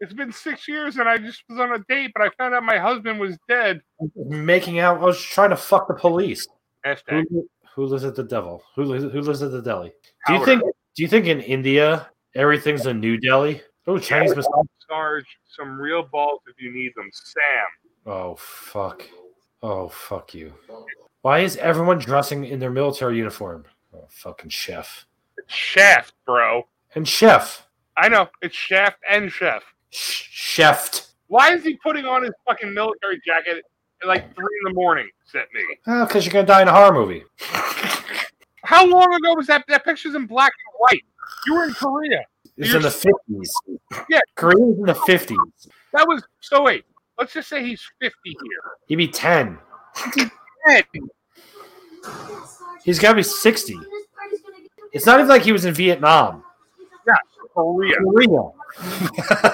It's been six years and I just was on a date, but I found out my husband was dead. Making out? I was trying to fuck the police. Hashtag. Who, li- who lives at the devil? Who lives, who lives at the deli? Do you Howard. think? Do you think in India everything's a new deli? Oh, Chinese mis- Sarge, some real balls if you need them. Sam. Oh fuck. Oh fuck you. Why is everyone dressing in their military uniform? Oh fucking chef. It's Shaft, bro. And chef. I know. It's Shaft and Chef. Sh- chef. Why is he putting on his fucking military jacket at like three in the morning? Set me. Oh, because you're gonna die in a horror movie. How long ago was that? That picture's in black and white. You were in Korea. It's You're in the fifties. Yeah. Korea's in the fifties. That was so. Wait, let's just say he's fifty here. He'd be ten. dead. He's got to be 60. It's not even like he was in Vietnam. Yeah, Korea. Korea.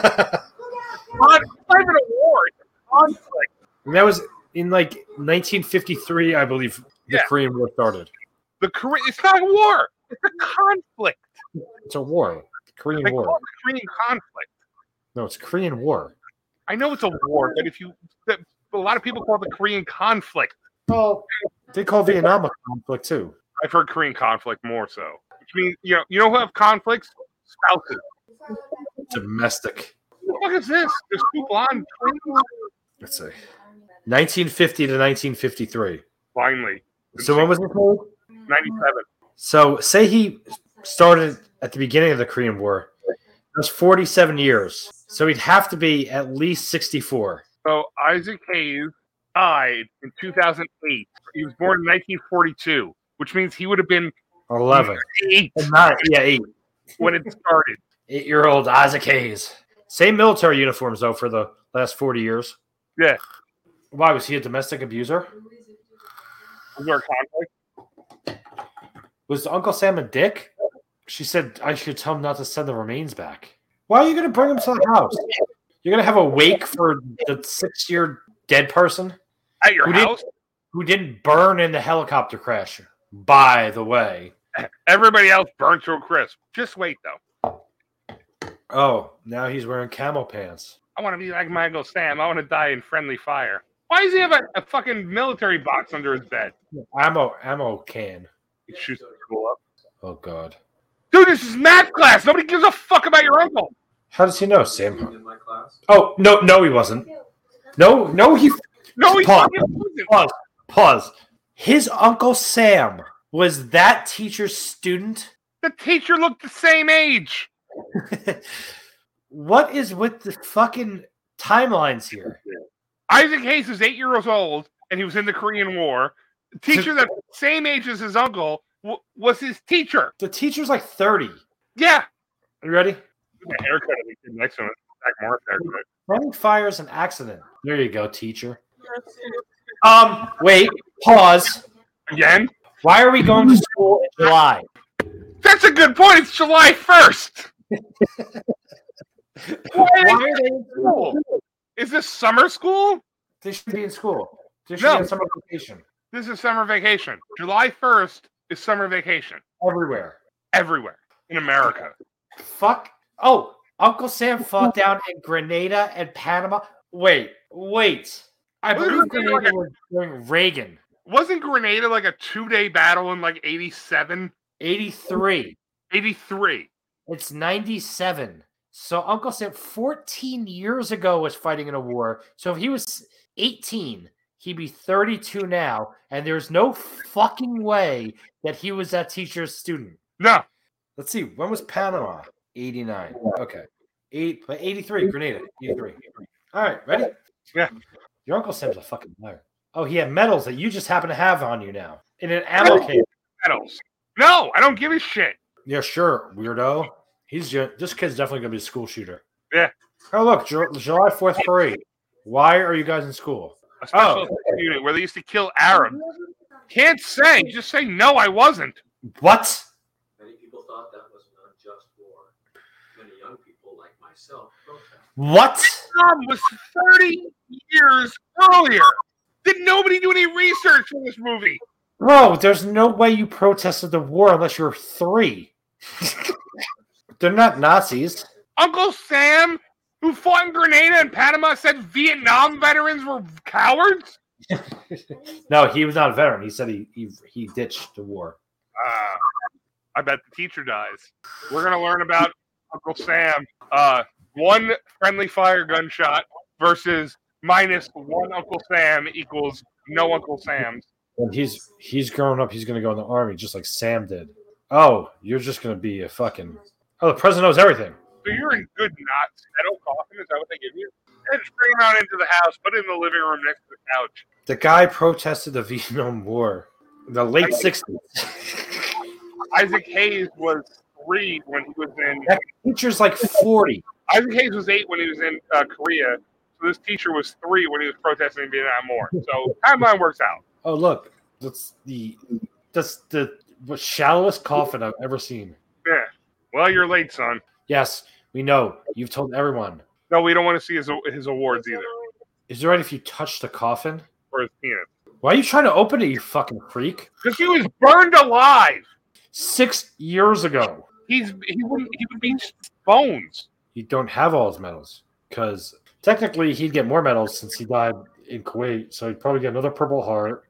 On private award. Conflict. And that was in like 1953, I believe, the Yeah. Korean War started. The Korea. It's not a war. It's a conflict. It's a war. The Korean They call War. it the Korean conflict. No, it's Korean War. I know it's a war, but if you, that, a lot of people call it the Korean conflict. Well, they call Vietnam a conflict too. I've heard Korean conflict more so, which means you know, you know who have conflicts? Spouses. Domestic. What the fuck is this? There's two blonde twins. Let's see. 1950 to 1953. Finally, So when was it called? ninety-seven. So say he started at the beginning of the Korean War. That's 47 years. So he'd have to be at least 64. So Isaac Hayes died in 2008. He was born in 1942, which means he would have been 11. eight And not, yeah, eight. when it started. Eight year old Isaac Hayes. Same military uniforms, though, for the last 40 years. Yeah. Why? Was he a domestic abuser? Was there a conflict? Was Uncle Sam a dick? She said I should tell him not to send the remains back. Why are you going to bring him to the house? You're going to have a wake for the six year dead person? At your Who did- house? who didn't burn in the helicopter crash, by the way. Everybody else burned to a crisp. Just wait, though. Oh, now he's wearing camel pants. I want to be like Michael Sam. I want to die in friendly fire. Why does he have a, a fucking military box under his bed? Ammo, ammo can. It shoots people up. Oh, God. Dude, this is math class. Nobody gives a fuck about your uncle. How does he know, Sam? Oh, no, no, he wasn't. No, no, he. No, he Pause. fucking wasn't. Pause. Pause. His Uncle Sam was that teacher's student? The teacher looked the same age. what is with the fucking timelines here? Isaac Hayes is eight years old, and he was in the Korean War. The teacher that same age as his uncle w- was his teacher. The teacher's like 30. Yeah. You ready? The haircut of the kid next to him. Zach Morris haircut. Running fire is an accident. There you go, teacher. Um, wait, pause. Again? Why are we going to school in July? That's a good point. It's July 1st. Why Why are are they they in school? Is this summer school? They should be in school. They should No. be on summer vacation This is summer vacation. July 1st is summer vacation everywhere. everywhere in America. Fuck. Oh, Uncle Sam fought down in Grenada and Panama. Wait, wait. I What believe is this? Grenada was during Reagan, Wasn't Grenada like a two day battle in like 87, 83. 83? It's 97. So Uncle Sam, 14 years ago, was fighting in a war. So if he was 18, he'd be 32 now. And there's no fucking way that he was that teacher's student. No. Let's see. When was Panama? 89. Okay. Eight, but 83, Grenada. 83. All right. Ready? Yeah. Your Uncle Sam's a fucking liar. Oh, he had medals that you just happen to have on you now in an Oh. ammo case. medals. No, I don't give a shit. Yeah, sure, weirdo. He's ju- this kid's definitely gonna be a school shooter. Yeah. Oh look, Ju- July Fourth parade. Why are you guys in school? A special effects unit where they used to kill Arabs. Can't say. Just say no. I wasn't. What? Many people thought that was an unjust war. Many young people, like myself, protested. What? Tom was thirty years earlier. Did nobody do any research for this movie? Bro, there's no way you protested the war unless you're three. They're not Nazis. Uncle Sam, who fought in Grenada and Panama, said Vietnam veterans were cowards. No, he was not a veteran. He said he he, he ditched the war. Uh, I bet the teacher dies. We're gonna learn about Uncle Sam. Uh, one friendly fire gunshot versus minus one Uncle Sam equals no Uncle Sam's. When he's he's grown up, he's gonna go in the army just like Sam did. Oh, you're just gonna be a fucking Oh, the president knows everything. So you're in good knots. That old coffin is that what they give you? And bring it on into the house, put it in the living room next to the couch. The guy protested the Vietnam War, in the late sixties. Isaac Hayes was three when he was in. That teacher's like forty. Isaac Hayes was eight when he was in uh, Korea. So this teacher was three when he was protesting the Vietnam War. So timeline works out. Oh look, that's the that's the shallowest coffin I've ever seen. Yeah. Well, you're late, son. Yes, we know. You've told everyone. No, we don't want to see his his awards either, Is it right if you touch the coffin? or his penis. Why are you trying to open it, you fucking freak? Because he was burned alive. Six years ago, He's he wouldn't he would be bones. you don't have all his medals because technically he'd get more medals since he died in Kuwait, so he'd probably get another Purple Heart.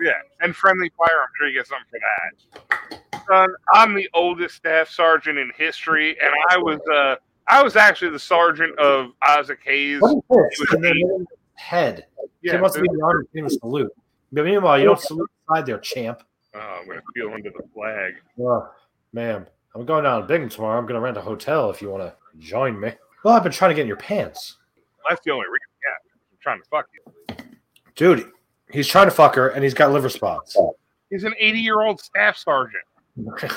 Yeah, and friendly fire. I'm sure you get something for that. Son, I'm the oldest staff sergeant in history, and I was uh I was actually the sergeant of Isaac Hayes. What is this? And then head. Yeah, he must be this- an honor to salute. But meanwhile, you don't salute inside there, champ. oh, I'm gonna feel under the flag. Oh, ma'am, I'm going down to Bingham tomorrow. I'm going to rent a hotel if you want to join me. Well, I've been trying to get in your pants. That's the only reason. Yeah, I'm trying to fuck you. Dude, he's trying to fuck her and he's got liver spots. He's an 80 year old staff sergeant.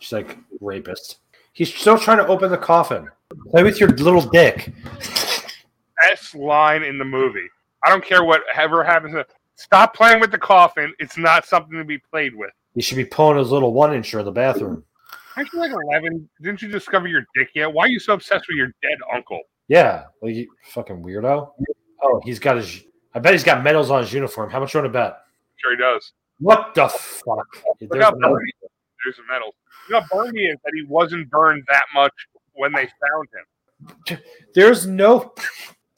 She's like, rapist. He's still trying to open the coffin. Play with your little dick. Best line in the movie. I don't care whatever happens. Stop playing with the coffin. It's not something to be played with. He should be pulling his little one incher in the bathroom. Aren't you like 11? Didn't you discover your dick yet? Why are you so obsessed with your dead uncle? Yeah, like you fucking weirdo. Oh, he's got his. I bet he's got medals on his uniform. How much you want to bet? Sure, he does. What the fuck? Look There's how another- burned he- There's the medals. Look how burned he is that he wasn't burned that much when they found him. There's no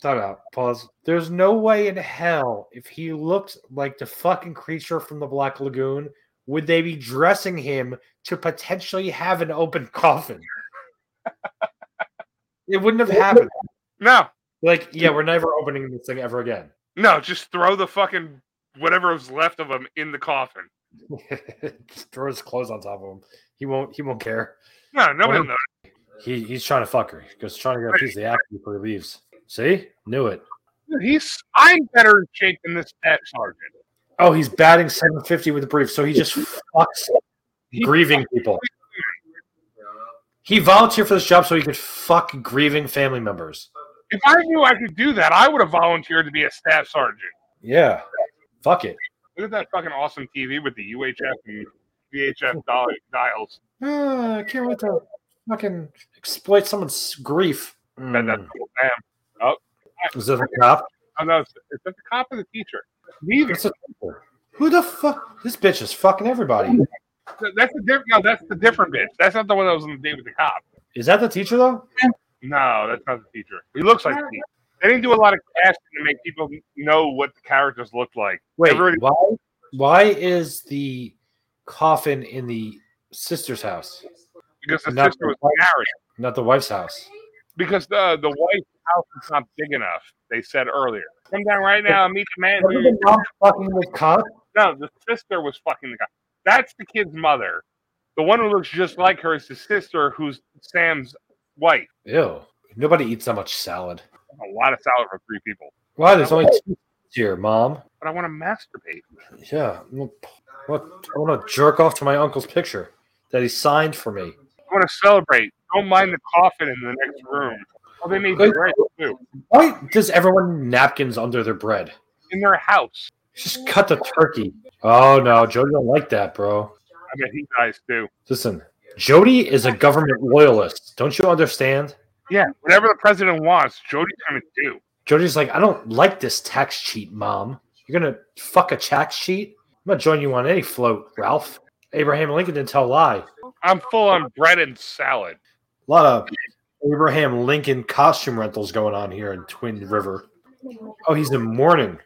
time out. Pause. There's no way in hell if he looked like the fucking creature from the Black Lagoon would they be dressing him to potentially have an open coffin. it wouldn't have happened. No, Like, yeah, we're never opening this thing ever again. no, just throw the fucking whatever was left of him in the coffin. Just Throw his clothes on top of him. He won't. He won't care. No, nobody Well, knows. He, he's trying to fuck her. He's trying to get a piece of the apple before he leaves. See, knew it. He's I'm better in shape than this staff sergeant. Oh, he's batting 750 with the brief, so he just fucks grieving people. He volunteered for this job so he could fuck grieving family members. If I knew I could do that, I would have volunteered to be a staff sergeant. Yeah. Fuck it. Look at that fucking awesome TV with the UHF and VHF dial- dials. Ah, I can't wait to fucking exploit someone's grief. That, that's Mm. cool. Damn. Is that the cop? Oh, no, it's, it's at the cop of the teacher. Neither. That's a- Who the fuck? This bitch is fucking everybody. That's the different. No, that's the different bitch. That's not the one that was on the date with the cop. Is that the teacher though? No, that's not the teacher. He looks like the teacher. They didn't do a lot of casting to make people know what the characters looked like. Wait, Everybody- why? Why is the coffin in the sister's house, because the Not- sister was married. not the wife's house? Because the the wife's house is not big enough. They said earlier. Come down right now and meet the man. Remember Who, the mom fucking with cop? no, the sister was fucking the guy. That's the kid's mother. The one who looks just like her is the sister who's Sam's wife. Ew. Nobody eats that much salad. A lot of salad for three people. Why? There's only two here, mom. But I want to masturbate. Yeah. What? I want to jerk off to my uncle's picture that he signed for me. I want to celebrate. Don't mind the coffin in the next room. Oh, they made bread too Why does everyone napkins under their bread? in their house. Just cut the turkey. Oh no, Jody don't like that, bro. I bet he dies too. Listen, Jody is a government loyalist. Don't you understand? Yeah, whatever the president wants, Jody's gonna do. Jody's like, I don't like this tax cheat, mom. You're gonna fuck a tax cheat? I'm not joining you on any float, Ralph. Abraham Lincoln didn't tell a lie. I'm full on bread and salad. A lot of Abraham Lincoln costume rentals going on here in Twin River. Oh, he's in mourning.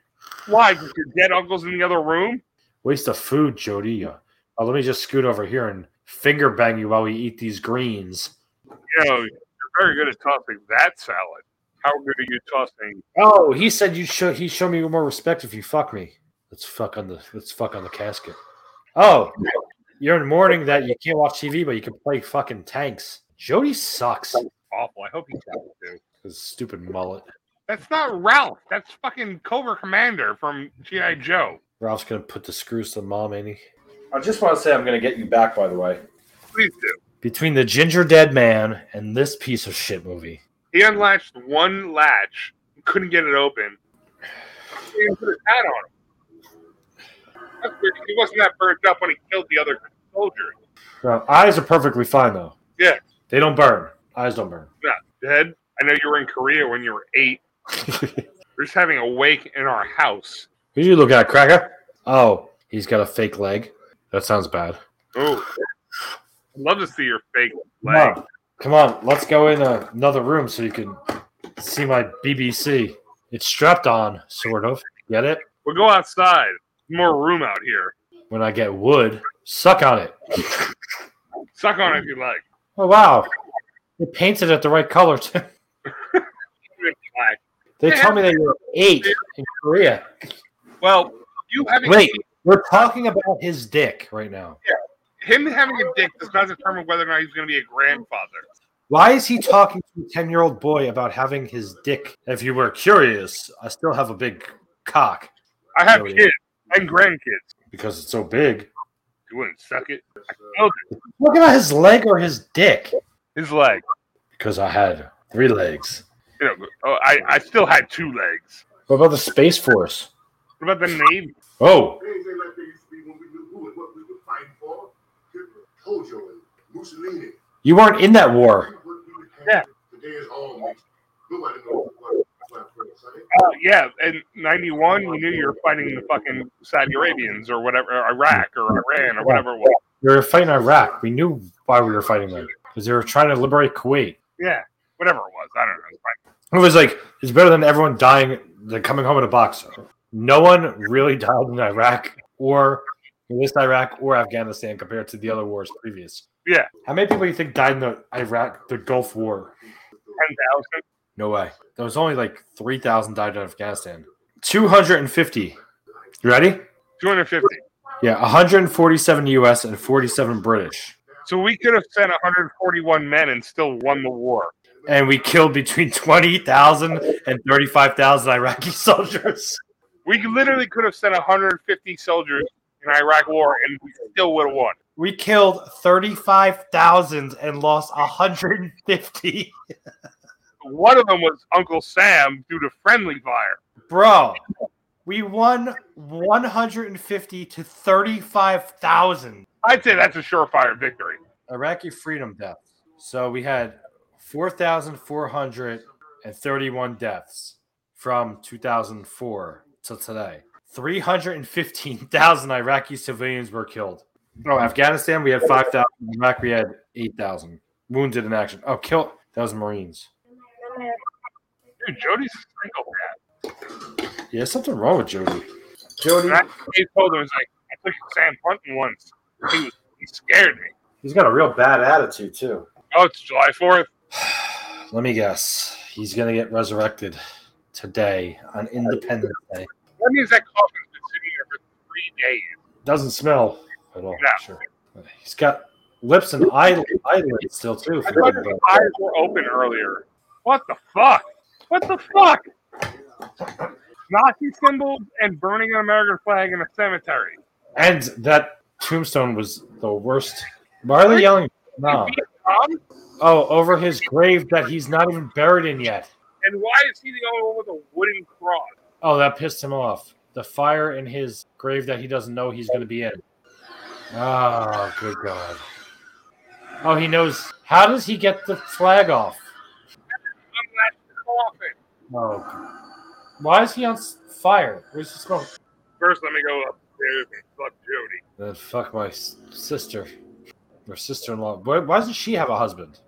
Why? Because your dead uncle's in the other room. Waste of food, Jody. Uh, oh, let me just scoot over here and finger bang you while we eat these greens. You know, you're very good at tossing that salad. How good are you tossing? Oh, he said you show he show me more respect if you fuck me. Let's fuck on the let's fuck on the casket. Oh, you're in mourning that you can't watch TV, but you can play fucking tanks. Jody sucks. Awful. I hope he dies too. His stupid mullet. That's not Ralph. That's fucking Cobra Commander from GI Joe. Ralph's gonna put the screws to mom, ain't he? I just want to say I'm gonna get you back, by the way. Please do. between the ginger dead man and this piece of shit movie. He unlatched one latch, couldn't get it open. He didn't put his hat on. That's weird. He wasn't that burnt up when he killed the other soldier. No, eyes are perfectly fine though. Yeah. They don't burn. Eyes don't burn. Not dead. I know you were in Korea when you were eight. We're just having a wake in our house. Who you look at, Cracker? Oh, he's got a fake leg. That sounds bad. Oh, I'd love to see your fake Come leg. on, come on, let's go in a- another room so you can see my BBC. It's strapped on, sort of. Get it? We'll go outside. More room out here. When I get wood, suck on it. Suck on it if you like. Oh wow, they painted it the right color too. Black. They told me that you were eight in Korea. Well, you having Wait, we're talking about his dick right now. him having a dick does not determine whether or not he's going to be a grandfather. Why is he talking to a ten-year-old boy about having his dick? If you were curious, I still have a big cock I have Oh, yeah. kids and grandkids. because it's so big. You wouldn't suck it. Look at his leg or his dick. His leg. Because I had three legs. You know, oh, I, I still had two legs. What about the Space Force? What about the name? Oh, Things ain't like they used to be when we knew who and what we were fighting for. Hitler, Tojo, and Mussolini. you weren't in that war. What we would have Yeah. today is all mixed. Nobody knows what what happened, Sonny. Oh, yeah, in '91, you knew you were fighting the fucking Saudi Arabians or whatever, or Iraq or Iran or whatever it was. We were fighting Iraq. We knew why we were fighting them because they were trying to liberate Kuwait. Yeah, whatever it was. I don't know. It's fine. It was like it's better than everyone dying than coming home in a box. No one really died in Iraq or in this Iraq or Afghanistan compared to the other wars previous. Yeah. How many people do you think died in the Iraq, the Gulf War? Ten thousand. No way. There was only like three thousand died in Afghanistan. Two hundred and fifty. You ready? 250. Yeah, 147 US and 47 British. So we could have sent 141 men and still won the war. And we killed between 20,000 and 35,000 Iraqi soldiers. We literally could have sent 150 soldiers in Iraq war and we still would have won. We killed 35,000 and lost 150. One of them was Uncle Sam due to friendly fire. Bro, we won 150 to 35,000 I'd say that's a surefire victory. Iraqi freedom deaths. So we had 4,431 deaths from 2004 to today. 315,000 Iraqi civilians were killed. Oh, Afghanistan, we had 5,000. Iraq, we had 8,000 wounded in action. Oh, killed. That was Marines. Dude, Jody's a single Yeah, something wrong with Jody. man. And I I told him, it's like, I took Sam hunting once. He was he scared me. He's got a real bad attitude, too. Oh, it's July 4th. Let me guess. He's going to get resurrected today on Independence Day. That means that coffin's been sitting there for three days. Doesn't smell at all. No. Sure. He's got lips and eye, eyelids still too. I thought his eyes were open earlier. What the fuck? What the fuck? Nazi symbols and burning an American flag in a cemetery. And that tombstone was the worst. Why are they yelling? No. Um, Oh, over his grave that he's not even buried in yet. and why is he the only one with a wooden cross? Oh, that pissed him off. The fire in his grave that he doesn't know he's going to be in. Oh, good God. Oh, he knows. How does he get the flag off? I'm not the coffin. Oh, why is he on s- fire? Where's the smoke? First, let me go upstairs and fuck Jody. Then Uh, fuck my s- sister or sister in law. Why, why doesn't she have a husband?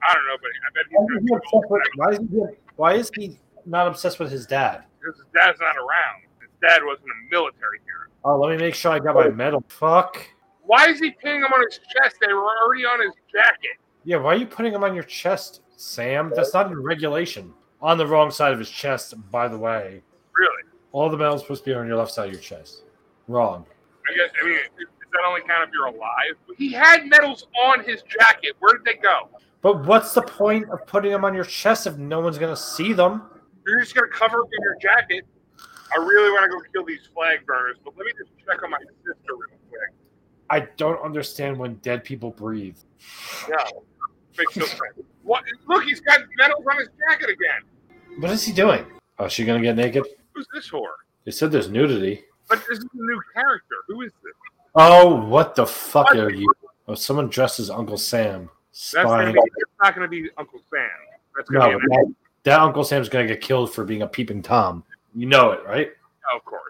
I don't know, but I bet Why he's is gonna he, obsessed with- why is he, why is he not obsessed with his dad? because his dad's not around. His dad wasn't a military hero. Oh, let me make sure I got my medal. Fuck. Why is he pinning him on his chest? They were already on his jacket. Yeah, why are you putting him on your chest, Sam? That's not in regulation. On the wrong side of his chest, by the way. Really? All the medals supposed to be on your left side of your chest. Wrong. I guess. I mean, does that only count if you're alive? He had medals on his jacket. Where did they go? But what's the point of putting them on your chest if no one's gonna see them? You're just gonna cover up in your jacket. I really want to go kill these flag burners, but let me just check on my sister real quick. I don't understand when dead people breathe. Yeah. Fix this thing. What? Look, he's got medals on his jacket again. What is he doing? Oh, is she gonna get naked? Who's this whore? They said there's nudity. But this is a new character. Who is this? Oh, what the fuck are you? Oh, someone dressed as Uncle Sam. That's gonna Spying. be, it's not going to be Uncle Sam. That's going to No, be an that, that Uncle Sam's gonna get killed for being a peeping tom. You know it, right? oh, of course.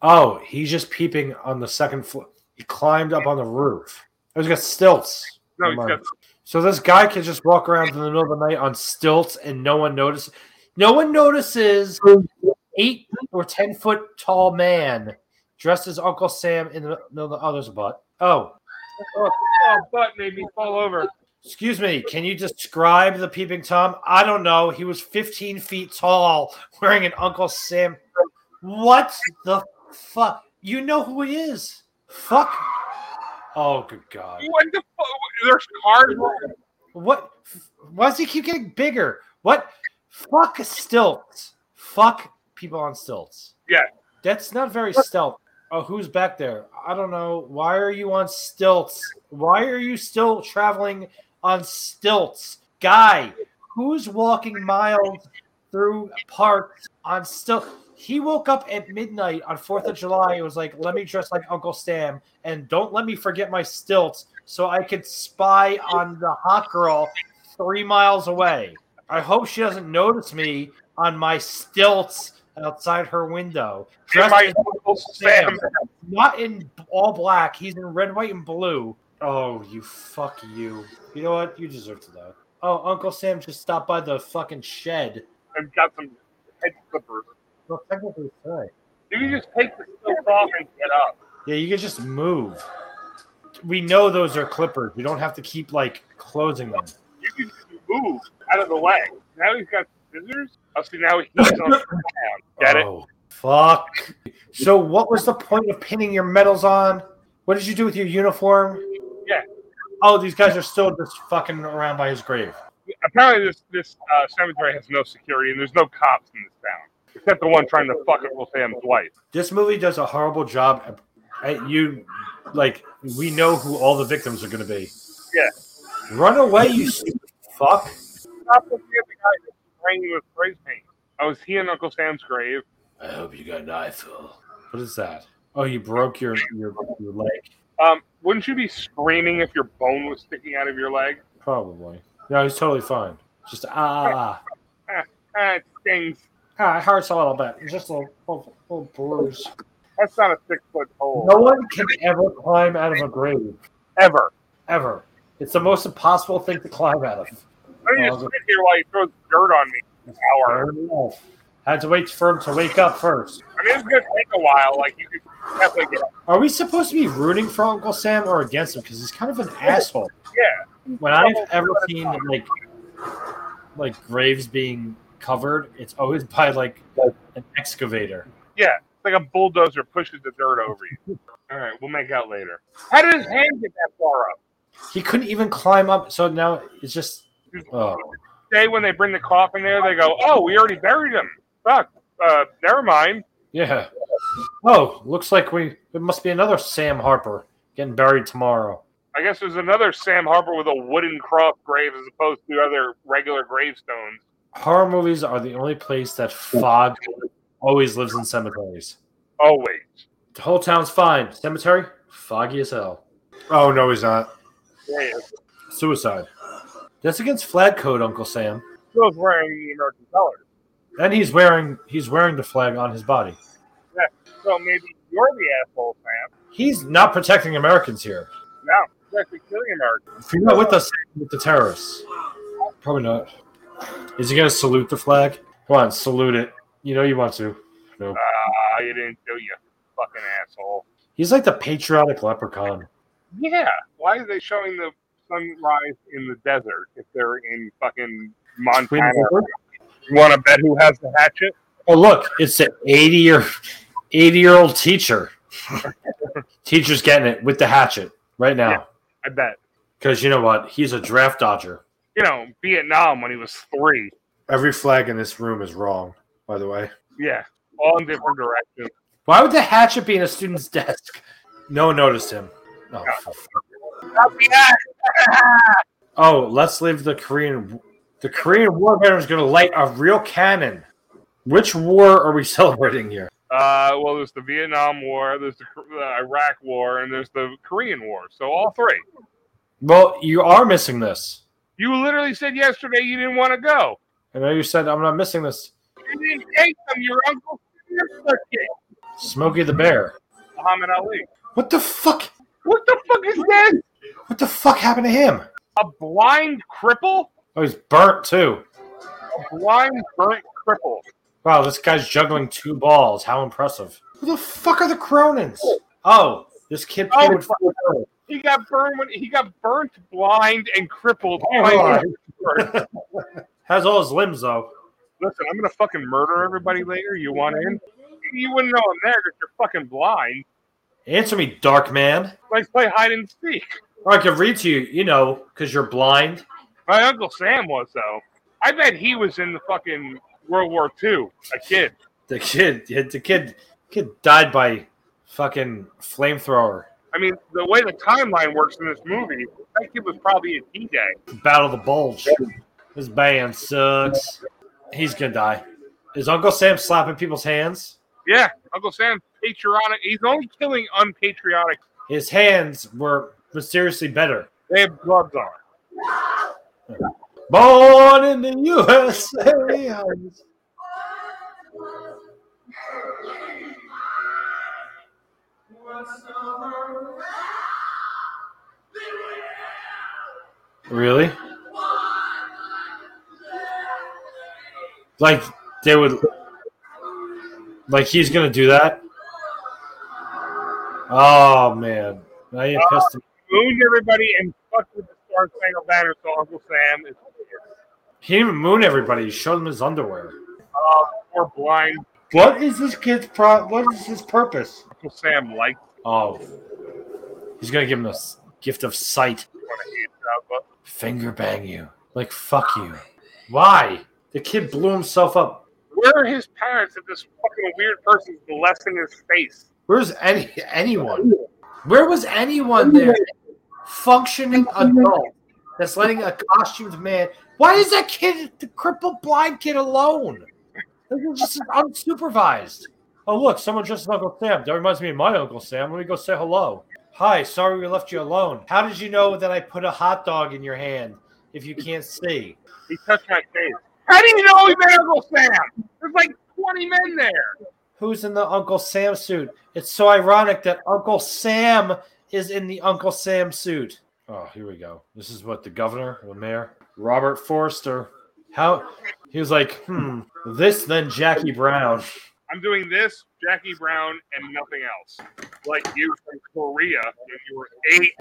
Oh, he's just peeping on the second floor. He climbed up on the roof. Oh, he's got stilts. No, Never he's mind. got, So this guy can just walk around in the middle of the night on stilts and no one notices. No one notices eight or ten foot tall man dressed as Uncle Sam in the middle of the other's butt. Oh, oh, butt made me fall over. excuse me. Can you describe the peeping tom? I don't know. He was 15 feet tall wearing an Uncle Sam. What the fuck? You know who he is. Fuck. Oh, good God. What the fuck? There's cars. rolling. What? Why does he keep getting bigger? What? Fuck stilts. Fuck people on stilts. Yeah. That's not very stealth. Oh, who's back there? I don't know. Why are you on stilts? Why are you still traveling on stilts? Guy, who's walking miles through parks on stilts? He woke up at midnight on 4th of July. It was like, let me dress like Uncle Sam and don't let me forget my stilts so I could spy on the hot girl three miles away. I hope she doesn't notice me on my stilts outside her window. In Dressed my as Uncle Sam. not in all black. He's in red, white, and blue. Oh, you fuck you. You know what? You deserve to die. Oh, Uncle Sam just stopped by the fucking shed. I've got some head slippers. Well, technically, it's right. You can just take the stuff off and get up. Yeah, you can just move. We know those are clippers. We don't have to keep like closing them. You can just move out of the way. Now he's got scissors. Oh, see, now he's on the ground. Get it? oh, Fuck. So, what was the point of pinning your medals on? What did you do with your uniform? Yeah. Oh, these guys are still just fucking around by his grave. Apparently, this this uh, cemetery has no security, and there's no cops in this town except the one trying to fuck Uncle Sam's wife. this movie does a horrible job at, at you like we know who all the victims are going to be Yeah. run away you stupid fuck Stop looking at the guy that's spraying with spray paint. I was he in Uncle Sam's grave. i hope you got an eyeful what is that oh you broke your your, your leg Um, wouldn't you be screaming if your bone was sticking out of your leg? probably no he's totally fine just ah ah Ah, it stings. ah it hurts a little bit It's just a little, little, little bruise That's not a six foot hole. no one can ever climb out of a grave Ever. ever it's the most impossible thing to climb out of I need to Well, sit here while he throws dirt on me for an hour. Fair enough. had to wait for him to wake up first I mean, it's going to take a while. Like, you could definitely get Are we supposed to be rooting for Uncle Sam or against him? Because he's kind of an asshole. Yeah. When I've ever seen like like graves being covered, it's always by like an excavator. Yeah. It's like a bulldozer pushes the dirt over you. All right. We'll make out later. How did his hand get that far up? He couldn't even climb up, so now it's just oh Say when they bring the coffin there, they go, oh, we already buried him. Fuck. Uh, never mind. yeah. Oh, looks like we it must be another Sam Harper getting buried tomorrow. I guess there's another Sam Harper with a wooden cross grave as opposed to other regular gravestones. Horror movies are the only place that fog always lives in cemeteries. Oh, wait. The whole town's fine. Cemetery, foggy as hell. Oh no, he's not. There he is. Suicide. That's against flag code, Uncle Sam. Bill's wearing the American colors. And he's wearing he's wearing the flag on his body. So maybe you're the asshole, Sam. He's not protecting Americans here. No, you're actually killing Americans. If you're not with us, with the terrorists. Probably not. Is he gonna salute the flag? Come on, salute it. You know you want to. No. Ah, you didn't do you fucking asshole. He's like the patriotic leprechaun. Yeah. Why are they showing the sunrise in the desert if they're in fucking Twin Montana? River? You want to bet who has the hatchet? Oh look, it's an eighty year eighty year old teacher. Teacher's getting it with the hatchet right now. I bet. Because you know what? He's a draft dodger. You know, Vietnam when he was three. Every flag in this room is wrong, by the way. Yeah. All in different directions. Why would the hatchet be in a student's desk? No one noticed him. Oh, for fuck. oh let's leave the Korean. The Korean War veteran is going to light a real cannon. Which war are we celebrating here? Uh, well, there's the Vietnam War, there's the Kor- uh, Iraq War, and there's the Korean War. So all three. Well, you are missing this. You literally said yesterday you didn't want to go. I know you said I'm not missing this. You didn't take them. Your uncle Smokey the Bear. Muhammad Ali. What the fuck? What the fuck is that? What the fuck happened to him? A blind cripple? Oh, he's burnt too. A blind burnt cripple. Wow, this guy's juggling two balls. How impressive. Who the fuck are the Cronins? Oh, this kid. Oh, played fuck. football. He got burned. When, he got burnt, blind, and crippled. Oh, by my. his bird. Has all his limbs though. Listen, I'm gonna fucking murder everybody later. You want in? You wouldn't know I'm there because you're fucking blind. Answer me, Dark Man. Let's play hide and seek. Or I could read to you, you know, because you're blind. My uncle Sam was though. I bet he was in the fucking World War II. A kid. The kid, the kid, kid died by fucking flamethrower. I mean, the way the timeline works in this movie, that kid was probably a D-Day. Battle of the Bulge. This band sucks. He's gonna die. Is Uncle Sam slapping people's hands? Yeah, Uncle Sam patriotic. He's only killing unpatriotic. His hands were mysteriously better. They have gloves on. Born in the USA. Really? Like they would like he's gonna do that? Oh man. Now you pissed him. Mooned everybody and fucked with the Star Spangled Banner. So Uncle Sam is He didn't even moon everybody, he showed him his underwear. uh, or blind. What is this kid's pro what is his purpose? Uncle Sam liked Oh. He's gonna give him a s- gift of sight. on a hand job, but Finger bang you. Like fuck you. Why? The kid blew himself up. where are his parents if this fucking weird person's blessing his face? Where's any anyone? Where was anyone there? Functioning adult that's letting a costumed man. Why is that kid, the crippled blind kid, alone? This is just unsupervised. Oh look, someone dressed as Uncle Sam. That reminds me of my Uncle Sam. Let me go say hello. Hi, sorry we left you alone. How did you know that I put a hot dog in your hand if you can't see? He touched my face. How do you know he's an Uncle Sam? There's like 20 men there. Who's in the Uncle Sam suit? It's so ironic that Uncle Sam is in the Uncle Sam suit. Oh, here we go. This is what the governor, the mayor, Robert Forster. How he was like, hmm, this then Jackie Brown. I'm doing this, Jackie Brown, and nothing else. Like you from Korea when you were eight.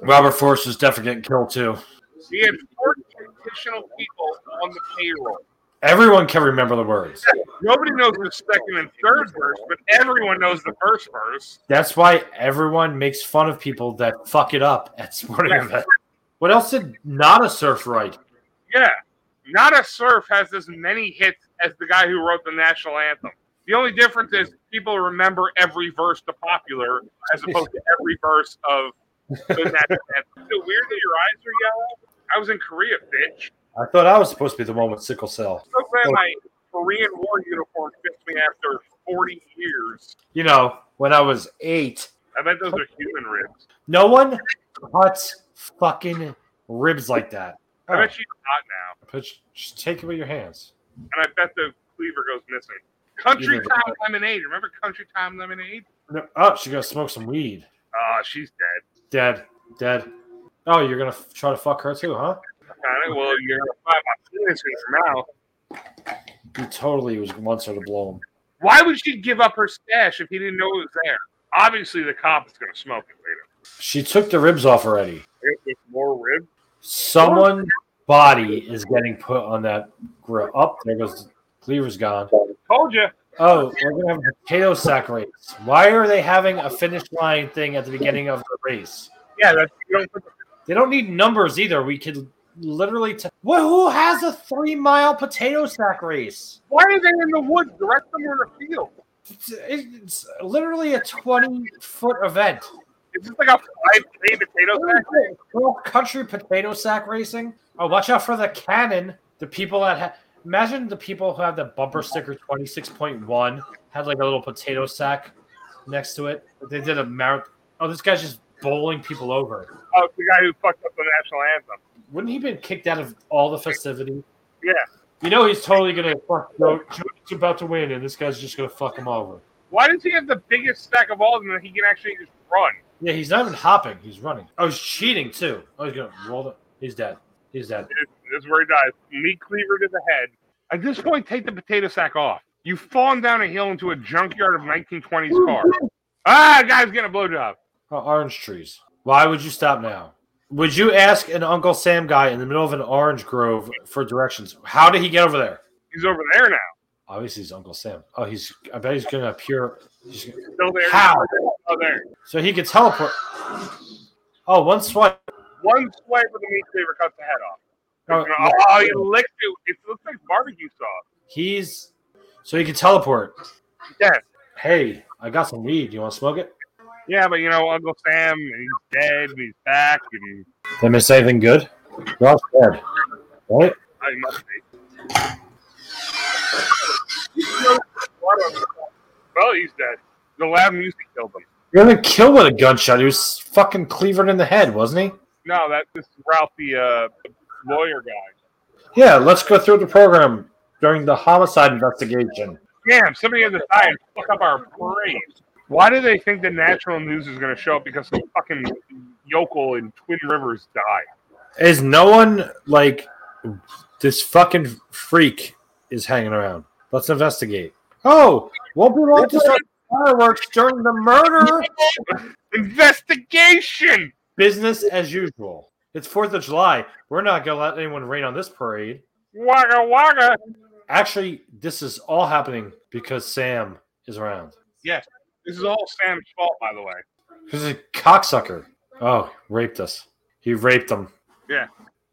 Robert Forster's definitely getting killed too. He had 14 additional people on the payroll. Everyone can remember the words. Nobody knows the second and third verse, but everyone knows the first verse. That's why everyone makes fun of people that fuck it up at sporting events. What else did not a surf right? Yeah. Not a surf has as many hits as the guy who wrote the national anthem. The only difference is people remember every verse to popular as opposed to every verse of the national anthem. Is it weird that your eyes are yellow? I was in Korea, bitch. I thought I was supposed to be the one with sickle cell. So glad my Korean War uniform fits me after 40 years. You know, when I was eight, I bet those are human ribs. No one cuts fucking ribs like that. Oh, I bet she's not now. Put- just take it with your hands. And I bet the cleaver goes missing. Country You never Time Lemonade. Remember Country Time Lemonade? No- Oh, she's gonna smoke some weed. Ah, she's dead. Dead, dead. Oh, you're gonna f- try to fuck her too, huh? Kind of. Well, you're gonna find my penis in your mouth. He totally was wants her to blow him. Why would she give up her stash if he didn't know it was there? Obviously, the cop is gonna smoke it later. She took the ribs off already. With more rib. Someone's body is getting put on that grill. Up there goes the cleaver's gone. Told you. Oh, we're gonna have potato sack race. Why are they having a finish line thing at the beginning of the race? Yeah, that's you don't put the They don't need numbers either. We could literally. T- what? Who has a three mile potato sack race? Why are they in the woods? The rest of them are in the field. It's, it's literally a twenty foot event. It's just like a five-day potato sack. Cross country potato sack racing. Oh, watch out for the cannon. The people that ha- Imagine the people who have that bumper sticker 26.1 had like a little potato sack next to it. They did a marathon. Oh, this guy's just bowling people over. Oh, it's the guy who fucked up the national anthem. Wouldn't he been kicked out of all the festivities? Yeah. You know he's totally gonna fuck. Joe, Joe's about to win, and this guy's just gonna fuck him over. Why does he have the biggest stack of all of them that he can actually just run? Yeah, he's not even hopping. He's running. Oh, he's cheating too. Oh, he's gonna roll it. He's dead. He's dead. This is where he dies. Meat cleaver to the head. At this point, take the potato sack off. You've fallen down a hill into a junkyard of 1920s cars. ah, guy's getting a blowjob. Oh, orange trees. Why would you stop now? Would you ask an Uncle Sam guy in the middle of an orange grove for directions? How did he get over there? He's over there now. Obviously, he's Uncle Sam. Oh, he's. I bet he's gonna appear. he's gonna- Still there. How? Still there. so he could teleport. Oh, one swipe. One swipe of the meat cleaver cuts the head off. Oh, oh, he licked it. It looks like barbecue sauce. He's. So he could teleport. Yes. Hey, I got some weed. You want to smoke it? Yeah, but you know, Uncle Sam, he's dead, and he's back, and he, Did I miss anything good? Ross dead. Right? I must be. Well, he's dead. The loud music killed him. You're gonna kill with a gunshot. He was fucking cleavered in the head, wasn't he? No, that this is Ralph, the uh, lawyer guy. Yeah, let's go through the program during the homicide investigation. Damn, somebody had to die and fuck up our parade. Why do they think the national news is going to show up because some fucking yokel in Twin Rivers died? Is no one like this fucking freak is hanging around? Let's investigate. Oh, won't be long to start fireworks during the murder. Investigation! Business as usual. It's Fourth of July. We're not gonna let anyone rain on this parade. Wagga wagga! Actually, this is all happening because Sam is around. Yes, this is all Sam's fault, by the way. He's a cocksucker. Oh, raped us. He raped him. Yeah.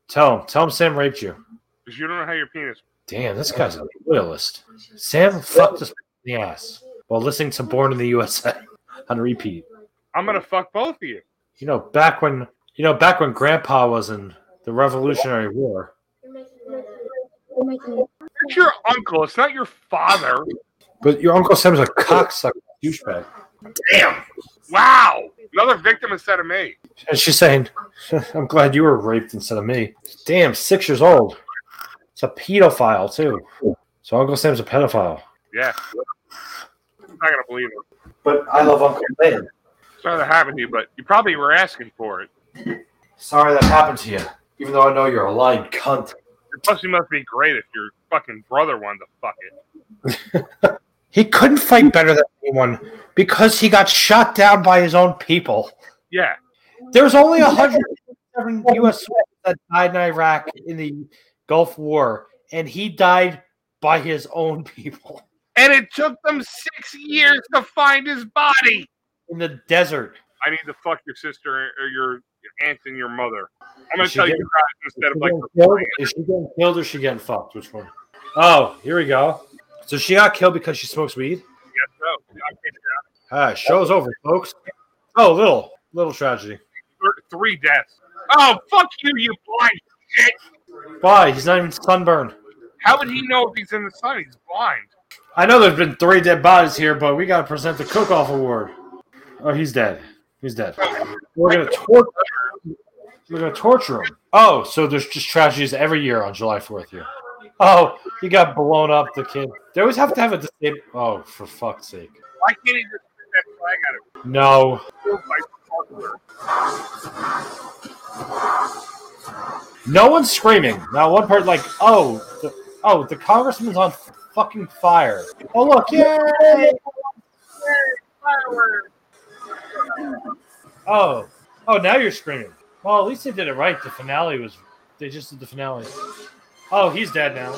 Tell him. Tell him Sam raped you. Because you don't know how your penis Damn, this guy's a loyalist. Sam fucked us in the ass while listening to Born in the USA on repeat. I'm gonna fuck both of you. You know, back when you know, back when Grandpa was in the Revolutionary War. It's your uncle. It's not your father. But your uncle Sam's a cocksucker douchebag. Wow. Another victim instead of me. And she's saying, "I'm glad you were raped instead of me." Damn, six years old. It's a pedophile too. So Uncle Sam's a pedophile. Yeah. I'm not gonna believe it. But I love Uncle Sam. Sorry that happened to you, but you probably were asking for it. Sorry that happened to you, even though I know you're a lying cunt. Plus, you must be great if your fucking brother wanted to fuck it. He couldn't fight better than anyone because he got shot down by his own people. Yeah. There's only 107 U.S. soldiers that died in Iraq in the Gulf War, and he died by his own people And it took them six years to find his body. in the desert. I need to fuck your sister or your aunt and your mother. I'm gonna Is she tell you getting- guys instead Is of she like getting killed? Is she getting killed or is she getting fucked? Which one? Oh, here we go. So she got killed because she smokes weed. yes, no. I can't do that. Ah, show's over, folks. Oh, little little tragedy. Thir- Three deaths. Oh fuck you, you blind shit. Why? He's not even sunburned. How would he know if he's in the sun? He's blind. I know there's been three dead bodies here, but we gotta present the cook off award. Oh, he's dead. He's dead. We're gonna torture. We're gonna torture him. Oh, so there's just tragedies every year on July Fourth here. Oh, he got blown up. The kid. They always have to have a disabled. Oh, for fuck's sake. Why can't he just put that flag out of No. killed by smuggler? No one's screaming. Not one part. Like, oh, the, oh, the congressman's on fucking fire. Oh look, yay! Oh, oh, now you're screaming. Well, at least they did it right. The finale was. They just did the finale. Oh, he's dead now.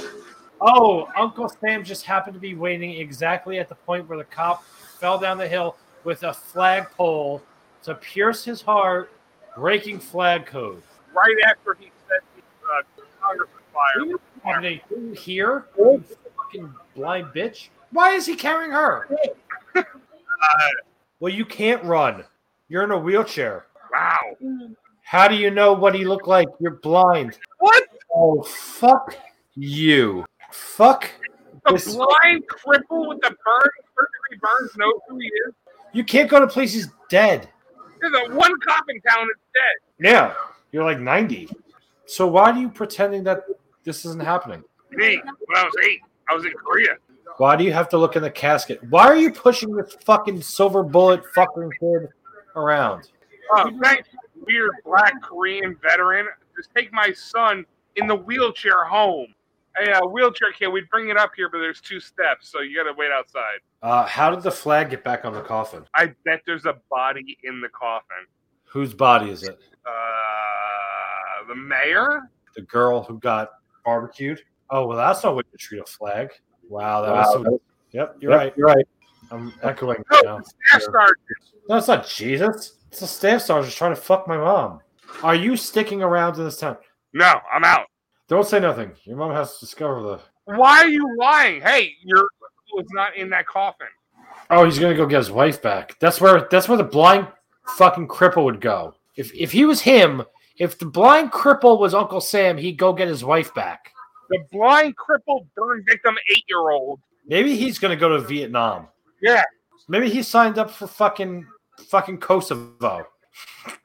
Oh, Uncle Sam just happened to be waiting exactly at the point where the cop fell down the hill with a flagpole to pierce his heart, breaking flag code. Right after he set the uh, congressman fire. And they here, you fucking blind bitch. Why is he carrying her? well, you can't run. You're in a wheelchair. Wow. How do you know what he looked like? You're blind. What? Oh, fuck Oh, you. Fuck. The This- blind cripple with the burn, first degree burns, knows who he is. You can't go to places dead. There's a one cop in town that's dead. Yeah. You're like 90. So why are you pretending that this isn't happening? Me, when I was eight, I was in Korea. Why do you have to look in the casket? Why are you pushing this fucking silver bullet fucking kid around? Oh, thanks, weird black Korean veteran. Just take my son in the wheelchair home. Hey, uh, wheelchair kid, we'd bring it up here, but there's two steps, so you gotta wait outside. Uh, how did the flag get back on the coffin? I bet there's a body in the coffin. Whose body is it? Uh, the mayor? The girl who got barbecued? Oh, well, that's not what you treat a flag. Wow, that was some. Yep, you're right. You're right. I'm echoing. No, now. the staff sergeant. No, it's not Jesus. It's a staff sergeant trying to fuck my mom. Are you sticking around in this town? No, I'm out. Don't say nothing. Your mom has to discover the. Why are you lying? Hey, your was not in that coffin. Oh, he's gonna go get his wife back. That's where. That's where the blind fucking cripple would go. If if he was him, if the blind cripple was Uncle Sam, he'd go get his wife back. The blind, crippled, burn victim, eight year old. Maybe he's gonna go to Vietnam. Yeah, Maybe he signed up for fucking fucking Kosovo.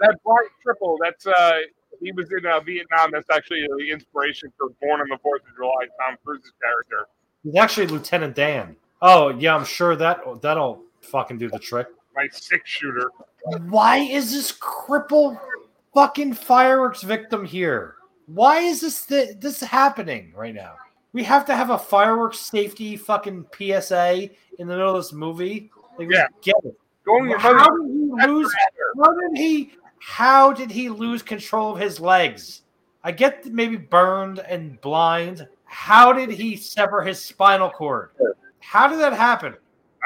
that blind, cripple. That's uh, he was in uh, Vietnam. That's actually the inspiration for Born on the Fourth of July. Tom Cruise's character. He's actually Lieutenant Dan. Oh yeah, I'm sure that that'll fucking do the trick. My six shooter. Why is this cripple fucking fireworks victim here? Why is this th- this happening right now? We have to have a fireworks safety fucking PSA in the middle of this movie. Like, we Yeah. get it. Going your How mother. did he lose? How did he? How did he lose control of his legs? I get that maybe burned and blind. How did he sever his spinal cord? How did that happen?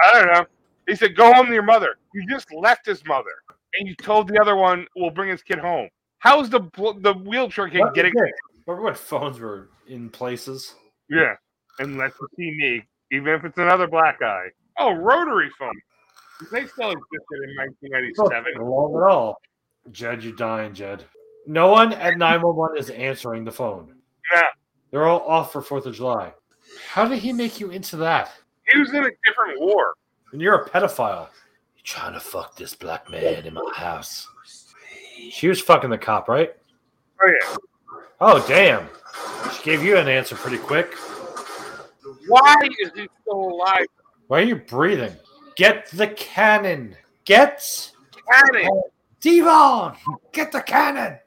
I don't know. He said, "Go home to your mother." You just left his mother, and you told the other one, "We'll bring his kid home." How's the bl- the wheelchair kid What- getting? Remember when phones were in places? Yeah, unless you see me, even if it's another black guy. Oh, rotary phone. They still existed in Oh, Not 1997. long at all. Jed, you're dying, Jed. No one at 911 is answering the phone. Yeah, They're all off for 4th of July. How did he make you into that? he was in a different war. And you're a pedophile. You're trying to fuck this black man in my house. She was fucking the cop, right? Oh yeah. Oh, damn. She gave you an answer pretty quick. Why is he still alive? Why are you breathing? Get the cannon. Get Had it. Devon. Get the cannon.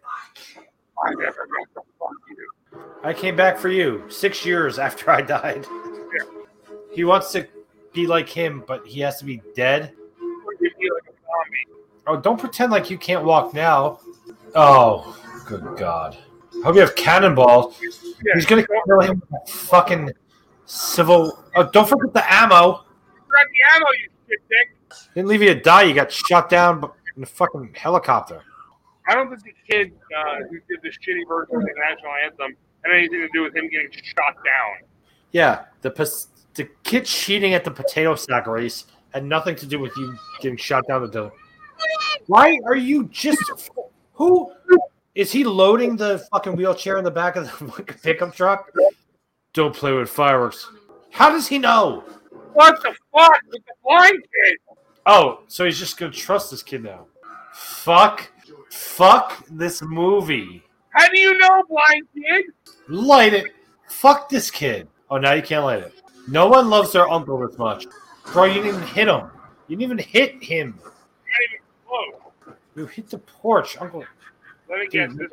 I never got to fuck you. I came back for you six years after I died. He wants to be like him, but he has to be dead. Would you be like a zombie? Oh, don't pretend like you can't walk now. Oh, good God. I hope you have cannonballs. Yeah. He's going to kill him with a fucking civil. Oh, don't forget the ammo. Grab the ammo, you shit dick. Didn't leave you to die. You got shot down b- in a fucking helicopter. I don't think the kid uh, who did the shitty version of the national anthem had anything to do with him getting shot down. Yeah, the pos- the kid cheating at the potato sack race had nothing to do with you getting shot down the desert. Why are you just who is he loading the fucking wheelchair in the back of the fucking pickup truck? Don't play with fireworks. How does he know? What the fuck with the blind kid? Oh, so he's just gonna trust this kid now. Fuck, fuck this movie. How do you know, blind kid? Light it. Fuck this kid. Oh, now you can't light it. No one loves their uncle this much. Bro, you didn't even hit him. You didn't even hit him. Not even close. You hit the porch. Uncle, Let me guess. This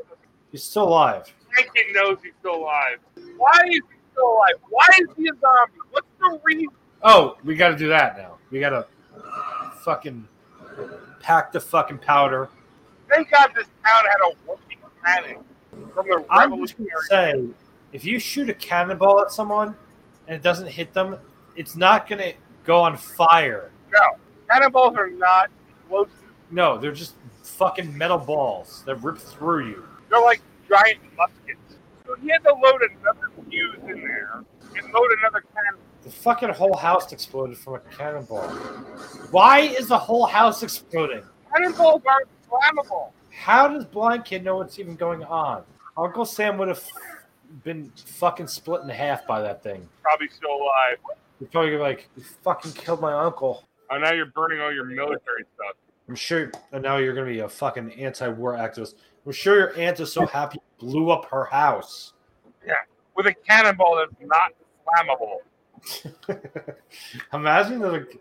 he's still alive. blind kid knows he's still alive. Why is he still alive? Why is he a zombie? What's the reason? Oh, we got to do that now. We got to fucking pack the fucking powder. Thank God this town had a working cannon from the I'm just going Revolutionary. to say if you shoot a cannonball at someone and it doesn't hit them, it's not going to go on fire. Cannonballs are not explosive. No, they're just fucking metal balls that rip through you. They're like giant muskets. So he had to load another fuse in there and load another cannon. The fucking whole house exploded from a cannonball. Why is the whole house exploding? Cannonballs aren't flammable. How does Blind Kid know what's even going on? Uncle Sam would have been fucking split in half by that thing. Probably still alive. You're probably gonna be like, you fucking killed my uncle. Oh, now you're burning all your military stuff. I'm sure. And now you're gonna be a fucking anti-war activist. I'm sure your aunt is so happy you blew up her house. With a cannonball that's not flammable. Imagine that. Like,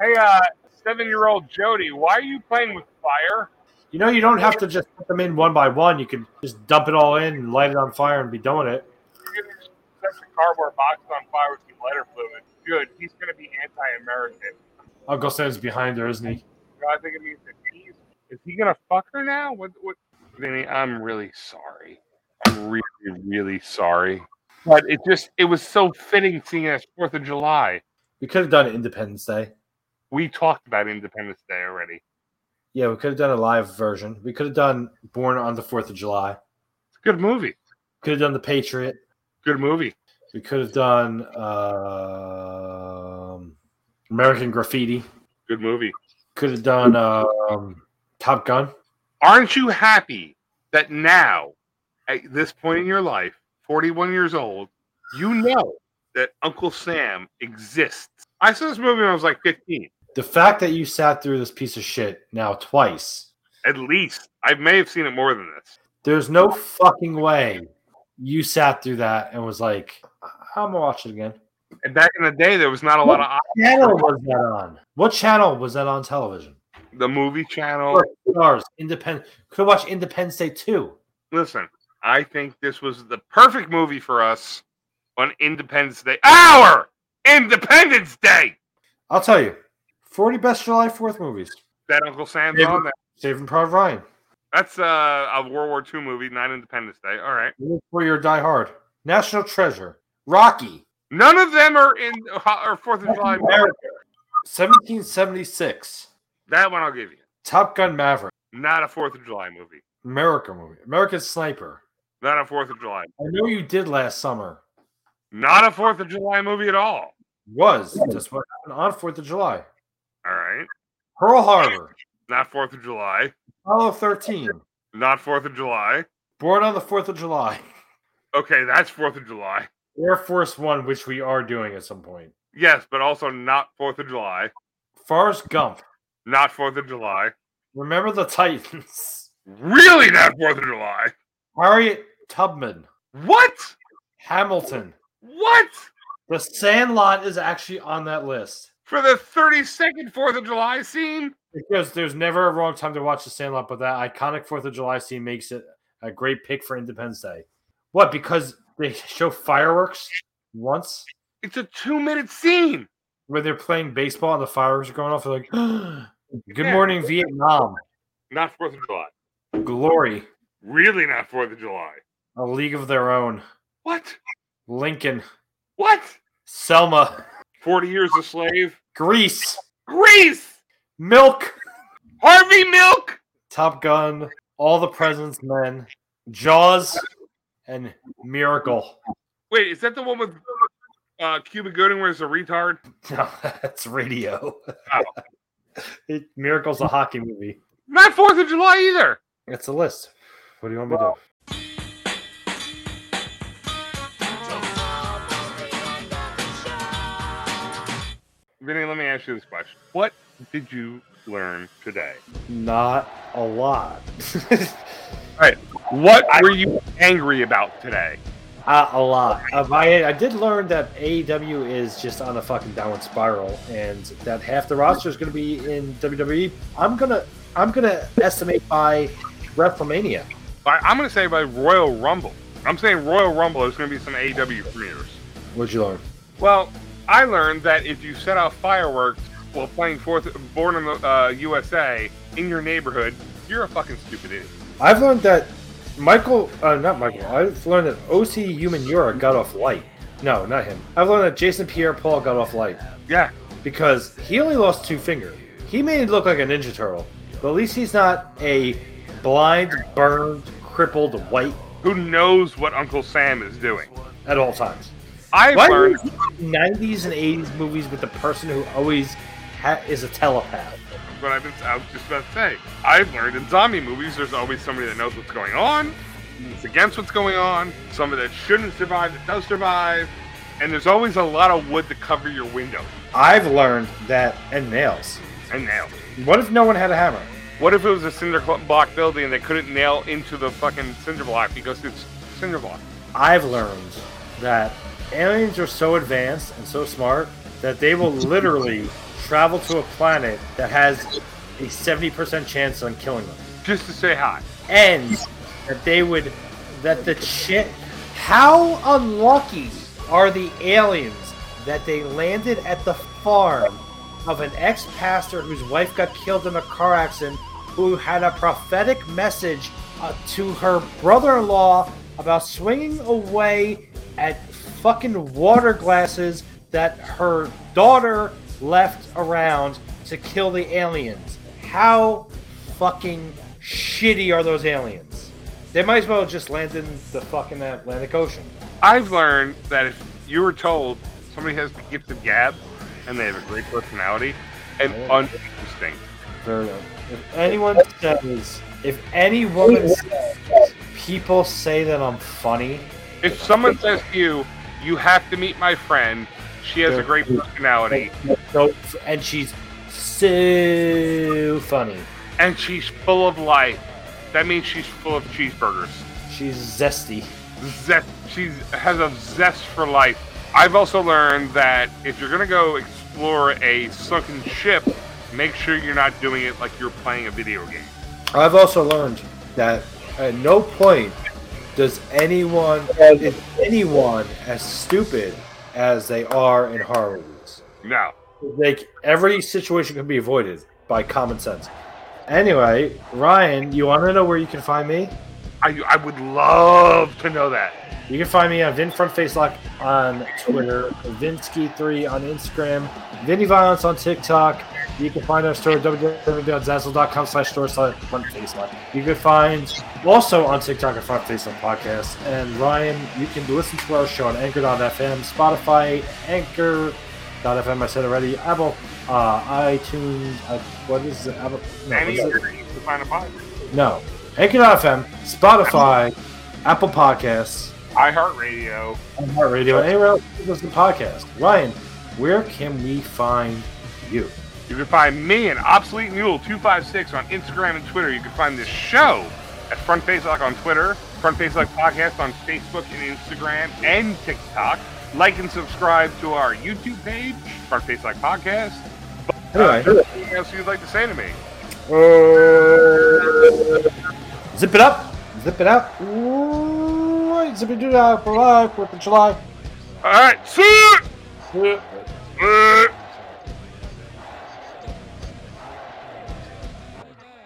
Hey, uh, seven year old Jody, why are you playing with fire? you know, you don't have to just put them in one by one. You could just dump it all in and light it on fire and be doing it. You're gonna just set the cardboard box on fire with some lighter fluid. Good, he's gonna be anti American. Uncle Sam's behind her, isn't he? I think it means that he's. Is he gonna fuck her now? What? What? Vinny, I'm really sorry. I'm really, really sorry. But it just, it was so fitting seeing as Fourth of July. We could have done Independence Day. We talked about Independence Day already. Yeah, we could have done a live version. We could have done Born on the Fourth of July. It's a good movie. Could have done The Patriot. Good movie. We could have done um American Graffiti. Good movie. Could have done um, Top Gun. aren't you happy that now at this point in your life 41 years old you know that uncle sam exists i saw this movie when i was like 15 The fact that you sat through this piece of shit now twice, at least i may have seen it more than this there's no fucking way you sat through that and was like, I'm gonna watch it again. and back in the day there was not a lot of What channel was that on? What channel was that on television? op- the movie channel Or Stars, Independent. Could have watched Independence Day too. listen i think this was the perfect movie for us on independence day our independence day I'll tell you, 40 best July 4th movies. that uncle sam's Yeah. on that Saving Private Ryan. that's uh, a world war ii movie not independence day all right Live for your Die Hard. National Treasure. Rocky. None of them are in or Fourth of July. America. 1776. That one I'll give you. Top Gun Maverick. Not a Fourth of July movie. America movie. American Sniper. Not a Fourth of July. I know you did last summer. Not a Fourth of July movie at all. Was just what happened on Fourth of July. All right. Pearl Harbor. Not Fourth of July. Apollo 13. Not Fourth of July. Born on the Fourth of July. Okay, that's Fourth of July. Air Force One, which we are doing at some point. Yes, but also not Fourth of July. Forrest Gump. Not Fourth of July. Remember the Titans. Really not Fourth of July. Harriet Tubman. What? Hamilton. What? The Sandlot is actually on that list. For the 32nd Fourth of July scene? Because there's never a wrong time to watch The Sandlot, but that iconic Fourth of July scene makes it a great pick for Independence Day. What? Because they show fireworks once It's a two minute scene. when they're playing baseball and the fireworks are going off. They're like, "Good Yeah. morning, Vietnam, Not Fourth of July. glory, Really not Fourth of July. a league of their own, What? Lincoln, What? Selma, 40 Years a Slave. Greece, Grease! Milk, Harvey Milk! Top Gun, All the President's Men, Jaws, and Miracle." Wait, is that the one with uh, Cuba Gooding where it's a retard? No, that's radio. it, Miracle's a hockey movie. Not 4th of July either. It's a list. What do you want me to do? Vinny, let me ask you this question. What did you learn today? Not a lot. What were you angry about today? Uh, a lot. Uh, I, I did learn that AEW is just on a fucking downward spiral, and that half the roster is going to be in WWE. I'm gonna I'm gonna estimate by WrestleMania. By, I'm going to say by Royal Rumble. I'm saying Royal Rumble is going to be some AEW premieres. What'd you learn? Well, I learned that if you set off fireworks while playing fourth, Born in the uh, USA in your neighborhood, you're a fucking stupid idiot. I've learned that Michael, uh, not Michael. I've learned that OC Human Yura got off light. No, not him. I've learned that Jason Pierre-Paul got off light. Yeah, because he only lost two fingers. He made it look like a Ninja Turtle, but at least he's not a blind, burned, crippled white who knows what Uncle Sam is doing. at all times. I Why are learned you in 90s and 80s movies with the person who always ha- is a telepath? what I've been, I was just about to say. I've learned in zombie movies, there's always somebody that knows what's going on. It's against what's going on, some of that shouldn't survive that does survive, and there's always a lot of wood to cover your window I've learned that, and nails. and nails. What if no one had a hammer? What if it was a cinder cl- block building and they couldn't nail into the fucking cinder block because it's cinder block? I've learned that aliens are so advanced and so smart that they will literally travel to a planet that has a 70% chance on killing them. Just to say hi. And that they would, that the shit. How unlucky are the aliens that they landed at the farm of an ex pastor whose wife got killed in a car accident, who had a prophetic message uh, to her brother in law about swinging away at fucking water glasses that her daughter left around to kill the aliens. How fucking shitty are those aliens? They might as well just land in the fucking Atlantic Ocean. I've learned that if you were told somebody has the gift of gab and they have a great personality and uninteresting, If anyone says, if any woman says, people say that I'm funny, if someone says to you, you have to meet my friend, she has a great personality so, and she's so funny. and she's full of life, that means she's full of cheeseburgers. She's zesty. zest. She has a zest for life. I've also learned that if you're gonna go explore a sunken ship, make sure you're not doing it like you're playing a video game. I've also learned that at no point does anyone is anyone as stupid as they are in horror movies. No, Like every situation can be avoided by common sense. Anyway, Ryan, you want to know where you can find me? I, I would love to know that. You can find me on Vin Front Face Lock on Twitter, Vinsky3 on Instagram, Vinny Violence on TikTok. You can find our store at www.zazzle.com slash store slash front face lock. You can find also on TikTok at Front Face Lock Podcast. And Ryan, you can listen to our show on Anchor.fm, Spotify, Anchor.fm, I said already, Apple, uh, iTunes, uh, what is it? Apple, no, Any what's it? reason to find a body. no. Anchor.fm, Spotify, Apple Podcasts, iHeartRadio. on Radio and anywhere else you listen to podcasts. Ryan, where can we find you? You can find me and Obsolete Mule 256 on Instagram and Twitter. You can find this show at Front Face Lock on Twitter, Front Face Lock Podcast on Facebook and Instagram and TikTok. Like and subscribe to our YouTube page, Front Face Lock Podcast. Anyway, Anything else you'd like to say to me? Uh, zip it up, zip it up, Ooh, zip it up, July, Fourth of July. All right, see you! Yeah.